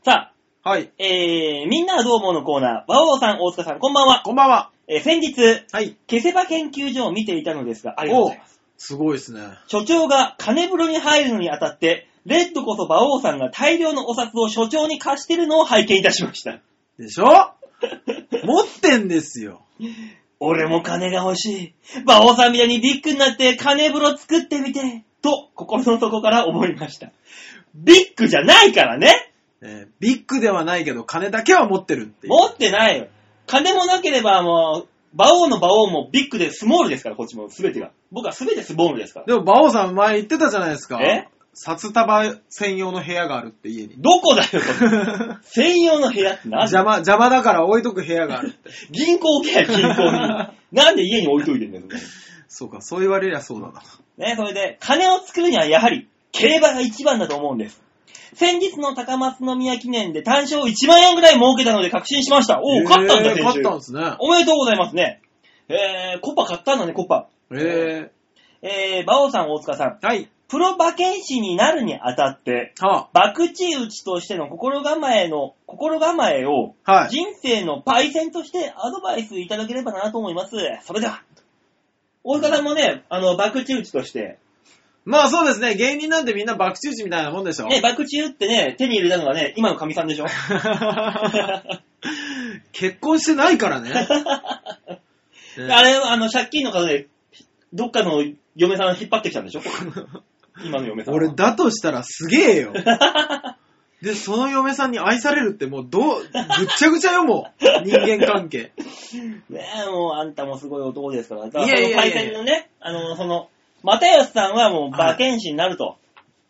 Speaker 2: さあ、
Speaker 3: はい。
Speaker 2: えー、みんなはどう思うのコーナー、馬王さん、大塚さん、こんばんは。
Speaker 3: こんばんは。
Speaker 2: えー先日、
Speaker 3: はい。
Speaker 2: 消せば研究所を見ていたのですが、ありがとうございます。
Speaker 3: すごいですね。
Speaker 2: 所長が金風呂に入るのにあたって、レッドこそ馬王さんが大量のお札を所長に貸してるのを拝見いたしました。
Speaker 3: で しょ持ってんですよ。
Speaker 2: 俺も金が欲しい。馬王さんみたいにビッグになって金風呂作ってみて、と心の底から思いました。ビッグじゃないからね
Speaker 3: えービッグではないけど、金だけは持ってるっていう。
Speaker 2: 持ってないよ。金もなければもう、馬王の馬王もビッグでスモールですから、こっちも全てが。僕は全てスモールですから。
Speaker 3: でも、馬王さん前言ってたじゃないですか。
Speaker 2: え
Speaker 3: 札束専用の部屋があるって家に。
Speaker 2: どこだよ、それ
Speaker 3: 邪
Speaker 2: 専用の部屋って何
Speaker 3: 魔、邪魔だから置いとく部屋があるって。
Speaker 2: 銀行系や、銀行 に。なんで家に置いといてんだよ。それ
Speaker 3: そうか、そう言われりゃそうだな。
Speaker 2: ね、それで、金を作るにはやはり、競馬が一番だと思うんです。先日の高松宮記念で単勝1万円ぐらい儲けたので確信しました。おお、勝ったんだ、
Speaker 3: えー
Speaker 2: 先
Speaker 3: 勝
Speaker 2: 週
Speaker 3: ったんですね。
Speaker 2: おめでとうございますね。えー、コッパ買ったんだね、コッパ。
Speaker 3: え
Speaker 2: えー、馬王さん、大塚さん。
Speaker 3: ー、はい。
Speaker 2: プロ馬券士になるにあたって、
Speaker 3: は
Speaker 2: バクチ打ちとしての心構えの、心構えを、
Speaker 3: あ、はい。
Speaker 2: 人生のパイセンとしてアドバイスいただければなと思います。それでは。大塚さんもね、あの、バクチ打ちとして、
Speaker 3: まあそうですね、芸人なんてみんな爆中打ちみたいなもんでしょ。
Speaker 2: ね、バクチ打ってね、手に入れたのがね、今の神さんでしょ
Speaker 3: 結婚してないから ね。ね
Speaker 2: あれ、あの、借金の方で、どっかの嫁さん引っ張ってきたんでし ょ今の嫁さんは。
Speaker 3: 俺だとしたらすげえ よ。で、その嫁さんに愛されるってもうどう、ぐっちゃぐちゃよも う。人間関係。
Speaker 2: ねえ、もうあんたもすごい男ですから。だから
Speaker 3: いやいやいや
Speaker 2: そのパイセンのね、あの、その、又吉さんはもう馬券士になると。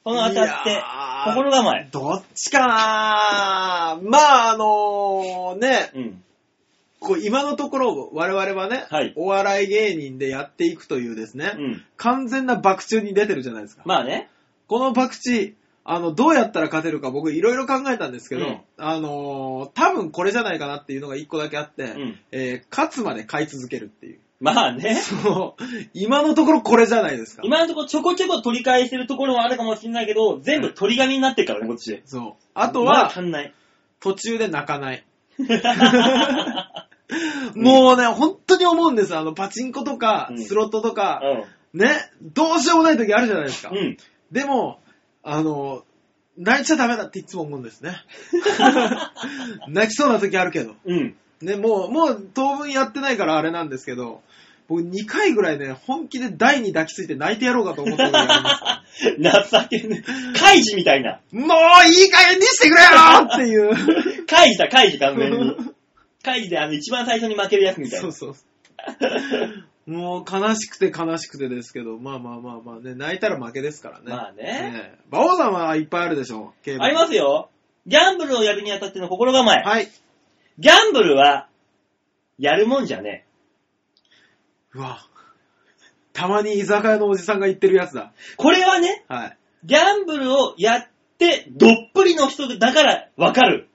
Speaker 2: その当たっ
Speaker 3: いや
Speaker 2: て、
Speaker 3: ー
Speaker 2: 心構え。
Speaker 3: どっちかなまああのね、
Speaker 2: うん。
Speaker 3: こう今のところ我々はね、
Speaker 2: はい
Speaker 3: お笑い芸人でやっていくというですね、
Speaker 2: うん。
Speaker 3: 完全な爆中に出てるじゃないですか。
Speaker 2: まあね。
Speaker 3: この博打、あの、どうやったら勝てるか僕いろいろ考えたんですけど、
Speaker 2: うん
Speaker 3: あのー多分これじゃないかなっていうのが一個だけあって、
Speaker 2: ん
Speaker 3: えー勝つまで買い続けるっていう。
Speaker 2: まあね。
Speaker 3: そう今のところこれじゃないですか。
Speaker 2: 今のところちょこちょこ取り返してるところはあるかもしれないけど、全部取り紙になってるからね、こっちで。
Speaker 3: そう。あと
Speaker 2: まだ
Speaker 3: は、
Speaker 2: 足んない。
Speaker 3: 途中で泣かない。もうね、本当に思うんです。あの、パチンコとか
Speaker 2: う、ん
Speaker 3: スロットとか、
Speaker 2: う
Speaker 3: ね、どうしようもない時あるじゃないですか。
Speaker 2: ん。うん。
Speaker 3: でも、あの、泣いちゃダメだっていつも思うんで すね。 泣きそうな時あるけど。
Speaker 2: うん。
Speaker 3: ね、もう、もう当分やってないからあれなんですけど、僕2回ぐらいね、本気で台に抱きついて泣いてやろうかと思ったことがありま すから。
Speaker 2: 情けね。カイジみたいな。
Speaker 3: もういい加減にしてくれよっていう。
Speaker 2: カイジだ、カイジ完全 に。カイジであの一番最初に負けるやつみたい
Speaker 3: そ
Speaker 2: な
Speaker 3: う。そ うそう。もう悲しくて悲しくてですけど、まあまあまあまあね、泣いたら負けですからね。
Speaker 2: まあね
Speaker 3: え。馬王さんはいっぱいあるでしょ、競馬。
Speaker 2: ありますよ。ギャンブルをやるにあたっての心構え。
Speaker 3: はい。
Speaker 2: ギャンブルは、やるもんじゃね
Speaker 3: うわ。たまに居酒屋のおじさんが言ってるやつだ。
Speaker 2: え。これはね、
Speaker 3: はい。
Speaker 2: ギャンブルをやって、どっぷりの人だからわかる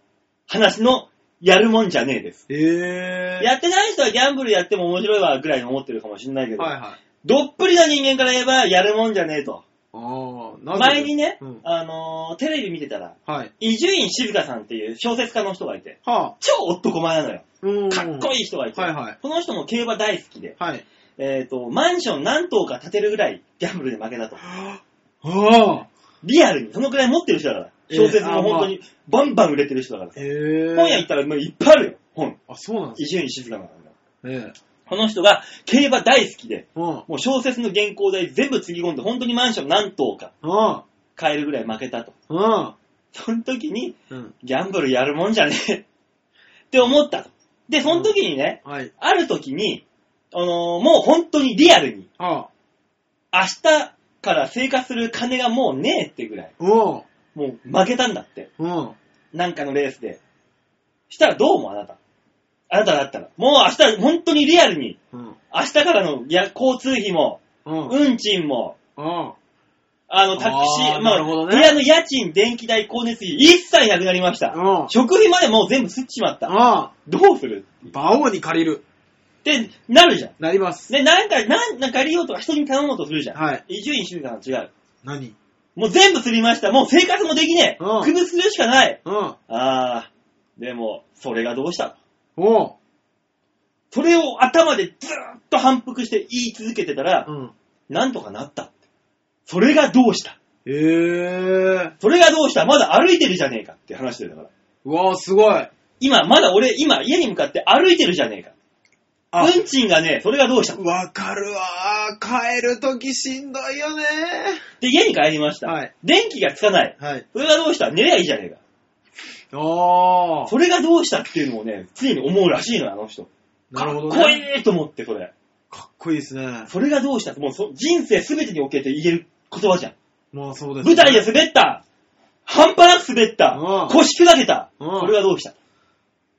Speaker 2: 話の、やるもんじゃねえです。
Speaker 3: えー。
Speaker 2: やってない人はギャンブルやっても面白いわぐらいに思ってるかもしれないけど、
Speaker 3: はいはい。
Speaker 2: どっぷりな人間から言えばやるもんじゃねえと。
Speaker 3: ああ、なぜ
Speaker 2: 前にね、
Speaker 3: うん
Speaker 2: あのーテレビ見てたら、
Speaker 3: はい。
Speaker 2: 伊集院静香さんっていう小説家の人がいて、
Speaker 3: はあ。
Speaker 2: 超男前なのよ。
Speaker 3: うん
Speaker 2: かっこいい人がいて、
Speaker 3: はいはい
Speaker 2: この人も競馬大好きで、
Speaker 3: はい。
Speaker 2: えっ、と、マンション何棟か建てるぐらいギャンブルで負けたと。
Speaker 3: ああ。
Speaker 2: リアルに、そのくらい持ってる人だから。
Speaker 3: えー
Speaker 2: 小説も本当にバンバン売れてる人だから。
Speaker 3: ええ
Speaker 2: 本屋行ったらもういっぱいあるよ、本。
Speaker 3: あ、そうなんで
Speaker 2: 伊集院静香さん。
Speaker 3: すね。ええ
Speaker 2: この人が競馬大好きで、
Speaker 3: うん。
Speaker 2: もう小説の原稿代全部つぎ込んで、本当にマンション何棟か
Speaker 3: うん。
Speaker 2: 買えるぐらい負けたと。
Speaker 3: うん。
Speaker 2: その時に、
Speaker 3: うん。
Speaker 2: ギャンブルやるもんじゃねえって思ったと。で、その時にね、
Speaker 3: はい。
Speaker 2: ある時に、あのーもう本当にリアルに、
Speaker 3: ああ。
Speaker 2: 明日から生活する金がもうねえってぐらい、
Speaker 3: おう。
Speaker 2: もう負けたんだって。
Speaker 3: うん。
Speaker 2: なんかのレースで。したらどう思うあなた。あなただったら。もう明日、本当にリアルに、
Speaker 3: うん。
Speaker 2: 明日からのいや交通費も、
Speaker 3: うん。
Speaker 2: 運賃も、
Speaker 3: うん。
Speaker 2: あの、タクシー、
Speaker 3: あー
Speaker 2: ま
Speaker 3: なるほど
Speaker 2: あ、
Speaker 3: ね
Speaker 2: 部屋の家賃、電気代、光熱費、一切なくなりました。
Speaker 3: うん。
Speaker 2: 食費までもう全部吸っちまった。
Speaker 3: う
Speaker 2: どうする
Speaker 3: ん。馬王に借りる。
Speaker 2: ってなるじゃん。
Speaker 3: なります。
Speaker 2: で、なんか、なんなんか借りようとか人に頼もうとするじゃん。
Speaker 3: はい。
Speaker 2: 伊集院静香の違う。
Speaker 3: 何
Speaker 2: もう全部釣りました。もう生活もできねえ。
Speaker 3: うん
Speaker 2: 崩するしかない。
Speaker 3: うん。
Speaker 2: あー、でも、それがどうした
Speaker 3: おう。
Speaker 2: それを頭でずーっと反復して言い続けてたら、
Speaker 3: うん。
Speaker 2: なんとかなった。それがどうした
Speaker 3: ええ。
Speaker 2: それがどうしたまだ歩いてるじゃねえかって話でだから。
Speaker 3: うわあ、すごい。
Speaker 2: 今、まだ俺、今、家に向かって歩いてるじゃねえか。
Speaker 3: あ
Speaker 2: 運賃がねえ、それがどうしたっ
Speaker 3: わかるわ。帰るときしんどいよね。
Speaker 2: て家に帰りました。
Speaker 3: はい
Speaker 2: 電気がつかない。
Speaker 3: はい。
Speaker 2: それがどうした寝りゃいいじゃねえか。
Speaker 3: おー。
Speaker 2: それがどうしたっていうのをね、常に思うらしいのよ、あの人。
Speaker 3: なるほど
Speaker 2: かっこい
Speaker 3: ね。
Speaker 2: いと思って、それ。
Speaker 3: かっこいいですね。
Speaker 2: それがどうしたって、もうそ人生全てにおけて言える言葉じゃん。
Speaker 3: まあそうです、
Speaker 2: 舞台で滑った半端なく滑った
Speaker 3: うん
Speaker 2: 腰砕けた
Speaker 3: うん
Speaker 2: それがどうした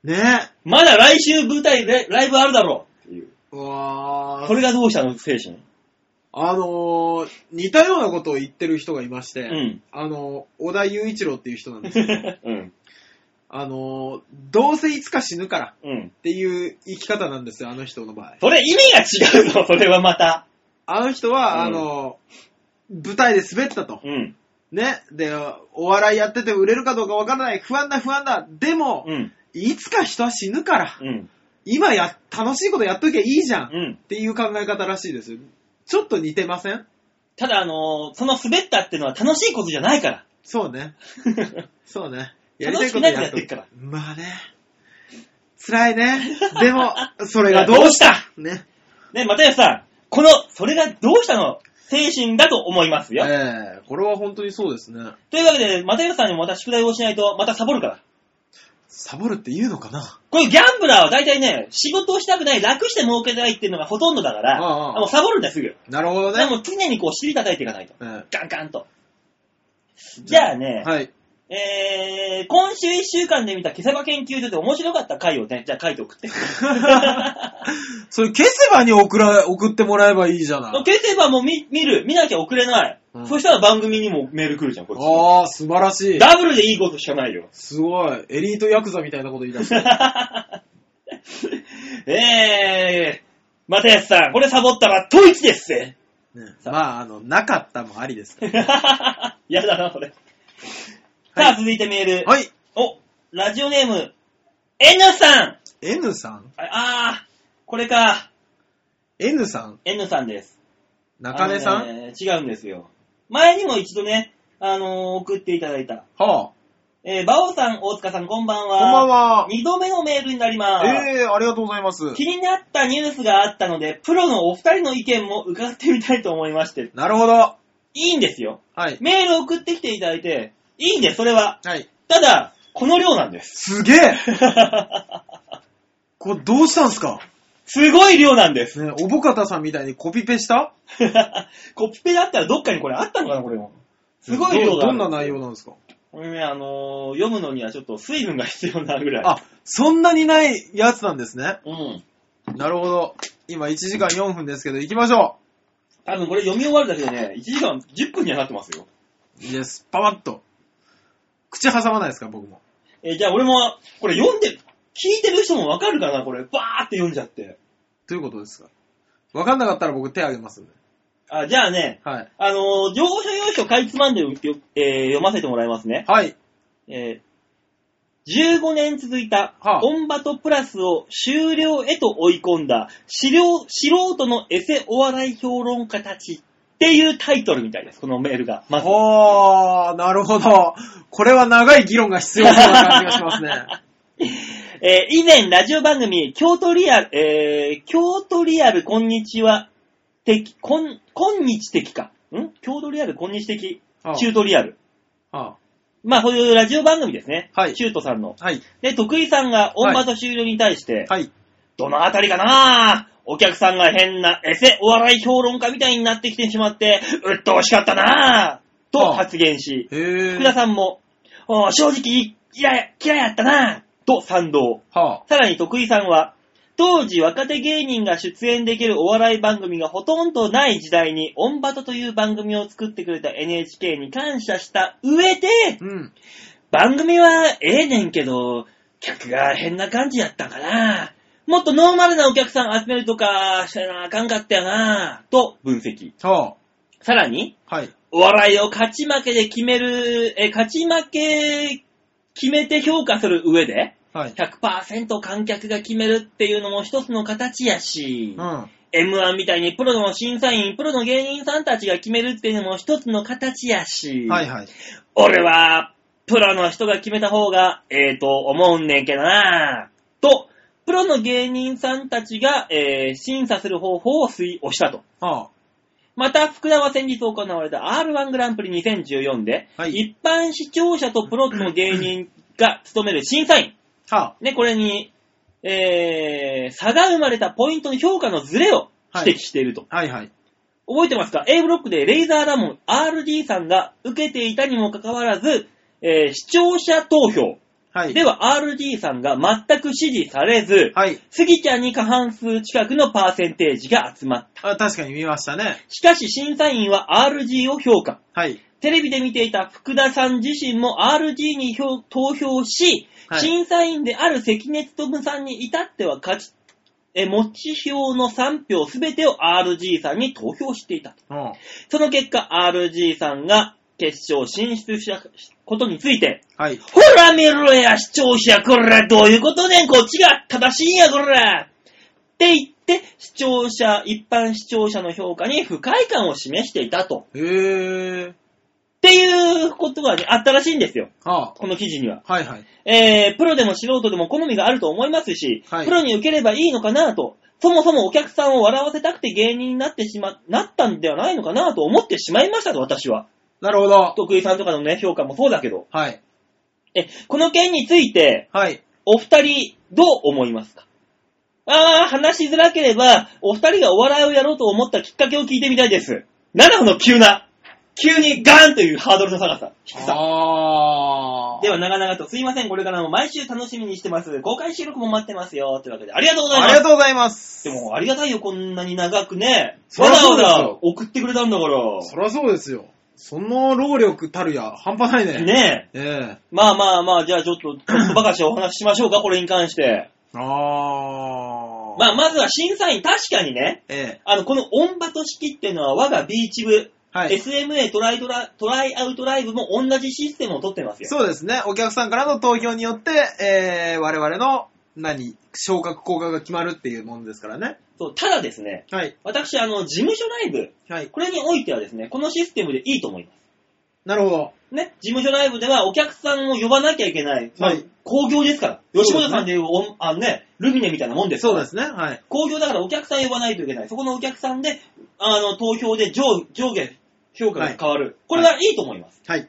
Speaker 3: ね。
Speaker 2: まだ来週舞台でライブあるだろうっていう。
Speaker 3: うわ
Speaker 2: そ
Speaker 3: ー。
Speaker 2: れがどうしたの精神。
Speaker 3: あのー、似たようなことを言ってる人がいまして、
Speaker 2: うん。
Speaker 3: あのー、小田雄一郎っていう人な んですよ。
Speaker 2: うん。
Speaker 3: あのー、どうせいつか死ぬから
Speaker 2: うん。
Speaker 3: っていう生き方なんですよ、あの人の場合。
Speaker 2: それ意味が違う ぞ、それはまた。
Speaker 3: あの人は、あのー、舞台で滑ったと。
Speaker 2: うん。
Speaker 3: ね。で、お笑いやってて売れるかどうかわからない。不安だ不安だ。でも、
Speaker 2: うん。
Speaker 3: いつか人は死ぬから。
Speaker 2: うん。
Speaker 3: 今や、楽しいことやっときゃいいじゃん。っ
Speaker 2: うん。
Speaker 3: ていう考え方らしいですよ。ちょっと似てません
Speaker 2: ただ、あのーその滑ったってのは楽しいことじゃない から。
Speaker 3: そうね。そうね。やりた
Speaker 2: 楽
Speaker 3: い
Speaker 2: し
Speaker 3: こ
Speaker 2: く
Speaker 3: と
Speaker 2: ないこと
Speaker 3: や
Speaker 2: や
Speaker 3: っ
Speaker 2: ってっから。
Speaker 3: まあね。辛い ね。でも、それがどうしたね。
Speaker 2: ね、またやさん、この、それがどうしたの精神だと思います
Speaker 3: ええ
Speaker 2: よ。
Speaker 3: これは本当にそうですね。
Speaker 2: というわけで、またやさんにもまた宿題をしないと、またサボるから。
Speaker 3: サボるって言うのかな
Speaker 2: こういうギャンブラーは大体ね、仕事をしたくない、楽して儲けたいっていうのがほとんどだから、
Speaker 3: ああ
Speaker 2: もうサボるんだよ、すぐ。
Speaker 3: なるほど
Speaker 2: で
Speaker 3: ね。
Speaker 2: も常にこう、尻叩いていかないと。
Speaker 3: ええ
Speaker 2: ガンガンと。じゃあね、
Speaker 3: はい。
Speaker 2: えー、今週1週間で見た消せば研究所で面白かった回をね、じゃあ書いてお くって。
Speaker 3: それ消せばに送ら、送ってもらえばいいじゃない。
Speaker 2: 消せばもう見見る、見なきゃ送れない、
Speaker 3: うん
Speaker 2: そしたら番組にもメール来るじゃん、こっちに。
Speaker 3: ああ、素晴らしい。
Speaker 2: ダブルでいいことしかないよ。
Speaker 3: すごい。エリートヤクザみたいなこと言い出した。
Speaker 2: えー、またやつさん、これサボったら統一ですぜ。
Speaker 3: ねまあ、あの、なかったもありですから。
Speaker 2: やだな、それ。
Speaker 3: はい
Speaker 2: さあ、続いてメール。
Speaker 3: はい。
Speaker 2: お、ラジオネーム、N さん。
Speaker 3: N さん
Speaker 2: ああー、これか。
Speaker 3: ?N さん
Speaker 2: N さんです。
Speaker 3: 中根さ
Speaker 2: あの
Speaker 3: ん
Speaker 2: ね違うんですよ。前にも一度ね、あのー送っていただいた。
Speaker 3: は
Speaker 2: えー、馬王さん、大塚さん、こんばん
Speaker 3: あ。
Speaker 2: は。
Speaker 3: こんばんは。
Speaker 2: 二度目のメールになります。
Speaker 3: ええありがとうございます。
Speaker 2: 気になったニュースがあったので、プロのお二人の意見も伺ってみたいと思いまして、
Speaker 3: なるほど。
Speaker 2: いいんですよ。
Speaker 3: はい。
Speaker 2: メール送ってきていただいて、いいんです、それは。
Speaker 3: はい。
Speaker 2: ただ、この量なんです。
Speaker 3: すげえこれどうしたんすか
Speaker 2: すごい量なんです。
Speaker 3: ね、おぼかたさんみたいにコピペした
Speaker 2: コピペだったらどっかにこれあったのかな、これも。すごい量
Speaker 3: ど
Speaker 2: があ
Speaker 3: ど
Speaker 2: る
Speaker 3: んな内容なんですか
Speaker 2: これね、あのー読むのにはちょっと水分が必要なぐらい。
Speaker 3: あ、そんなにないやつなんですね。
Speaker 2: うん。
Speaker 3: なるほど。今1時間4分ですけど、行きましょ
Speaker 2: 多分これ読み終わるだけでね、1時間10分にはなってますよ。
Speaker 3: う。イエス、パパッと。口挟まないですか、僕も。
Speaker 2: えーじゃあ俺も、これ読んで、聞いてる人もわかるかな、これ。バーって読んじゃって。
Speaker 3: ということですか。わかんなかったら僕手挙げますんで。
Speaker 2: あ、じゃあね、
Speaker 3: はい。
Speaker 2: あのー、情報要所かいつまんでよ、えー読ませてもらいますね。
Speaker 3: はい。
Speaker 2: えー15年続いた
Speaker 3: はあ
Speaker 2: オンバトプラスを終了へと追い込んだ資料素人のエセお笑い評論家たちっていうタイトルみたいです、このメールが。まず。
Speaker 3: おー、なるほど。これは長い議論が必要な感じが しますね。
Speaker 2: えー以前、ラジオ番組、京都リアル、えー京都リアル、こんにちは、的、こん、今日的か。ん京都リアル、こんにち的、
Speaker 3: は
Speaker 2: チュートリアル
Speaker 3: あ、は
Speaker 2: まあ、こういうラジオ番組ですね。
Speaker 3: はい
Speaker 2: シュートさんの。
Speaker 3: はい。
Speaker 2: で、徳井さんが音場と終了に対して、
Speaker 3: はい。
Speaker 2: どのあたりかなお客さんが変なエセお笑い評論家みたいになってきてしまって、鬱陶しかったなと発言し、
Speaker 3: へぇ
Speaker 2: 福田さんも、おー正直嫌い、嫌いやったなと賛同。
Speaker 3: は
Speaker 2: さらに徳井さんは、当時若手芸人が出演できるお笑い番組がほとんどない時代に、オンバトという番組を作ってくれた NHK に感謝した上で、
Speaker 3: ぁ。うん。
Speaker 2: 番組はええねんけど、客が変な感じやったんかな。もっとノーマルなお客さん集めるとか、したなあかんかったよな、と分析。
Speaker 3: は
Speaker 2: さらに、
Speaker 3: ぁ。はい。
Speaker 2: お笑いを勝ち負けで決める、え、勝ち負け決めて評価する上で、
Speaker 3: はい。
Speaker 2: 100%観客が決めるっていうのも一つの形やし、
Speaker 3: うん。は
Speaker 2: M1 みたいにプロの審査員、プロの芸人さんたちが決めるっていうのも一つの形やし、
Speaker 3: いはい。
Speaker 2: 俺は、プロの人が決めた方が、ええと思うんねんけどなぁと、プロの芸人さんたちが、えー審査する方法を推推したと。
Speaker 3: は
Speaker 2: また、福田は先日行われた R1 グランプリ2014で、
Speaker 3: はい
Speaker 2: 一般視聴者とプロの芸人が務める審査員。
Speaker 3: ぁ。は
Speaker 2: ね、これに、えー、差が生まれたポイントの評価のズレを指摘していると。
Speaker 3: ぁ。はいはい。
Speaker 2: 覚えてますか ?A ブロックでレイザーラモン RD さんが受けていたにもかかわらず、えー視聴者投票
Speaker 3: はい。
Speaker 2: では RD さんが全く支持されず、
Speaker 3: はい。
Speaker 2: スギちゃんに過半数近くのパーセンテージが集まった。
Speaker 3: あ、確かに見ましたね。
Speaker 2: しかし審査員は RG を評価。
Speaker 3: はい。
Speaker 2: テレビで見ていた福田さん自身も RG に票投票し、
Speaker 3: はい
Speaker 2: 審査員である関根勤さんに至っては勝ち、え持ち票の3票すべてを RG さんに投票していた。
Speaker 3: うん。
Speaker 2: その結果、RG さんが決勝進出したことについて、
Speaker 3: はい。
Speaker 2: ほら見ろや、視聴者、こら、どういうことねん、こっちが正しいんや、こらって言って、視聴者、一般視聴者の評価に不快感を示していたと。
Speaker 3: へぇ
Speaker 2: っていうことが、ね、あったらしいんですよ。
Speaker 3: ー。は
Speaker 2: この記事には。
Speaker 3: ぁ。はいはい。
Speaker 2: えー、プロでも素人でも好みがあると思いますし、
Speaker 3: はい
Speaker 2: プロに受ければいいのかなと。そもそもお客さんを笑わせたくて芸人になってしま、なったんではないのかなと思ってしまいましたと、私は。
Speaker 3: なるほど。
Speaker 2: 徳井さんとかのね、評価もそうだけど。
Speaker 3: はい。
Speaker 2: え、この件について、
Speaker 3: はい。
Speaker 2: お二人、どう思いますかあー、話しづらければ、お二人がお笑いをやろうと思ったきっかけを聞いてみたいです。なんだこの急な、急にガーンというハードルの高さ、低さ。
Speaker 3: あー。
Speaker 2: では、長々とすいません。これからも毎週楽しみにしてます。公開収録も待ってますよ。というわけで、ありがとうございま
Speaker 3: あ
Speaker 2: す。
Speaker 3: りがとうございます。
Speaker 2: でも、ありがたいよ、こんなに長くね。
Speaker 3: そ
Speaker 2: わ
Speaker 3: りゃ
Speaker 2: ざ
Speaker 3: そう
Speaker 2: わ
Speaker 3: ですよ
Speaker 2: ざ送ってくれたんだから。
Speaker 3: そりゃそうですよ。その労力たるや、半端ないね。。
Speaker 2: ねえ。
Speaker 3: ええ
Speaker 2: まあまあまあ、じゃあちょっと、ちょっとばかしお話ししましょうか、これに関して。
Speaker 3: あー。
Speaker 2: まあ、まずは審査員、確かにね、
Speaker 3: ええ
Speaker 2: あの、このオンバト式っていうのは我がビーチ部、
Speaker 3: はい。
Speaker 2: SMA トライトラトライアウトライブも同じシステムを取ってますよ。
Speaker 3: そうですね。お客さんからの投票によって、えー、我々の、何、昇格効果が決まるっていうもんですからね。
Speaker 2: そうただですね、
Speaker 3: はい。
Speaker 2: 私、あの、事務所ライブ、
Speaker 3: はい。
Speaker 2: これにおいてはですね、このシステムでいいと思います。
Speaker 3: なるほど。
Speaker 2: ね、事務所ライブではお客さんを呼ばなきゃいけない、まあ
Speaker 3: はい
Speaker 2: 興行ですから、
Speaker 3: そうです
Speaker 2: 吉
Speaker 3: ね
Speaker 2: 本さんでいうおんあの、ね、ルミネみたいなもんです。
Speaker 3: そうですすね。はい。
Speaker 2: 興行だからお客さん呼ばないといけない。そこのお客さんで、あの、投票で上上下評価が変わる。これがいいと思います。
Speaker 3: はい。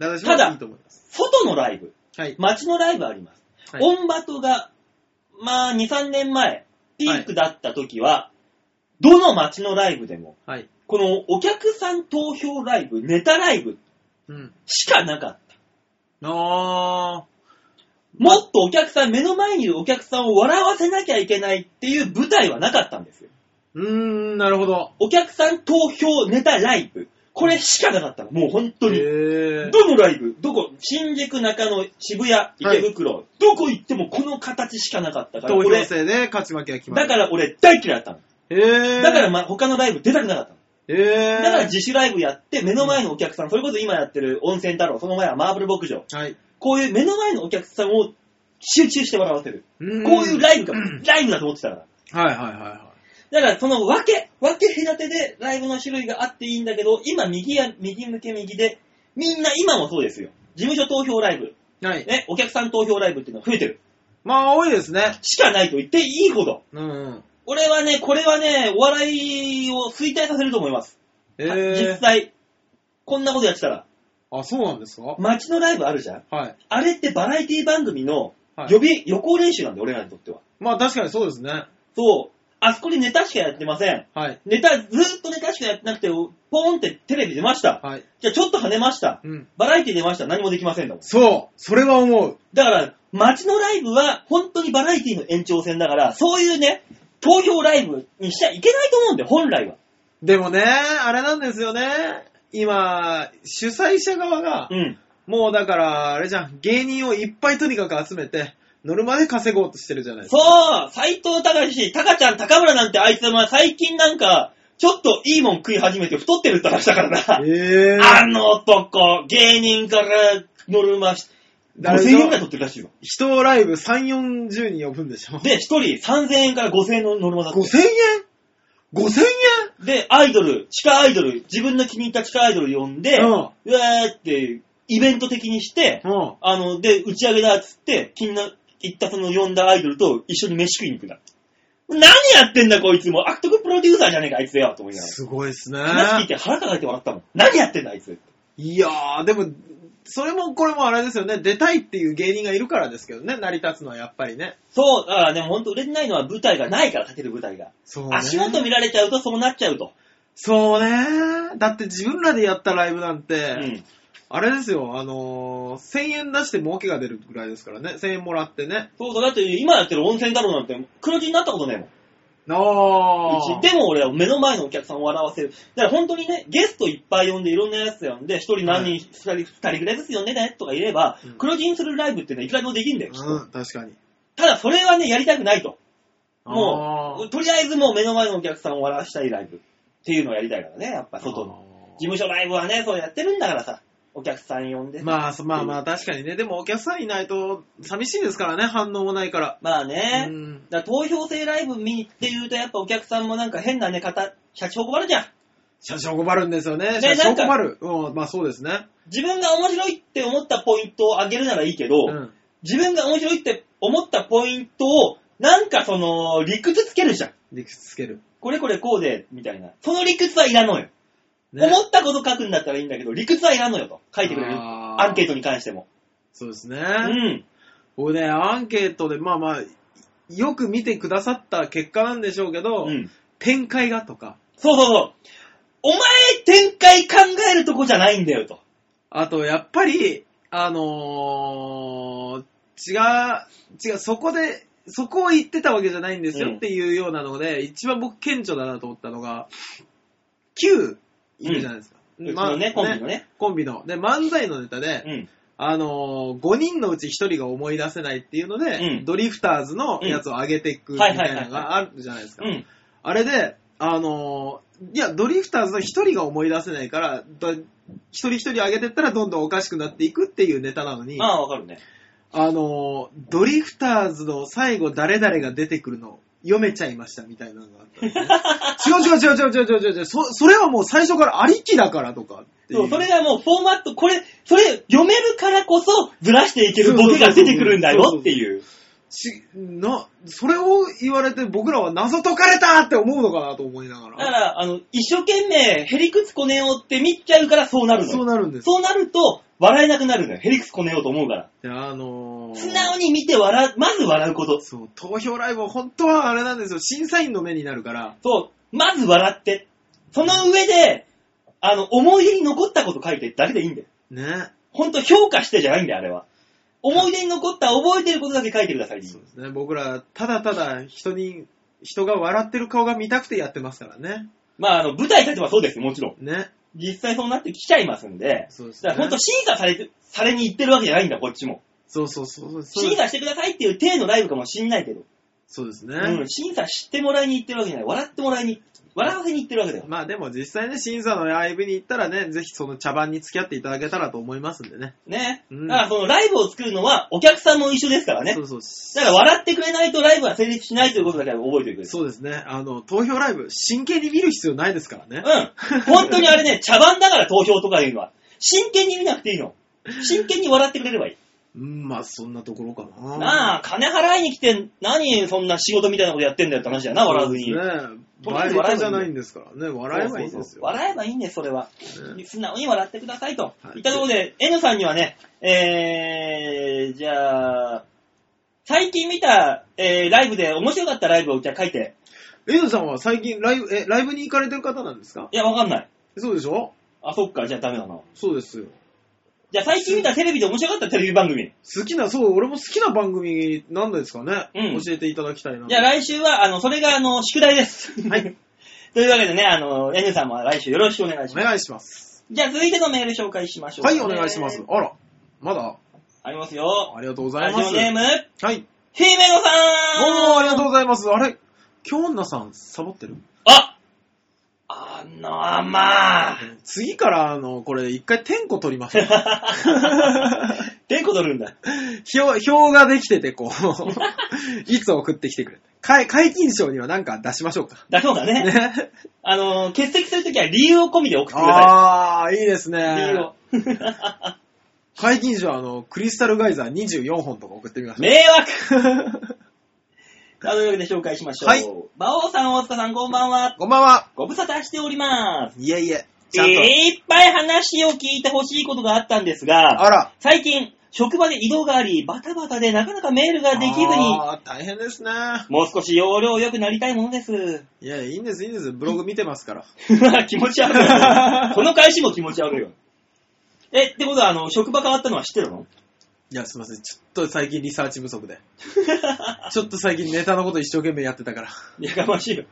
Speaker 3: 私
Speaker 2: ただ
Speaker 3: はいいと思います。
Speaker 2: 外のライブ、
Speaker 3: はい。
Speaker 2: 街のライブあります。
Speaker 3: はい
Speaker 2: オンバトが、まあ、2、3年前、ピークだった時は、どの街のライブでも、
Speaker 3: はい。
Speaker 2: このお客さん投票ライブ、ネタライブ
Speaker 3: うん。
Speaker 2: しかなかった。
Speaker 3: あ
Speaker 2: もっとお客さん、目の前にいるお客さんを笑わせなきゃいけないっていう舞台はなかったんですよ。
Speaker 3: ー。うーん、なるほど。
Speaker 2: お客さん投票ネタライブ。これしかなかったの。もう本当に。
Speaker 3: えー。
Speaker 2: どのライブどこ新宿、中野、渋谷、池袋、どこ行ってもこの形しかなかったから、
Speaker 3: 投票
Speaker 2: 俺、
Speaker 3: 制で勝ち負けが決ま
Speaker 2: だ
Speaker 3: る。
Speaker 2: から俺大嫌いだったの。
Speaker 3: えー。
Speaker 2: だから、ま、他のライブ出たくなかったの。
Speaker 3: えー。
Speaker 2: だから自主ライブやって、目の前のお客さん、それこそ今やってる温泉太郎、その前はマーブル牧場。
Speaker 3: はい。
Speaker 2: こういう目の前のお客さんを集中して笑わせる。
Speaker 3: こう
Speaker 2: こういうライブが、ライブだと思ってたから。
Speaker 3: はいはいはいは
Speaker 2: だからその分け、分け隔てでライブの種類があっていいんだけど、今右や、右向け右で、みんな今もそうですよ。事務所投票ライブ、
Speaker 3: い。はい。
Speaker 2: ね、お客さん投票ライブっていうのは増えてる。
Speaker 3: まあ、多いですね。
Speaker 2: しかないと言っていいほど。
Speaker 3: うんうん。
Speaker 2: 俺はね、これはね、お笑いを衰退させると思います。
Speaker 3: えー、
Speaker 2: 実際、こんなことやってたら。
Speaker 3: あ、そうなんですか
Speaker 2: 街のライブあるじゃん。
Speaker 3: はい。
Speaker 2: あれってバラエティ番組の
Speaker 3: はい
Speaker 2: 予備、予行練習なんで、俺らにとっては。
Speaker 3: まあ確かにそうですね。
Speaker 2: そう。あそこにネタしかやってません。
Speaker 3: はい。
Speaker 2: ネタ、ずーっとネタしかやってなくて、ポーンってテレビ出ました。
Speaker 3: はい。
Speaker 2: じゃあちょっと跳ねました。
Speaker 3: うん。
Speaker 2: バラエティ出ました。何もできませんだもん。
Speaker 3: そうそれは思う。
Speaker 2: だから、街のライブは本当にバラエティの延長戦だから、そういうね、投票ライブにしちゃいけないと思うんだよ、本来は。
Speaker 3: でもね、あれなんですよね。今、主催者側が
Speaker 2: う、ん。
Speaker 3: もうだから、あれじゃん、芸人をいっぱいとにかく集めて、ノルマで稼ごうとしてるじゃないですか。
Speaker 2: そう斎藤隆、隆ちゃん、高村なんてあいつは最近なんか、ちょっといいもん食い始めて太ってるって話だからな。
Speaker 3: え
Speaker 2: あの男、芸人からノルマし、
Speaker 3: 誰
Speaker 2: 5000
Speaker 3: と
Speaker 2: 円くらい取ってるらしいよ。
Speaker 3: 人をライブ3、40人呼ぶんでしょ
Speaker 2: で、一人3000円から5000円のノルマだって。
Speaker 3: ?5000 円 ?5000
Speaker 2: で、アイドル、地下アイドル、自分の気に入った地下アイドル呼んで、う
Speaker 3: 円うん。
Speaker 2: わーって、イベント的にして、
Speaker 3: うん。
Speaker 2: あの、で、打ち上げだっつって、気にな、行ったその呼んだアイドルと一緒に飯食いに行くな。何やってんだこいつもう悪徳プロデューサーじゃねえかあいつよと思いなが
Speaker 3: すごいですね。
Speaker 2: ら。話聞いて腹抱えて笑ったもん。何やってんだあいつ。
Speaker 3: いやー、でも、それもこれもあれですよね。出たいっていう芸人がいるからですけどね。成り立つのはやっぱりね。
Speaker 2: そう、だからね、ほんと売れてないのは舞台がないから、立てる舞台が。
Speaker 3: そうね。
Speaker 2: 足元見られちゃうとそうなっちゃうと。
Speaker 3: そうね。だって自分らでやったライブなん
Speaker 2: う
Speaker 3: て、
Speaker 2: ん。
Speaker 3: あれですよ、あのー、1000円出して儲けが出るぐらいですからね。1000円もらってね。
Speaker 2: そうそう、だって今やってる温泉太郎なんて黒字になったことねえもん。
Speaker 3: なあ
Speaker 2: うちでも俺は目の前のお客さんを笑わせる。だから本当にね、ゲストいっぱい呼んでいろんなやつ呼んで、一人何人、二、人、二人ぐらいですよね、とかいれば、
Speaker 3: うん
Speaker 2: 黒字にするライブってね、いくらでもできんだよ、きっと
Speaker 3: うん、確かに。
Speaker 2: ただそれはね、やりたくないと。
Speaker 3: あ
Speaker 2: も
Speaker 3: ー
Speaker 2: う、とりあえずもう目の前のお客さんを笑わしたいライブっていうのをやりたいからね、やっぱ外の。事務所ライブはね、そうやってるんだからさ、お客さん呼んで。
Speaker 3: まあ、そまあまあ、確かにね。でもお客さんいないと寂しいですからね。反応もないから。
Speaker 2: まあ
Speaker 3: う
Speaker 2: ね、
Speaker 3: ん
Speaker 2: だから投票制ライブ見に行って言うと、やっぱお客さんもなんか変なね、方、社長困るじゃん。
Speaker 3: 社長困るんですよね。
Speaker 2: ね
Speaker 3: 社
Speaker 2: な
Speaker 3: 長
Speaker 2: んか
Speaker 3: 困る。うん、まあそうですね。
Speaker 2: 自分が面白いって思ったポイントを上げるならいいけど、
Speaker 3: うん。
Speaker 2: 自分が面白いって思ったポイントを、なんかその、理屈つけるじゃん。
Speaker 3: 理屈つける。
Speaker 2: これこれこうで、みたいな。その理屈はいらんのよ。
Speaker 3: ね
Speaker 2: 思ったこと書くんだったらいいんだけど、理屈はいらんのよと。書いてくれる。
Speaker 3: あ
Speaker 2: アンケー
Speaker 3: ト。
Speaker 2: トに関しても。
Speaker 3: そうです
Speaker 2: う
Speaker 3: ね。
Speaker 2: ん。
Speaker 3: 僕ね、アンケートで、まあまあ、よく見てくださった結果なんでしょうけど、
Speaker 2: うん。
Speaker 3: 展開がとか、
Speaker 2: そうそうそう。お前、展開考えるとこじゃないんだよと。
Speaker 3: あと、やっぱり、あのー違う、違う、そこで、そこを言ってたわけじゃないんです
Speaker 2: うん
Speaker 3: よっていうようなので、一番僕顕著だなと思ったのが、Q いるじゃないですか。
Speaker 2: うち
Speaker 3: まあ
Speaker 2: のね、コンビのね。
Speaker 3: コンビの。で、漫才のネタで、
Speaker 2: うん。
Speaker 3: あのー、5人のうち1人が思い出せないっていうので、
Speaker 2: うん
Speaker 3: ドリフターズのやつを上げていくみたいなのがあるじゃないですか。
Speaker 2: うん。
Speaker 3: あれで、あのーいや、ドリフターズの一人が思い出せないから、だ一人一人上げてったらどんどんおかしくなっていくっていうネタなのに、
Speaker 2: あ
Speaker 3: あ
Speaker 2: あ、わかるね。
Speaker 3: のードリフターズの最後誰々が出てくるの読めちゃいましたみたいなのがあったんです ね。違う違う違う違う違う違う違う、そ、それはもう最初からありきだからとかっていう。
Speaker 2: そう、それがもうフォーマット、これ、それ読めるからこそ、ずらしていけるボケが出てくるんだよっていう。
Speaker 3: しな、それを言われて僕らは謎解かれたって思うのかなと思いなが。
Speaker 2: だからら、あの、一生懸命、ヘリクツこねようって見ちゃうからそうなるのよ。
Speaker 3: そうなるんです。
Speaker 2: そうなると、笑えなくなるのよ。ヘリクツこねようと思うから。
Speaker 3: であのー
Speaker 2: 素直に見て笑う、まず笑うこと。
Speaker 3: そう、投票ライブは本当はあれなんですよ、審査員の目になるから、
Speaker 2: そう、まず笑って。その上で、あの、思い出に残ったこと書いてだけでいいんだよ。
Speaker 3: ね。
Speaker 2: ほんと評価してじゃないんだよ、あれは。思い出に残った、覚えてることだけ書いてください。
Speaker 3: そうですね、僕ら、ただただ人に、人が笑ってる顔が見たくてやってますからね。
Speaker 2: まあ、あの、舞台立てばそうです、もちろん。
Speaker 3: ね。
Speaker 2: 実際そうなってきちゃいますんで。
Speaker 3: そうです
Speaker 2: だ
Speaker 3: ね
Speaker 2: から。ほんと審査されて、されに行ってるわけじゃないんだ、こっちも。
Speaker 3: そうそうそう。そう
Speaker 2: 審査してくださいっていう体のライブかもしんないけど。
Speaker 3: そうですね。
Speaker 2: うん、審査してもらいに行ってるわけじゃない。笑ってもらいに、笑わせに行ってるわけだよ。
Speaker 3: まあでも実際ね、審査のライブに行ったらね、ぜひその茶番に付き合っていただけたらと思いますんでね。
Speaker 2: ね。
Speaker 3: うん
Speaker 2: だからそのライブを作るのはお客さんも一緒ですからね
Speaker 3: そ。うそう。
Speaker 2: だから笑ってくれないとライブは成立しないということだけは覚えておいてください。
Speaker 3: そうですね。あの、投票ライブ、真剣に見る必要ないですからね。
Speaker 2: うん。本当にあれ ね、茶番だから投票とかいうのは。真剣に見なくていいの。真剣に笑ってくれればいい。
Speaker 3: うん、まあそんなところかな。
Speaker 2: なあ、金払いに来て、何そんな仕事みたいなことやってんだよって話だよな、笑わずに。
Speaker 3: そうですね
Speaker 2: とりあ
Speaker 3: バ
Speaker 2: え
Speaker 3: イ
Speaker 2: ず笑えばいい
Speaker 3: トじゃないんですからね。笑えばいいん
Speaker 2: そうそ
Speaker 3: で
Speaker 2: う
Speaker 3: す
Speaker 2: そう
Speaker 3: よ。
Speaker 2: 笑えばいいんです、それは。
Speaker 3: ね
Speaker 2: 素直に笑ってくださいと。
Speaker 3: はい
Speaker 2: い、ったところで、N さんにはね、えー、じゃあ、最近見た、えー、ライブで面白かったライブをじゃあ書いて。
Speaker 3: エドさんは最近ライブ、え、ライブに行かれてる方なんですか
Speaker 2: いや、わかんない。
Speaker 3: そうでしょ
Speaker 2: あ、そっか、じゃあダメだな。
Speaker 3: そうですよ。
Speaker 2: じゃあ最近見たテレビで面白かったテレビ番組。
Speaker 3: 好きな、そう、俺も好きな番組なんですかね、
Speaker 2: うん
Speaker 3: 教えていただきたいな。
Speaker 2: じゃあ来週は、あの、それが、あの、宿題です。
Speaker 3: はい。
Speaker 2: というわけでね、あの、N さんも来週よろしくお願い
Speaker 3: お
Speaker 2: します。
Speaker 3: 願いします。
Speaker 2: じゃあ続いてのメール紹介しましょうか
Speaker 3: は
Speaker 2: ね、
Speaker 3: い、お願いします。あら、まだ、
Speaker 2: ありますよ。
Speaker 3: ありがとうござ
Speaker 2: ラ
Speaker 3: い
Speaker 2: ジ
Speaker 3: ま
Speaker 2: オ
Speaker 3: す。
Speaker 2: ネーム、
Speaker 3: はい。
Speaker 2: 姫野さ
Speaker 3: ど
Speaker 2: ん
Speaker 3: うも、ありがとうございます。あれ、京女さん、サボってる
Speaker 2: ああの、まあ。
Speaker 3: 次から、あの、これ、一回、点呼取りましょう。
Speaker 2: てこ取るんだ。
Speaker 3: 表、表ができてて、こう、 いつ送ってきてくれ。解解禁賞にはなんか出しましょうか。
Speaker 2: だそうだ ね。
Speaker 3: ね。
Speaker 2: あの、欠席するときは理由を込みで送ってくださ
Speaker 3: あー、いいです
Speaker 2: い。理由
Speaker 3: ね
Speaker 2: を。。
Speaker 3: 解禁賞、あの、クリスタルガイザー24本とか送ってみましょ う。
Speaker 2: 迷惑さあ、というわけで紹介しましょう。
Speaker 3: はい
Speaker 2: 馬王さん、大塚さん、こんばんは。
Speaker 3: こんばんは。
Speaker 2: ご無沙汰しております。
Speaker 3: いえいえ。ちゃんと。
Speaker 2: いっぱい話を聞いてほしいことがあったんですが、
Speaker 3: あら。
Speaker 2: 最近、職場で移動があり、バタバタでなかなかメールができずに、
Speaker 3: あー大変ですね。
Speaker 2: もう少し容量良くなりたいものです。
Speaker 3: いや、いいんです、いいんです。ブログ見てますか ら。
Speaker 2: 気持ち悪 い。この返しも気持ち悪いよ。え、ってことは、あの、職場変わったのは知ってるの
Speaker 3: いや、すいません。ちょっと最近リサーチ不足 で。ちょっと最近ネタのこと一生懸命やってたから。
Speaker 2: やかましいよ。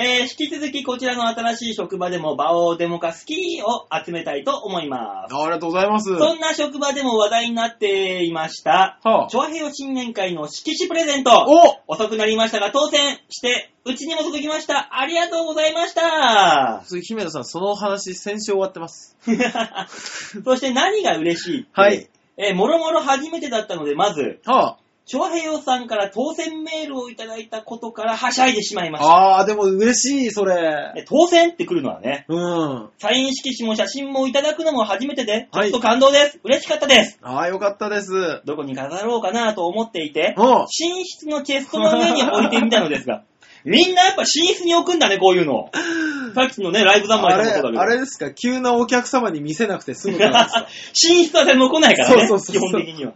Speaker 2: えー引き続きこちらの新しい職場でも、バオデモカスキーを集めたいと思います。
Speaker 3: あありがとうございます。
Speaker 2: そ
Speaker 3: は
Speaker 2: んな職場でも話題になっていました、
Speaker 3: あ、
Speaker 2: チョアヘヨ新年会の色紙プレゼント。
Speaker 3: お
Speaker 2: 遅くなりましたが当選して、うちにも届きました。ありがとうございま した。
Speaker 3: 姫田さん、その話、先週終わってます。
Speaker 2: そして何が嬉しいって
Speaker 3: はい。
Speaker 2: えーもろもろ初めてだったので、まず、
Speaker 3: は
Speaker 2: 長平洋さんから当選メールをいただいたことからはしゃいでしまいました。
Speaker 3: あ、あー、でも嬉しい、それ。
Speaker 2: え当選って来るのはね、
Speaker 3: うん。
Speaker 2: サイン色紙も写真もいただくのも初めてで、ちょ
Speaker 3: は
Speaker 2: っ
Speaker 3: い
Speaker 2: と感動です。嬉しかったです。
Speaker 3: ああ、よかったです。うん。
Speaker 2: どこに飾ろうかなと思っていて、
Speaker 3: あ
Speaker 2: 寝室のチェストの上に置いてみたのですが、 みんなやっぱ寝室に置くんだね、こういうの。 さっきのね、ライブ三昧の
Speaker 3: れ、
Speaker 2: ことだけど。
Speaker 3: あれですか、急なお客様に見せなくて済むからですか。
Speaker 2: 寝室は誰も来ないからね、
Speaker 3: そうそうそうそう
Speaker 2: 基本的には。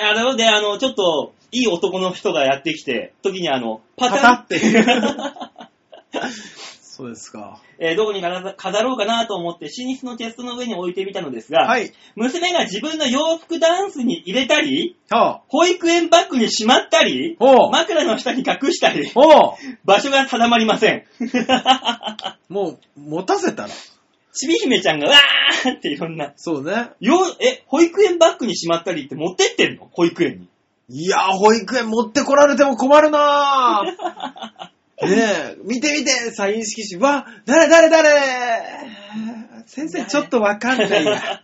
Speaker 2: あなので、あの、ちょっと、いい男の人がやってきて、時にあの、 パタン
Speaker 3: パタって。そうですか。
Speaker 2: えーどこに飾飾ろうかなと思って、寝室のチェストの上に置いてみたのですが、
Speaker 3: はい。
Speaker 2: 娘が自分の洋服ダンスに入れたり、
Speaker 3: はあ。
Speaker 2: 保育園バッグにしまったり、
Speaker 3: おう
Speaker 2: 枕の下に隠したり、
Speaker 3: おう
Speaker 2: 場所が定まりません。
Speaker 3: もう、持たせたら。
Speaker 2: ちび姫ちゃんがわーっていろんな。
Speaker 3: そうね。
Speaker 2: よ、え、保育園バッグにしまったりって持ってってんの保育園に。
Speaker 3: いやー、保育園持ってこられても困るなぁ。 ねえ、見て見て、サイン色紙。わ、誰誰誰先生、
Speaker 2: 誰
Speaker 3: ちょっとわかん ないや。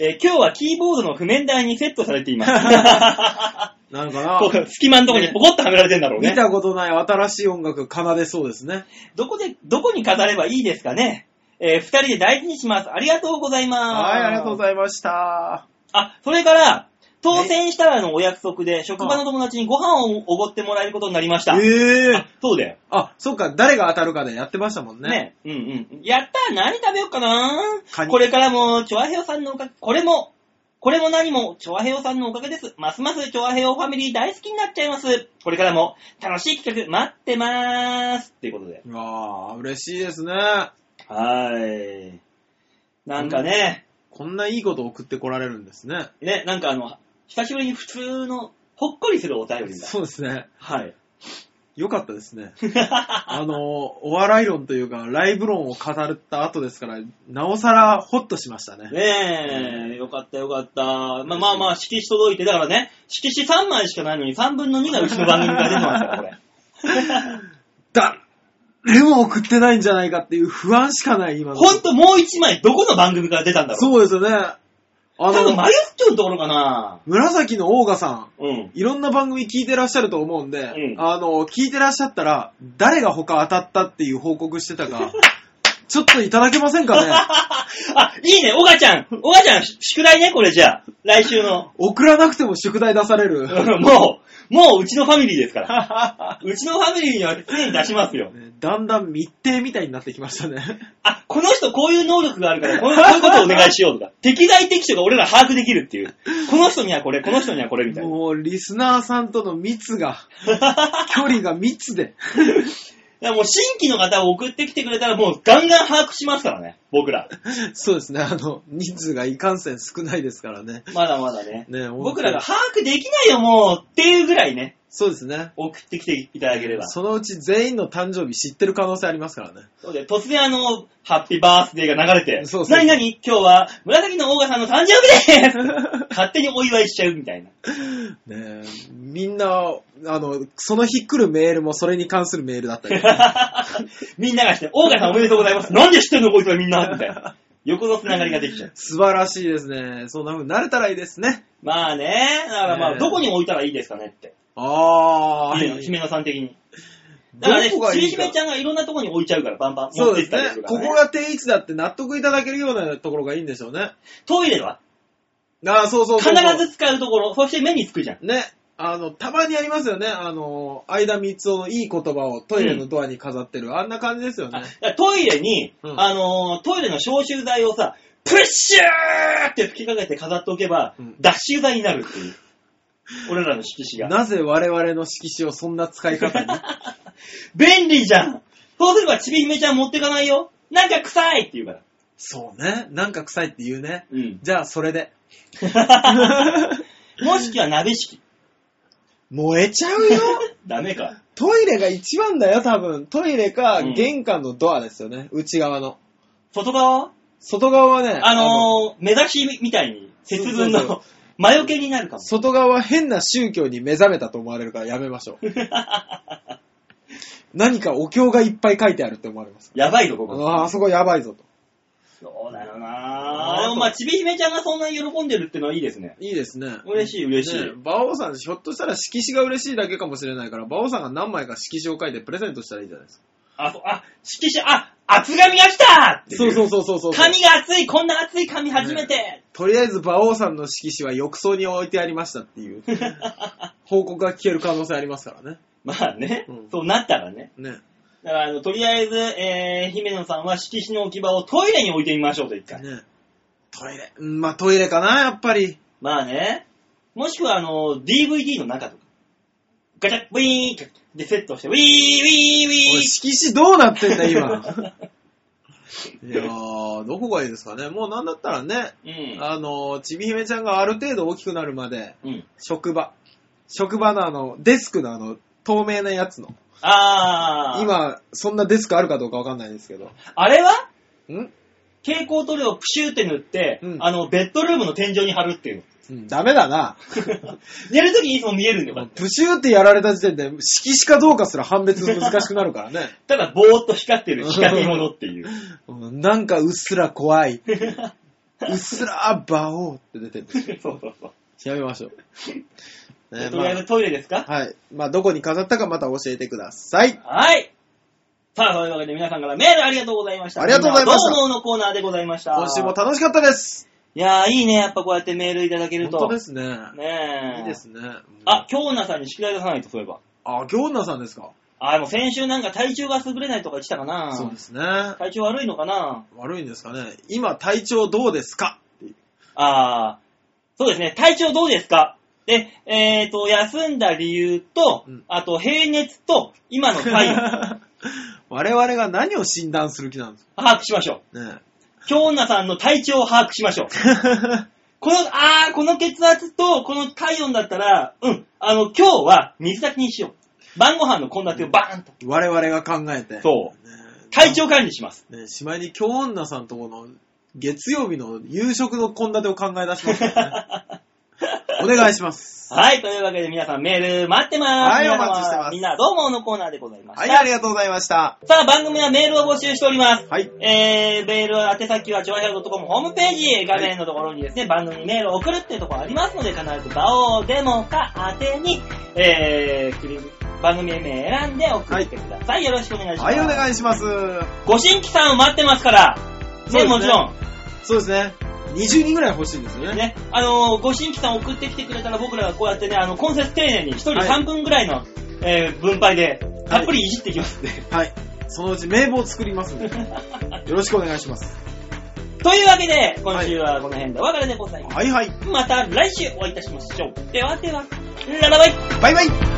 Speaker 2: えー今日はキーボードの譜面台にセットされています。
Speaker 3: なのか
Speaker 2: こ
Speaker 3: な
Speaker 2: う隙間のところにポコッとはめられてんだろう
Speaker 3: 見
Speaker 2: ね。
Speaker 3: たことない新しい音楽奏でそうですね。
Speaker 2: どこで、どこに飾ればいいですかねえー二人で大事にします。ありがとうございます。
Speaker 3: はい、ありがとうご
Speaker 2: い
Speaker 3: ざいました。
Speaker 2: ます。あ、それから、当選したらのお約束で、職場の友達にご飯をおごってもらえることになりました。
Speaker 3: ええ
Speaker 2: あそうだよ。
Speaker 3: あ、そっか、誰が当たるかでやってましたもんね。
Speaker 2: ね。うんうん。やったー何食べようかな
Speaker 3: カニ
Speaker 2: これからも、チョアヘヨさんのおかげ、これも、これも何も、チョアヘヨさんのおかげです。ますますチョアヘヨファミリー大好きになっちゃいます。これからも、楽しい企画、待ってまーす。っていうことで。
Speaker 3: わあ、嬉しいですね。
Speaker 2: はーい。なんかね、
Speaker 3: こんないいこと送ってこられるんですね。
Speaker 2: ね、なんかあの、久しぶりに普通の、ほっこりするお便りが。
Speaker 3: そうですね。
Speaker 2: はい。
Speaker 3: よかったで すね。あの、お笑い論というか、ライブ論を語った後ですから、なおさらホッとしましたね。
Speaker 2: ねえ、よかったよかった。まあまあまあ、色紙届いて、だからね、色紙3枚しかないのに3分の2がうちの番組から出てますから、これ。
Speaker 3: だ、レも送ってないんじゃないかっていう不安しかない、今の。
Speaker 2: ほんともう1枚、どこの番組から出たんだろう。
Speaker 3: そうですよね。
Speaker 2: 多
Speaker 3: あ
Speaker 2: 分、
Speaker 3: の
Speaker 2: マ、ユッチョのところかな
Speaker 3: 紫のオーガさん、
Speaker 2: うん。
Speaker 3: いろんな番組聞いてらっしゃると思うんで、
Speaker 2: うん
Speaker 3: あの、聞いてらっしゃったら、誰が他当たったっていう報告してたか、ちょっといただけませんか ね
Speaker 2: あ、いいね、オガちゃん。オガちゃん、宿題ね、これじゃあ。来週の。
Speaker 3: 送らなくても宿題出される。
Speaker 2: うんもう、もううちのファミリーですから。うちのファミリーには常に出しますよ。
Speaker 3: ねだんだん密偵みたいになってきましたね。
Speaker 2: あ、この人こういう能力があるから、このこういうことをお願いしようと か。適材適所が俺ら把握できるっていう。この人にはこれ、この人にはこれみたいな。
Speaker 3: もう、リスナーさんとの 密が、距離が密で。
Speaker 2: だからもう新規の方を送ってきてくれたらもうガンガン把握しますからね、僕ら。
Speaker 3: そうですね、あの、人数がいかんせん少ないですからね。
Speaker 2: まだまだね。
Speaker 3: ね
Speaker 2: 僕らが把握できないよ、もうっていうぐらいね、
Speaker 3: そうですね。
Speaker 2: 送ってきていただければ。
Speaker 3: そのうち全員の誕生日知ってる可能性ありますからね。
Speaker 2: そうで、突然あの、ハッピーバースデーが流れて、
Speaker 3: そうそう
Speaker 2: 何何今日は紫のオーガさんの誕生日 です 勝手にお祝いしちゃうみたいな。
Speaker 3: ねえみんな、あの、その日来るメールもそれに関するメールだっ たり。
Speaker 2: みんながして、オーガさんおめでとうございます。なんで知ってるのこいつはみんなみたい な。横のつながりができちゃう。
Speaker 3: 素晴らしいですね。そんな風になれたらいいですね。
Speaker 2: まあね、だからま
Speaker 3: ね
Speaker 2: あ、
Speaker 3: え
Speaker 2: どこに置いたらいいですかねって。
Speaker 3: ああ、
Speaker 2: 姫姫野さん的に。だ
Speaker 3: ど
Speaker 2: からね、
Speaker 3: こがい
Speaker 2: ちび
Speaker 3: い
Speaker 2: ひ
Speaker 3: か
Speaker 2: めち。ゃんがいろんなとこに置いちゃうから、バンバン持
Speaker 3: そ
Speaker 2: っ
Speaker 3: う
Speaker 2: てっ
Speaker 3: です
Speaker 2: たりする。
Speaker 3: ね
Speaker 2: から、
Speaker 3: こ
Speaker 2: ね。
Speaker 3: こが定位置だって納得いただけるようなところがいいんでしょうね。
Speaker 2: トイレは
Speaker 3: ああ、そうそうそ
Speaker 2: 必
Speaker 3: うそう。
Speaker 2: ず使うところ、そして目につくじゃん。
Speaker 3: ね、あの、たまにありますよね。あの、相田光夫のいい言葉をトイレのドアに飾ってる。あんな感じですよ
Speaker 2: あだ
Speaker 3: ね
Speaker 2: か。らトイレに、
Speaker 3: うん
Speaker 2: あのートイレの消臭剤をさ、プレッシューって吹きかけて飾っておけば、
Speaker 3: うん
Speaker 2: 脱臭剤になるっていう。俺らの色紙が。
Speaker 3: なぜ我々の色紙をそんな使い方に
Speaker 2: 便利じゃんそうすればちびひめちゃん持ってかないよなんか臭いって言うから。
Speaker 3: そうね。なんか臭いって言うね。
Speaker 2: うん。
Speaker 3: じゃあ、それで。
Speaker 2: もしくは鍋敷。
Speaker 3: 燃えちゃう よ
Speaker 2: ダメか。
Speaker 3: トイレが一番だよ、多分。トイレか
Speaker 2: うん、
Speaker 3: 玄関のドアですよね。内側の。
Speaker 2: 外側は
Speaker 3: 外側はね、
Speaker 2: あのー、目指しみたいに、節分
Speaker 3: そうそう
Speaker 2: の魔除けになるかも。
Speaker 3: 外側は変な宗教に目覚めたと思われるからやめまし ょう。何かお経がいっぱい書いてあるって思われます。
Speaker 2: やばいぞ、ここ。
Speaker 3: あーあそこやばいぞと。
Speaker 2: そうだよ
Speaker 3: あ
Speaker 2: な
Speaker 3: ー
Speaker 2: でもまあ、ちびひめちゃんがそんなに喜んでるってのはいいですね。
Speaker 3: いいですね。
Speaker 2: 嬉しい、嬉しい。
Speaker 3: ね馬王さん、ひょっとしたら色紙が嬉しいだけかもしれないから、馬王さんが何枚か色紙を書いてプレゼントしたらいいじゃないですか。
Speaker 2: あ、そう、あ、色紙、あ、厚紙が来たってい
Speaker 3: そうそうそうそうそう。
Speaker 2: 紙が厚い、こんな厚い紙初めて。
Speaker 3: とりあえず馬王さんの色紙は浴槽に置いてありましたっ ていう報告が聞ける可能性ありますからね。
Speaker 2: まあね、
Speaker 3: うん
Speaker 2: そうなったらね。
Speaker 3: ね。
Speaker 2: だから、あの、とりあえず、えー、姫野さんは色紙の置き場をトイレに置いてみましょうと一回。
Speaker 3: ねトイレ。うんまあトイレかな、やっぱり。
Speaker 2: まあね。もしくは、あの、DVD の中とか。ガチャッ、ウィーンってでセットして、ウィー、ウィー、ウ
Speaker 3: お
Speaker 2: ィ
Speaker 3: い
Speaker 2: ー。
Speaker 3: 色紙どうなってんだ、 今。いやー、どこがいいですかね。もうなんだったらね、
Speaker 2: うん。
Speaker 3: あの、ちびひめちゃんがある程度大きくなるまで、
Speaker 2: うん。
Speaker 3: 職場。職場のあの、デスクのあの、透明なやつの。
Speaker 2: あー。。
Speaker 3: 今、そんなデスクあるかどうかわかんないですけど。
Speaker 2: あれは
Speaker 3: ん
Speaker 2: 蛍光塗料をプシューって塗って、
Speaker 3: うん
Speaker 2: あの、ベッドルームの天井に貼るっていうの。
Speaker 3: うん、ダメだな。
Speaker 2: 寝るときにいつも見えるんだよ、こうやって
Speaker 3: プシューってやられた時点で、色紙かどうかすら判別難しくなるからね。
Speaker 2: ただ、ぼーっと光ってる光り物っていう。
Speaker 3: うんなんかうっすら怖 い。うっすら、バオって出てる。
Speaker 2: そうそうそう。
Speaker 3: やめましょう。
Speaker 2: じゃ
Speaker 3: ね
Speaker 2: あとりあえずトイレですか、
Speaker 3: まあはい。まあ、どこに飾ったかまた教えてください。
Speaker 2: はい。さあ、というわけで皆さんからメールありがとうございました。
Speaker 3: ありがとうございました
Speaker 2: みんなはどう思うのコーナーでございました。
Speaker 3: 今週も楽しかったです。
Speaker 2: いやー、いいね。やっぱこうやってメールいただけると。
Speaker 3: 本当ですね。
Speaker 2: ねえ。
Speaker 3: いいですね。
Speaker 2: あ、京奈さんに宿題出さないと、そういえば。
Speaker 3: あ、行女さんですか。
Speaker 2: あ、でも先週なんか体調が優れないとか言ってたかな。
Speaker 3: そうですね。
Speaker 2: 体調悪いのかな
Speaker 3: 悪いんですかね。今、体調どうですか
Speaker 2: あー、そうですね。体調どうですかで、えっ、ー、と、休んだ理由と、
Speaker 3: うん
Speaker 2: あと、平熱と、今の 体温、
Speaker 3: 我々が何を診断する気なんです
Speaker 2: 把握しましょう。
Speaker 3: か ね。
Speaker 2: 京女さんの体調を把握しましょう。この、あー、この血圧と、この体温だったら、うん、あの、今日は水炊きにしよう。晩ご飯の献立をバーンと。
Speaker 3: 我々が考えて。
Speaker 2: そう。
Speaker 3: ね
Speaker 2: 体調管理します。
Speaker 3: ね、しまいに京女さんとこの月曜日の夕食の献立を考え出しましたからね。 お願いします。
Speaker 2: はい、というわけで皆さんメール待ってます。
Speaker 3: はい
Speaker 2: 皆様
Speaker 3: お待ちしてます
Speaker 2: みんなどうものコーナーでございました。
Speaker 3: はい、ありがとうございました。
Speaker 2: さあ、番組はメールを募集しております。
Speaker 3: はい。
Speaker 2: えー、メールは宛先は、ちょうひゃう .com ホームページ、画面のところにですね、番組にメールを送るっていうところありますので、必ず、場をデモか宛てに、えー、クリッ番組名選んで送ってください。よろしくお願いします。
Speaker 3: はい、お願いします。
Speaker 2: ご新規さんを待ってますから、
Speaker 3: そうです
Speaker 2: ね、
Speaker 3: ね
Speaker 2: もちろ
Speaker 3: そうですね。20人ぐらい欲しいんですよね。
Speaker 2: ん。ね、あのーご新規さん送ってきてくれたら僕らがこうやってね、あの、今節丁寧に1人
Speaker 3: はい
Speaker 2: 3分ぐらいの、えー分配で、たっぷりいじってきますんで。
Speaker 3: はい。そのうち名簿を作りますんで、よろしくお願いします。
Speaker 2: というわけで、今週はこの辺でお別れでございます。
Speaker 3: はいはい。
Speaker 2: また来週お会いいたしましょう。ではでは、ララバイ
Speaker 3: バイバイ